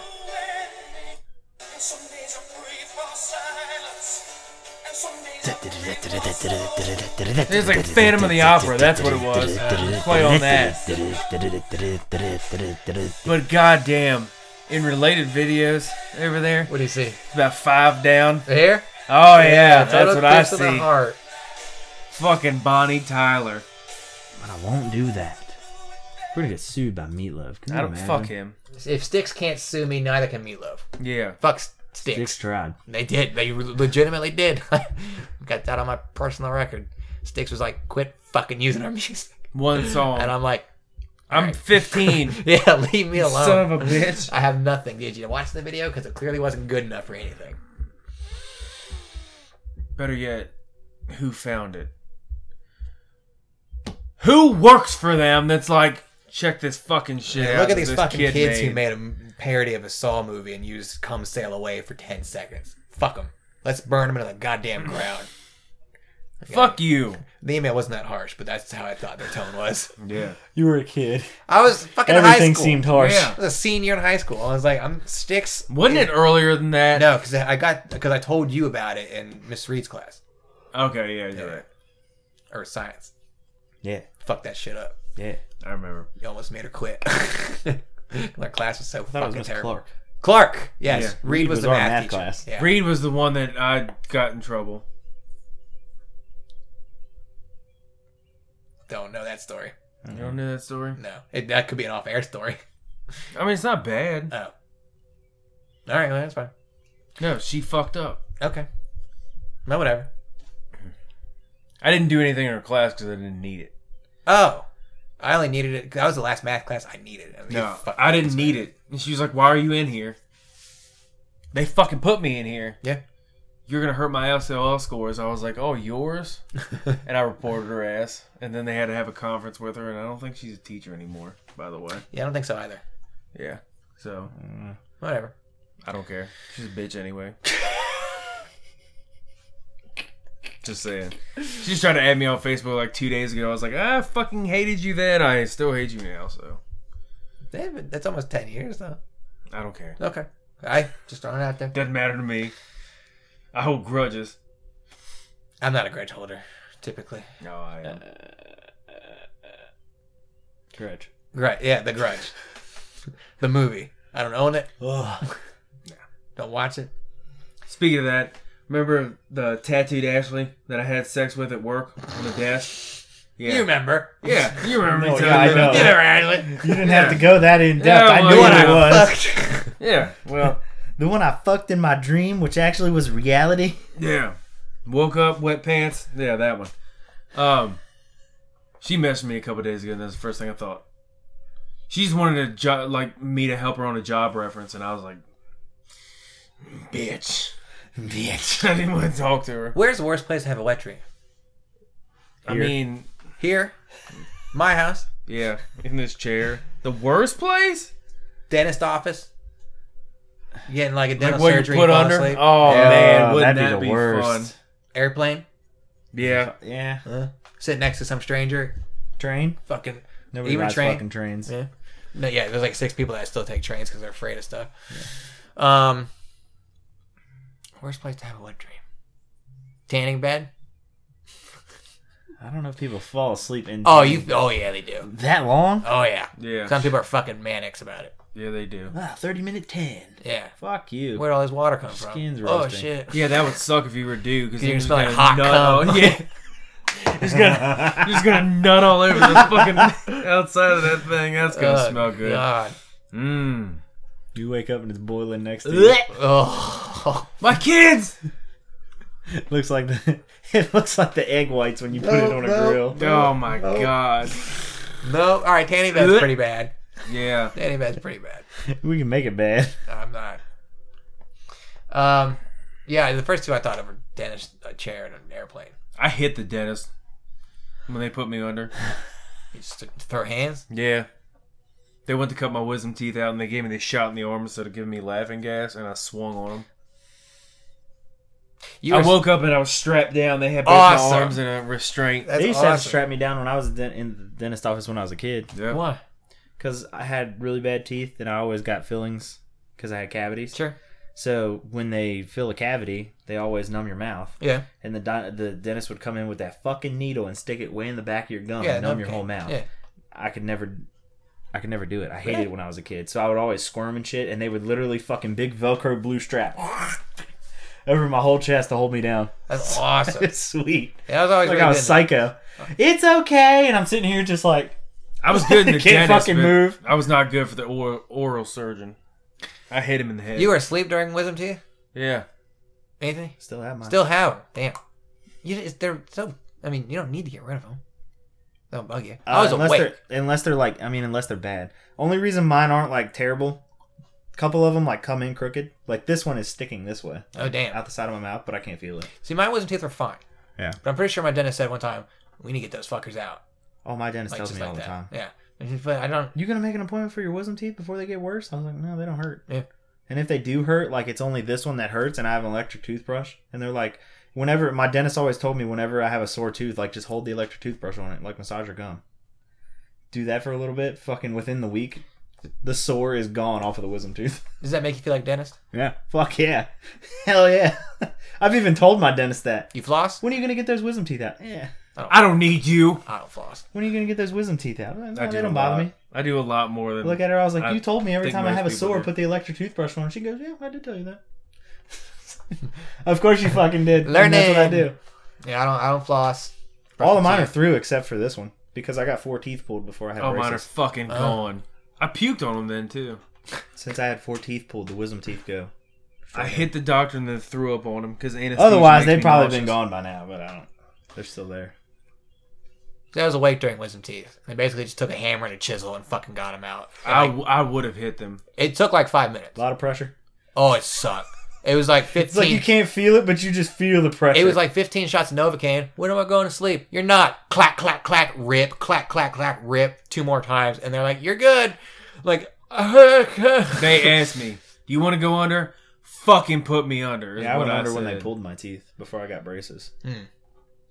[SPEAKER 3] It's like Phantom of the Opera. That's what it was. Play on that. But goddamn, in related videos over there,
[SPEAKER 1] What do you see?
[SPEAKER 3] it's about five down.
[SPEAKER 1] Right here?
[SPEAKER 3] Oh yeah, that's
[SPEAKER 1] Total
[SPEAKER 3] what I
[SPEAKER 1] Kiss to the
[SPEAKER 3] see.
[SPEAKER 1] heart.
[SPEAKER 3] Fucking Bonnie Tyler.
[SPEAKER 5] But I won't do that. We're gonna get sued by Meatloaf. Can you
[SPEAKER 3] I don't
[SPEAKER 5] imagine?
[SPEAKER 3] fuck him.
[SPEAKER 1] If Sticks can't sue me, neither can Meatloaf.
[SPEAKER 3] Yeah.
[SPEAKER 1] Fuck S- Sticks.
[SPEAKER 5] Dick's tried.
[SPEAKER 1] They did. They re- legitimately did. <laughs> Got that on my personal record. Sticks was like, quit fucking using our music.
[SPEAKER 3] One song.
[SPEAKER 1] And I'm like,
[SPEAKER 3] I'm 15.
[SPEAKER 1] <laughs> yeah, leave me alone.
[SPEAKER 3] Son of a bitch.
[SPEAKER 1] I have nothing. Did you watch the video? Because it clearly wasn't good enough for anything.
[SPEAKER 3] Better yet, who found it? Who works for them that's like, check this fucking shit out.
[SPEAKER 1] Look
[SPEAKER 3] that
[SPEAKER 1] at these
[SPEAKER 3] this
[SPEAKER 1] fucking
[SPEAKER 3] kid
[SPEAKER 1] kids who made a m- parody of a Saw movie and used "Come Sail Away" for ten seconds. Fuck them. Let's burn them into the goddamn ground.
[SPEAKER 3] Fuck you.
[SPEAKER 1] The email wasn't that harsh, but that's how I thought their tone was.
[SPEAKER 3] Yeah.
[SPEAKER 5] You were a kid.
[SPEAKER 1] I was fucking in high
[SPEAKER 5] Everything
[SPEAKER 1] school.
[SPEAKER 5] seemed harsh.
[SPEAKER 3] Yeah.
[SPEAKER 1] I was a senior in high school. I was like, I'm sticks.
[SPEAKER 3] Wasn't it earlier than that?
[SPEAKER 1] No, because I got because I told you about it in Miss Reed's class
[SPEAKER 3] Okay, yeah, you're right.
[SPEAKER 1] or science.
[SPEAKER 5] Yeah.
[SPEAKER 1] Fuck that shit up.
[SPEAKER 5] Yeah.
[SPEAKER 3] I remember.
[SPEAKER 1] You almost made her
[SPEAKER 5] <laughs>
[SPEAKER 1] quit. Our class was so
[SPEAKER 5] That was
[SPEAKER 1] fucking
[SPEAKER 5] Miss
[SPEAKER 1] terrible.
[SPEAKER 5] Clark.
[SPEAKER 1] Clark. Yes.
[SPEAKER 3] Yeah.
[SPEAKER 1] Reed, was, the
[SPEAKER 5] our
[SPEAKER 1] math,
[SPEAKER 5] math
[SPEAKER 1] teacher.
[SPEAKER 5] class.
[SPEAKER 1] Yeah.
[SPEAKER 3] Reed was the one that I got in trouble.
[SPEAKER 1] Don't know that story.
[SPEAKER 3] You don't know that story?
[SPEAKER 1] No, it, that could be an off-air story. <laughs>
[SPEAKER 3] I mean, it's not bad.
[SPEAKER 1] Oh. All right, well, that's fine.
[SPEAKER 3] No, she fucked up.
[SPEAKER 1] Okay. No, whatever.
[SPEAKER 3] I didn't do anything in her class because I didn't need it.
[SPEAKER 1] Oh, I only needed it. That was the last math class I needed. I mean, you fucking
[SPEAKER 3] I didn't
[SPEAKER 1] kids,
[SPEAKER 3] need
[SPEAKER 1] man.
[SPEAKER 3] it. And she was like, "Why are you in here? They fucking put me in here.
[SPEAKER 1] Yeah.
[SPEAKER 3] You're gonna hurt my SLL scores." I was like, "Oh, yours?" and I reported her ass. And then they had to have a conference with her. And I don't think she's a teacher anymore, by the way.
[SPEAKER 1] Yeah, I don't think so either.
[SPEAKER 3] Yeah. So
[SPEAKER 1] Whatever.
[SPEAKER 3] I don't care. She's a bitch
[SPEAKER 5] <laughs>
[SPEAKER 3] anyway. Just saying. She just tried to add me on Facebook like two days ago. I was like, I fucking hated you then. I still hate you now. So
[SPEAKER 1] Yeah, but That's almost ten years though.
[SPEAKER 3] I don't care.
[SPEAKER 1] Okay. I just throwing it out there.
[SPEAKER 3] Doesn't matter to me. I hold grudges.
[SPEAKER 1] I'm not a grudge holder, typically.
[SPEAKER 3] No, I am.
[SPEAKER 5] Uh, Correct.
[SPEAKER 1] Grudge. Yeah, the grudge. the movie. I don't own it.
[SPEAKER 5] <laughs> Ugh.
[SPEAKER 1] Don't watch it.
[SPEAKER 3] Speaking of that, remember the tattooed Ashley that I had sex with at work on the desk? Yeah.
[SPEAKER 1] You remember?
[SPEAKER 3] yeah, you remember
[SPEAKER 5] No,
[SPEAKER 3] me telling
[SPEAKER 5] yeah, I
[SPEAKER 3] you about
[SPEAKER 5] know.
[SPEAKER 1] Get
[SPEAKER 3] that. <laughs>
[SPEAKER 1] her, Ashley.
[SPEAKER 5] You didn't have to go that in depth.
[SPEAKER 3] Yeah,
[SPEAKER 5] I
[SPEAKER 3] well,
[SPEAKER 5] knew
[SPEAKER 3] you
[SPEAKER 5] what
[SPEAKER 3] know,
[SPEAKER 5] it
[SPEAKER 1] I
[SPEAKER 5] was.
[SPEAKER 1] fucked. <laughs>
[SPEAKER 3] Yeah, well,
[SPEAKER 5] The one I fucked in my dream, which actually was reality.
[SPEAKER 3] yeah. Woke up, wet pants. Yeah, that one. Um, she messaged me a couple days ago, and that's the first thing I thought. She's wanted to jo- like me to help her on a job reference, and I was like, "Bitch."
[SPEAKER 5] Bitch.
[SPEAKER 3] <laughs> I didn't want to talk to her.
[SPEAKER 1] Where's the worst place to have a wet dream?
[SPEAKER 3] I
[SPEAKER 5] Here.
[SPEAKER 3] mean,
[SPEAKER 1] Here. My house.
[SPEAKER 3] yeah, in this chair. The worst place?
[SPEAKER 1] Dentist office. Getting like a dental
[SPEAKER 3] Like what you
[SPEAKER 1] surgery.
[SPEAKER 3] put
[SPEAKER 1] fall
[SPEAKER 3] under?
[SPEAKER 1] asleep.
[SPEAKER 3] Oh man, wouldn't
[SPEAKER 5] that'd
[SPEAKER 3] that be, fun?
[SPEAKER 1] Airplane.
[SPEAKER 3] Yeah,
[SPEAKER 5] <laughs> Yeah.
[SPEAKER 1] Huh? Sit next to some stranger.
[SPEAKER 5] Train.
[SPEAKER 1] Fucking.
[SPEAKER 5] Nobody
[SPEAKER 1] Even
[SPEAKER 5] rides
[SPEAKER 1] train.
[SPEAKER 5] fucking trains.
[SPEAKER 1] Yeah. No, yeah, there's like six people that still take trains because they're afraid of stuff. Um, worst place to have a wet dream? Tanning bed?
[SPEAKER 5] I don't know if people fall asleep in.
[SPEAKER 1] Oh, you? Oh yeah, they do.
[SPEAKER 5] that long?
[SPEAKER 1] Oh yeah.
[SPEAKER 3] yeah,
[SPEAKER 1] Some people are fucking manics about it.
[SPEAKER 3] yeah. They do.
[SPEAKER 5] Ah, thirty minute tan.
[SPEAKER 1] Yeah.
[SPEAKER 5] Fuck you.
[SPEAKER 1] Where'd all this water come from?
[SPEAKER 5] Skin's
[SPEAKER 1] oh
[SPEAKER 5] roasting.
[SPEAKER 1] shit.
[SPEAKER 3] Yeah, that would suck if you were due because
[SPEAKER 1] You
[SPEAKER 3] you're just
[SPEAKER 1] can smell
[SPEAKER 3] gonna
[SPEAKER 1] like hot
[SPEAKER 3] nut
[SPEAKER 1] cum.
[SPEAKER 3] all- <laughs> Yeah, just gonna just gonna nut all over the fucking <laughs> Uh, outside of that thing. That's gonna
[SPEAKER 1] Ugh,
[SPEAKER 3] smell good.
[SPEAKER 1] Oh, God.
[SPEAKER 3] Mmm.
[SPEAKER 5] You wake up and it's boiling next to you.
[SPEAKER 1] Oh.
[SPEAKER 3] My kids.
[SPEAKER 5] looks like the <laughs> it looks like the egg whites when you put it
[SPEAKER 1] No,
[SPEAKER 5] on a
[SPEAKER 1] no.
[SPEAKER 5] grill.
[SPEAKER 3] Oh my
[SPEAKER 1] Oh.
[SPEAKER 3] god.
[SPEAKER 1] <laughs> No. All right, tanning bed's
[SPEAKER 3] Ugh.
[SPEAKER 1] pretty bad.
[SPEAKER 3] Yeah.
[SPEAKER 1] Tanning bed's pretty bad.
[SPEAKER 5] We can make it bad.
[SPEAKER 1] I'm not. Um, yeah, the first two I thought of were dentist, a chair, and an airplane.
[SPEAKER 3] I hit the dentist when they put me under.
[SPEAKER 1] You just throw hands.
[SPEAKER 3] Yeah. They went to cut my wisdom teeth out and they gave me this shot in the arm instead of giving me laughing gas and I swung on them.
[SPEAKER 1] You
[SPEAKER 3] I
[SPEAKER 1] were-
[SPEAKER 3] woke up and I was strapped down. They had both
[SPEAKER 1] Awesome.
[SPEAKER 3] my arms in a restraint.
[SPEAKER 1] That's
[SPEAKER 5] they used to have to
[SPEAKER 1] awesome.
[SPEAKER 5] strap me down when I was den- in the dentist office when I was a kid
[SPEAKER 3] Yeah.
[SPEAKER 1] Why?
[SPEAKER 5] because I had really bad teeth and I always got fillings because I had cavities.
[SPEAKER 1] Sure.
[SPEAKER 5] So when they fill a cavity, they always numb your mouth,
[SPEAKER 1] Yeah.
[SPEAKER 5] and the di- the dentist would come in with that fucking needle and stick it way in the back of your gum
[SPEAKER 1] yeah.
[SPEAKER 5] and numb
[SPEAKER 1] no,
[SPEAKER 5] your
[SPEAKER 1] okay.
[SPEAKER 5] whole mouth.
[SPEAKER 1] Yeah.
[SPEAKER 5] I could never. I could never do it. I hated
[SPEAKER 1] Really?
[SPEAKER 5] it when I was a kid. So I would always squirm and shit, and they would literally fucking big Velcro blue strap <laughs> over my whole chest to hold me down. <laughs>
[SPEAKER 1] That's <laughs> awesome.
[SPEAKER 5] It's sweet.
[SPEAKER 1] Yeah, I was always
[SPEAKER 5] Like
[SPEAKER 1] really
[SPEAKER 5] I
[SPEAKER 1] good
[SPEAKER 5] was
[SPEAKER 1] at-
[SPEAKER 5] psycho. It's okay. And I'm sitting here just like,
[SPEAKER 3] I was <laughs> good in the
[SPEAKER 5] Can't
[SPEAKER 3] dentist,
[SPEAKER 5] fucking
[SPEAKER 3] but
[SPEAKER 5] move.
[SPEAKER 3] I was not good for the oral, oral surgeon. I hit him in the head.
[SPEAKER 1] You were asleep during wisdom teeth?
[SPEAKER 3] yeah.
[SPEAKER 1] Anything?
[SPEAKER 5] still have mine.
[SPEAKER 1] Still have 'em. Damn. You just, they're so. I mean, you don't need to get rid of them. They'll bug you. I
[SPEAKER 5] Uh,
[SPEAKER 1] was
[SPEAKER 5] unless
[SPEAKER 1] awake.
[SPEAKER 5] They're, unless they're like, I mean, unless they're bad. Only reason mine aren't like terrible. Couple of them like come in crooked. Like this one is sticking this way
[SPEAKER 1] Oh damn.
[SPEAKER 5] out the side of my mouth, but I can't feel it.
[SPEAKER 1] See, my wisdom teeth are fine.
[SPEAKER 5] Yeah.
[SPEAKER 1] But I'm pretty sure my dentist said one time, "We need to get those fuckers out."
[SPEAKER 5] Oh, my dentist
[SPEAKER 1] Like
[SPEAKER 5] tells
[SPEAKER 1] just
[SPEAKER 5] me
[SPEAKER 1] like
[SPEAKER 5] all the
[SPEAKER 1] that.
[SPEAKER 5] time.
[SPEAKER 1] Yeah. And he's like, I don't.
[SPEAKER 5] You gonna make an appointment for your wisdom teeth before they get worse? I was like, no, they don't hurt.
[SPEAKER 1] Yeah.
[SPEAKER 5] And if they do hurt, like it's only this one that hurts, and I have an electric toothbrush, and they're like, whenever my dentist always told me whenever I have a sore tooth, like just hold the electric toothbrush on it, like massage your gum. Do that for a little bit. Fucking within the week, the sore is gone off of the wisdom tooth. <laughs>
[SPEAKER 1] Does that make you feel like dentist?
[SPEAKER 5] Yeah. Fuck yeah. <laughs> Hell yeah. <laughs> I've even told my dentist that.
[SPEAKER 1] You floss?
[SPEAKER 5] When are you gonna get those wisdom teeth out? Yeah.
[SPEAKER 3] I don't need you.
[SPEAKER 1] I don't floss.
[SPEAKER 5] When are you gonna get those wisdom teeth out? No,
[SPEAKER 3] I
[SPEAKER 5] they don't bother me.
[SPEAKER 3] I do a lot more than
[SPEAKER 5] Look at her. I was like,
[SPEAKER 3] I
[SPEAKER 5] you told me every
[SPEAKER 3] think
[SPEAKER 5] time I
[SPEAKER 3] most
[SPEAKER 5] have a
[SPEAKER 3] people
[SPEAKER 5] sore,
[SPEAKER 3] do.
[SPEAKER 5] put the electric toothbrush on. She goes, yeah, I did tell you that. <laughs> of course you fucking did. And That's what I do.
[SPEAKER 1] Learning. Yeah, I don't. I don't floss.
[SPEAKER 5] All of mine are through except for this one because I got four teeth pulled before I had
[SPEAKER 3] Oh, mine are
[SPEAKER 5] braces.
[SPEAKER 3] fucking gone. I puked on them then too.
[SPEAKER 5] Since I had four teeth pulled, the wisdom teeth go.
[SPEAKER 3] I hit the doctor and then threw up on him because anesthesia.
[SPEAKER 5] Otherwise,
[SPEAKER 3] makes
[SPEAKER 5] they'd
[SPEAKER 3] me
[SPEAKER 5] probably
[SPEAKER 3] nauseous.
[SPEAKER 5] been gone by now, but I don't. They're still there.
[SPEAKER 1] I was awake during wisdom teeth. They basically just took a hammer and a chisel and fucking got him out. And,
[SPEAKER 3] I,
[SPEAKER 1] like,
[SPEAKER 3] w- I would have hit them.
[SPEAKER 1] it took like five minutes.
[SPEAKER 5] A lot of pressure.
[SPEAKER 1] Oh, it sucked. It was like
[SPEAKER 5] <laughs> It's like
[SPEAKER 1] fifteen.
[SPEAKER 5] you can't feel it, but you just feel the pressure.
[SPEAKER 1] it was like fifteen shots of Novocaine. When am I going to sleep? You're not. Clack clack clack. Rip. Clack clack clack. Rip. Two more times, and they're like, "You're good." Like. <laughs>
[SPEAKER 3] They <laughs> asked me, "Do you want to go under?" Fucking put me under. Is
[SPEAKER 5] yeah, I
[SPEAKER 3] what
[SPEAKER 5] went
[SPEAKER 3] I
[SPEAKER 5] under when they
[SPEAKER 3] said.
[SPEAKER 5] pulled my teeth before I got braces.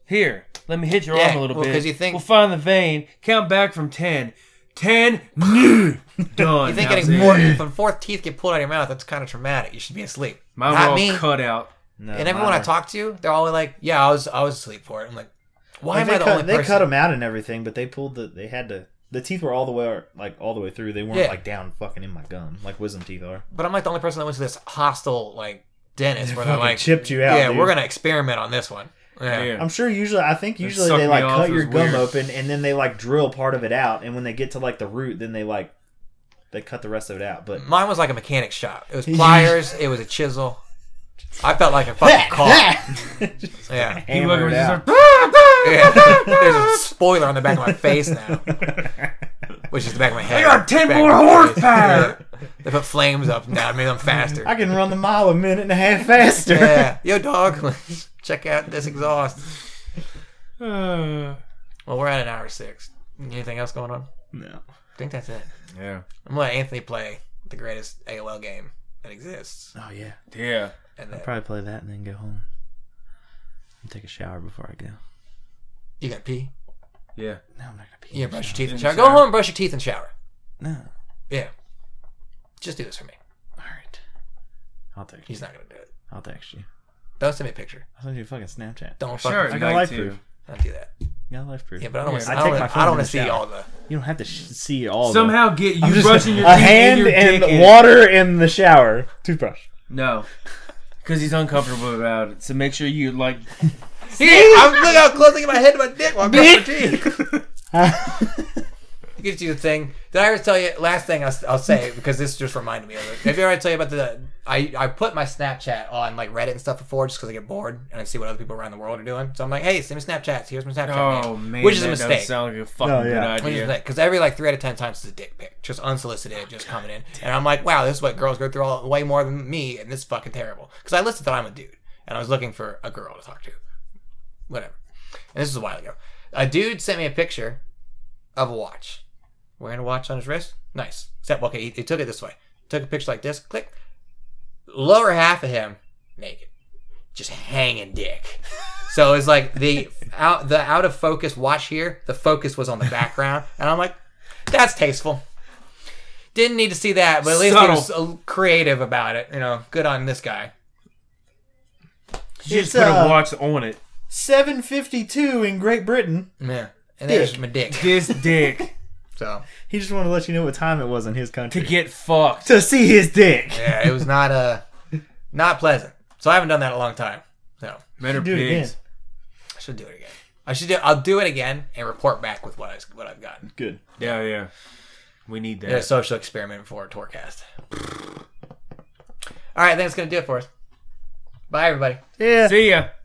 [SPEAKER 3] Here, let me hit your
[SPEAKER 1] Yeah,
[SPEAKER 3] arm a little
[SPEAKER 1] well,
[SPEAKER 3] bit.
[SPEAKER 1] 'cause you think-
[SPEAKER 3] we'll find the vein. Count back from ten. Ten. done.
[SPEAKER 1] <laughs> You think
[SPEAKER 3] That was
[SPEAKER 1] getting
[SPEAKER 3] it.
[SPEAKER 1] more when fourth teeth get pulled out of your mouth, that's kind of traumatic. You should be asleep.
[SPEAKER 3] Mine were
[SPEAKER 1] Not
[SPEAKER 3] all
[SPEAKER 1] me.
[SPEAKER 3] cut out.
[SPEAKER 5] No,
[SPEAKER 1] and everyone
[SPEAKER 5] mine
[SPEAKER 1] I
[SPEAKER 5] were-
[SPEAKER 1] talk to, they're all like, "Yeah, I was, I was asleep for it." I'm like, "Why
[SPEAKER 5] Like,
[SPEAKER 1] am I
[SPEAKER 5] they
[SPEAKER 1] the
[SPEAKER 5] cut,
[SPEAKER 1] only
[SPEAKER 5] They
[SPEAKER 1] person?"
[SPEAKER 5] cut them out and everything, but they pulled the. They had to. The teeth were all the way, like all the way through. They weren't
[SPEAKER 1] Yeah.
[SPEAKER 5] like down, fucking in my gum, like wisdom teeth are.
[SPEAKER 1] But I'm like the only person that went to this hostile like dentist where they're
[SPEAKER 5] fucking
[SPEAKER 1] like,
[SPEAKER 5] chipped you out.
[SPEAKER 1] "Yeah,
[SPEAKER 5] dude.
[SPEAKER 1] we're gonna experiment on this one." Yeah.
[SPEAKER 3] Yeah.
[SPEAKER 5] I'm sure usually I think usually
[SPEAKER 3] sucked
[SPEAKER 5] they
[SPEAKER 3] me
[SPEAKER 5] like
[SPEAKER 3] off,
[SPEAKER 5] cut
[SPEAKER 3] it
[SPEAKER 5] your
[SPEAKER 3] was
[SPEAKER 5] gum
[SPEAKER 3] weird.
[SPEAKER 5] open and then they like drill part of it out and when they get to like the root then they like they cut the rest of it out. But
[SPEAKER 1] Mine was like a mechanic shop.
[SPEAKER 5] <laughs>
[SPEAKER 1] It was pliers. it was a chisel. I felt like a
[SPEAKER 5] <laughs>
[SPEAKER 1] fucking car. yeah.
[SPEAKER 3] He looked at me, he's like,
[SPEAKER 1] yeah. <laughs> There's a spoiler on the back of my face now, which is the back of my head.
[SPEAKER 3] I got 10
[SPEAKER 1] Back
[SPEAKER 3] more
[SPEAKER 1] of my face.
[SPEAKER 3] horsepower!
[SPEAKER 1] Yeah. <laughs> They put flames up now. Made them faster.
[SPEAKER 5] <laughs> I can run the mile a minute and a half
[SPEAKER 1] <laughs>
[SPEAKER 5] faster.
[SPEAKER 1] yeah. Yo, dog. <laughs> Check out this exhaust.
[SPEAKER 3] Uh,
[SPEAKER 1] Well, we're at an hour six. Anything else going on? I
[SPEAKER 5] No.
[SPEAKER 1] think that's it.
[SPEAKER 3] yeah.
[SPEAKER 1] I'm gonna let Anthony play the greatest AOL game that exists,
[SPEAKER 5] Oh yeah.
[SPEAKER 3] <sighs> Yeah.
[SPEAKER 1] and then
[SPEAKER 5] Probably play that and then go home. And take a shower before I go.
[SPEAKER 1] you gotta pee.
[SPEAKER 3] Yeah.
[SPEAKER 5] No, I'm not gonna pee.
[SPEAKER 1] You gotta brush your teeth and
[SPEAKER 3] In
[SPEAKER 1] shower.
[SPEAKER 3] the
[SPEAKER 1] Go
[SPEAKER 3] shower.
[SPEAKER 1] home, brush your teeth, and shower.
[SPEAKER 5] No.
[SPEAKER 1] Yeah, just do this for me.
[SPEAKER 5] All right. I'll text you.
[SPEAKER 1] He's not gonna do it.
[SPEAKER 5] I'll text you.
[SPEAKER 1] Don't send me a picture.
[SPEAKER 5] I'll send you a fucking Snapchat.
[SPEAKER 1] Don't
[SPEAKER 3] Sure.
[SPEAKER 1] fucking
[SPEAKER 5] I
[SPEAKER 3] I'd
[SPEAKER 5] got
[SPEAKER 3] like
[SPEAKER 5] life
[SPEAKER 3] to.
[SPEAKER 5] proof.
[SPEAKER 1] don't do that.
[SPEAKER 5] I got life proof.
[SPEAKER 1] Yeah, but I don't want.
[SPEAKER 3] Yeah,
[SPEAKER 1] to
[SPEAKER 5] I
[SPEAKER 1] I don't
[SPEAKER 5] take my
[SPEAKER 1] want.
[SPEAKER 5] phone
[SPEAKER 1] I
[SPEAKER 5] in
[SPEAKER 1] don't want
[SPEAKER 5] the
[SPEAKER 1] to see
[SPEAKER 5] shower.
[SPEAKER 1] all the.
[SPEAKER 5] You don't have to sh- see all. the-
[SPEAKER 3] Somehow get you
[SPEAKER 5] I'm just-
[SPEAKER 3] brushing your
[SPEAKER 5] a
[SPEAKER 3] teeth and
[SPEAKER 5] hand
[SPEAKER 3] your
[SPEAKER 5] and
[SPEAKER 3] dick in.
[SPEAKER 5] water in the shower toothbrush. <laughs>
[SPEAKER 3] No. Because he's uncomfortable about it. So make sure you,
[SPEAKER 5] <laughs>
[SPEAKER 3] like, <laughs>
[SPEAKER 1] Yeah, I'm look how close I get my head to my dick while I'm brushing my teeth.
[SPEAKER 5] <laughs>
[SPEAKER 1] It Gives you the thing. Did I ever tell you? Last thing I'll, I'll say because this just reminded me of it. Have you ever tell you about the? I I put my Snapchat on like Reddit and stuff before just because I get bored and I see what other people around the world are doing. So I'm like, hey, send me Snapchats. Here's my Snapchat.
[SPEAKER 3] oh,
[SPEAKER 1] name.
[SPEAKER 3] man.
[SPEAKER 1] which is a
[SPEAKER 3] that doesn't
[SPEAKER 1] mistake.
[SPEAKER 3] sound like a fucking
[SPEAKER 5] Oh, yeah.
[SPEAKER 3] good idea.
[SPEAKER 1] Because every like three out of ten times it's a dick pic, just unsolicited, just coming in, and I'm like, wow, this is what girls go through all way more than me, and this is fucking terrible. Because I listed that I'm a dude, and I was looking for a girl to talk to, whatever. And this is a while ago. A dude sent me a picture of a watch, wearing a watch on his wrist. Nice. Except okay, he, he took it this way. Took a picture like this. Click. Lower half of him naked, just hanging dick. So it's like the out the out of focus watch here. The focus was on the background, and I'm like, that's tasteful. Didn't need to see that, but at least he was uh, creative about it. You know, good on this guy.
[SPEAKER 3] You just
[SPEAKER 5] It's,
[SPEAKER 3] put
[SPEAKER 5] uh,
[SPEAKER 3] a watch on it.
[SPEAKER 5] 752 in Great Britain.
[SPEAKER 1] Yeah, and there's
[SPEAKER 5] Dick.
[SPEAKER 1] my
[SPEAKER 3] <laughs>
[SPEAKER 1] dick.
[SPEAKER 3] This dick
[SPEAKER 1] So
[SPEAKER 5] He just wanted to let you know what time it was in his country.
[SPEAKER 3] to get <laughs> fucked.
[SPEAKER 5] to see his dick.
[SPEAKER 1] yeah, it was not uh not pleasant. So I haven't done that in a long time. So
[SPEAKER 3] Men are
[SPEAKER 5] Do it again.
[SPEAKER 3] pigs.
[SPEAKER 1] I should do it again. I should do. I'll do it again and report back with what I what I've gotten.
[SPEAKER 5] Good.
[SPEAKER 3] Yeah, yeah. We need that.
[SPEAKER 1] Did a social experiment for Torcast. All right, I think that's gonna do it for us. Bye, everybody.
[SPEAKER 5] Yeah.
[SPEAKER 3] See ya.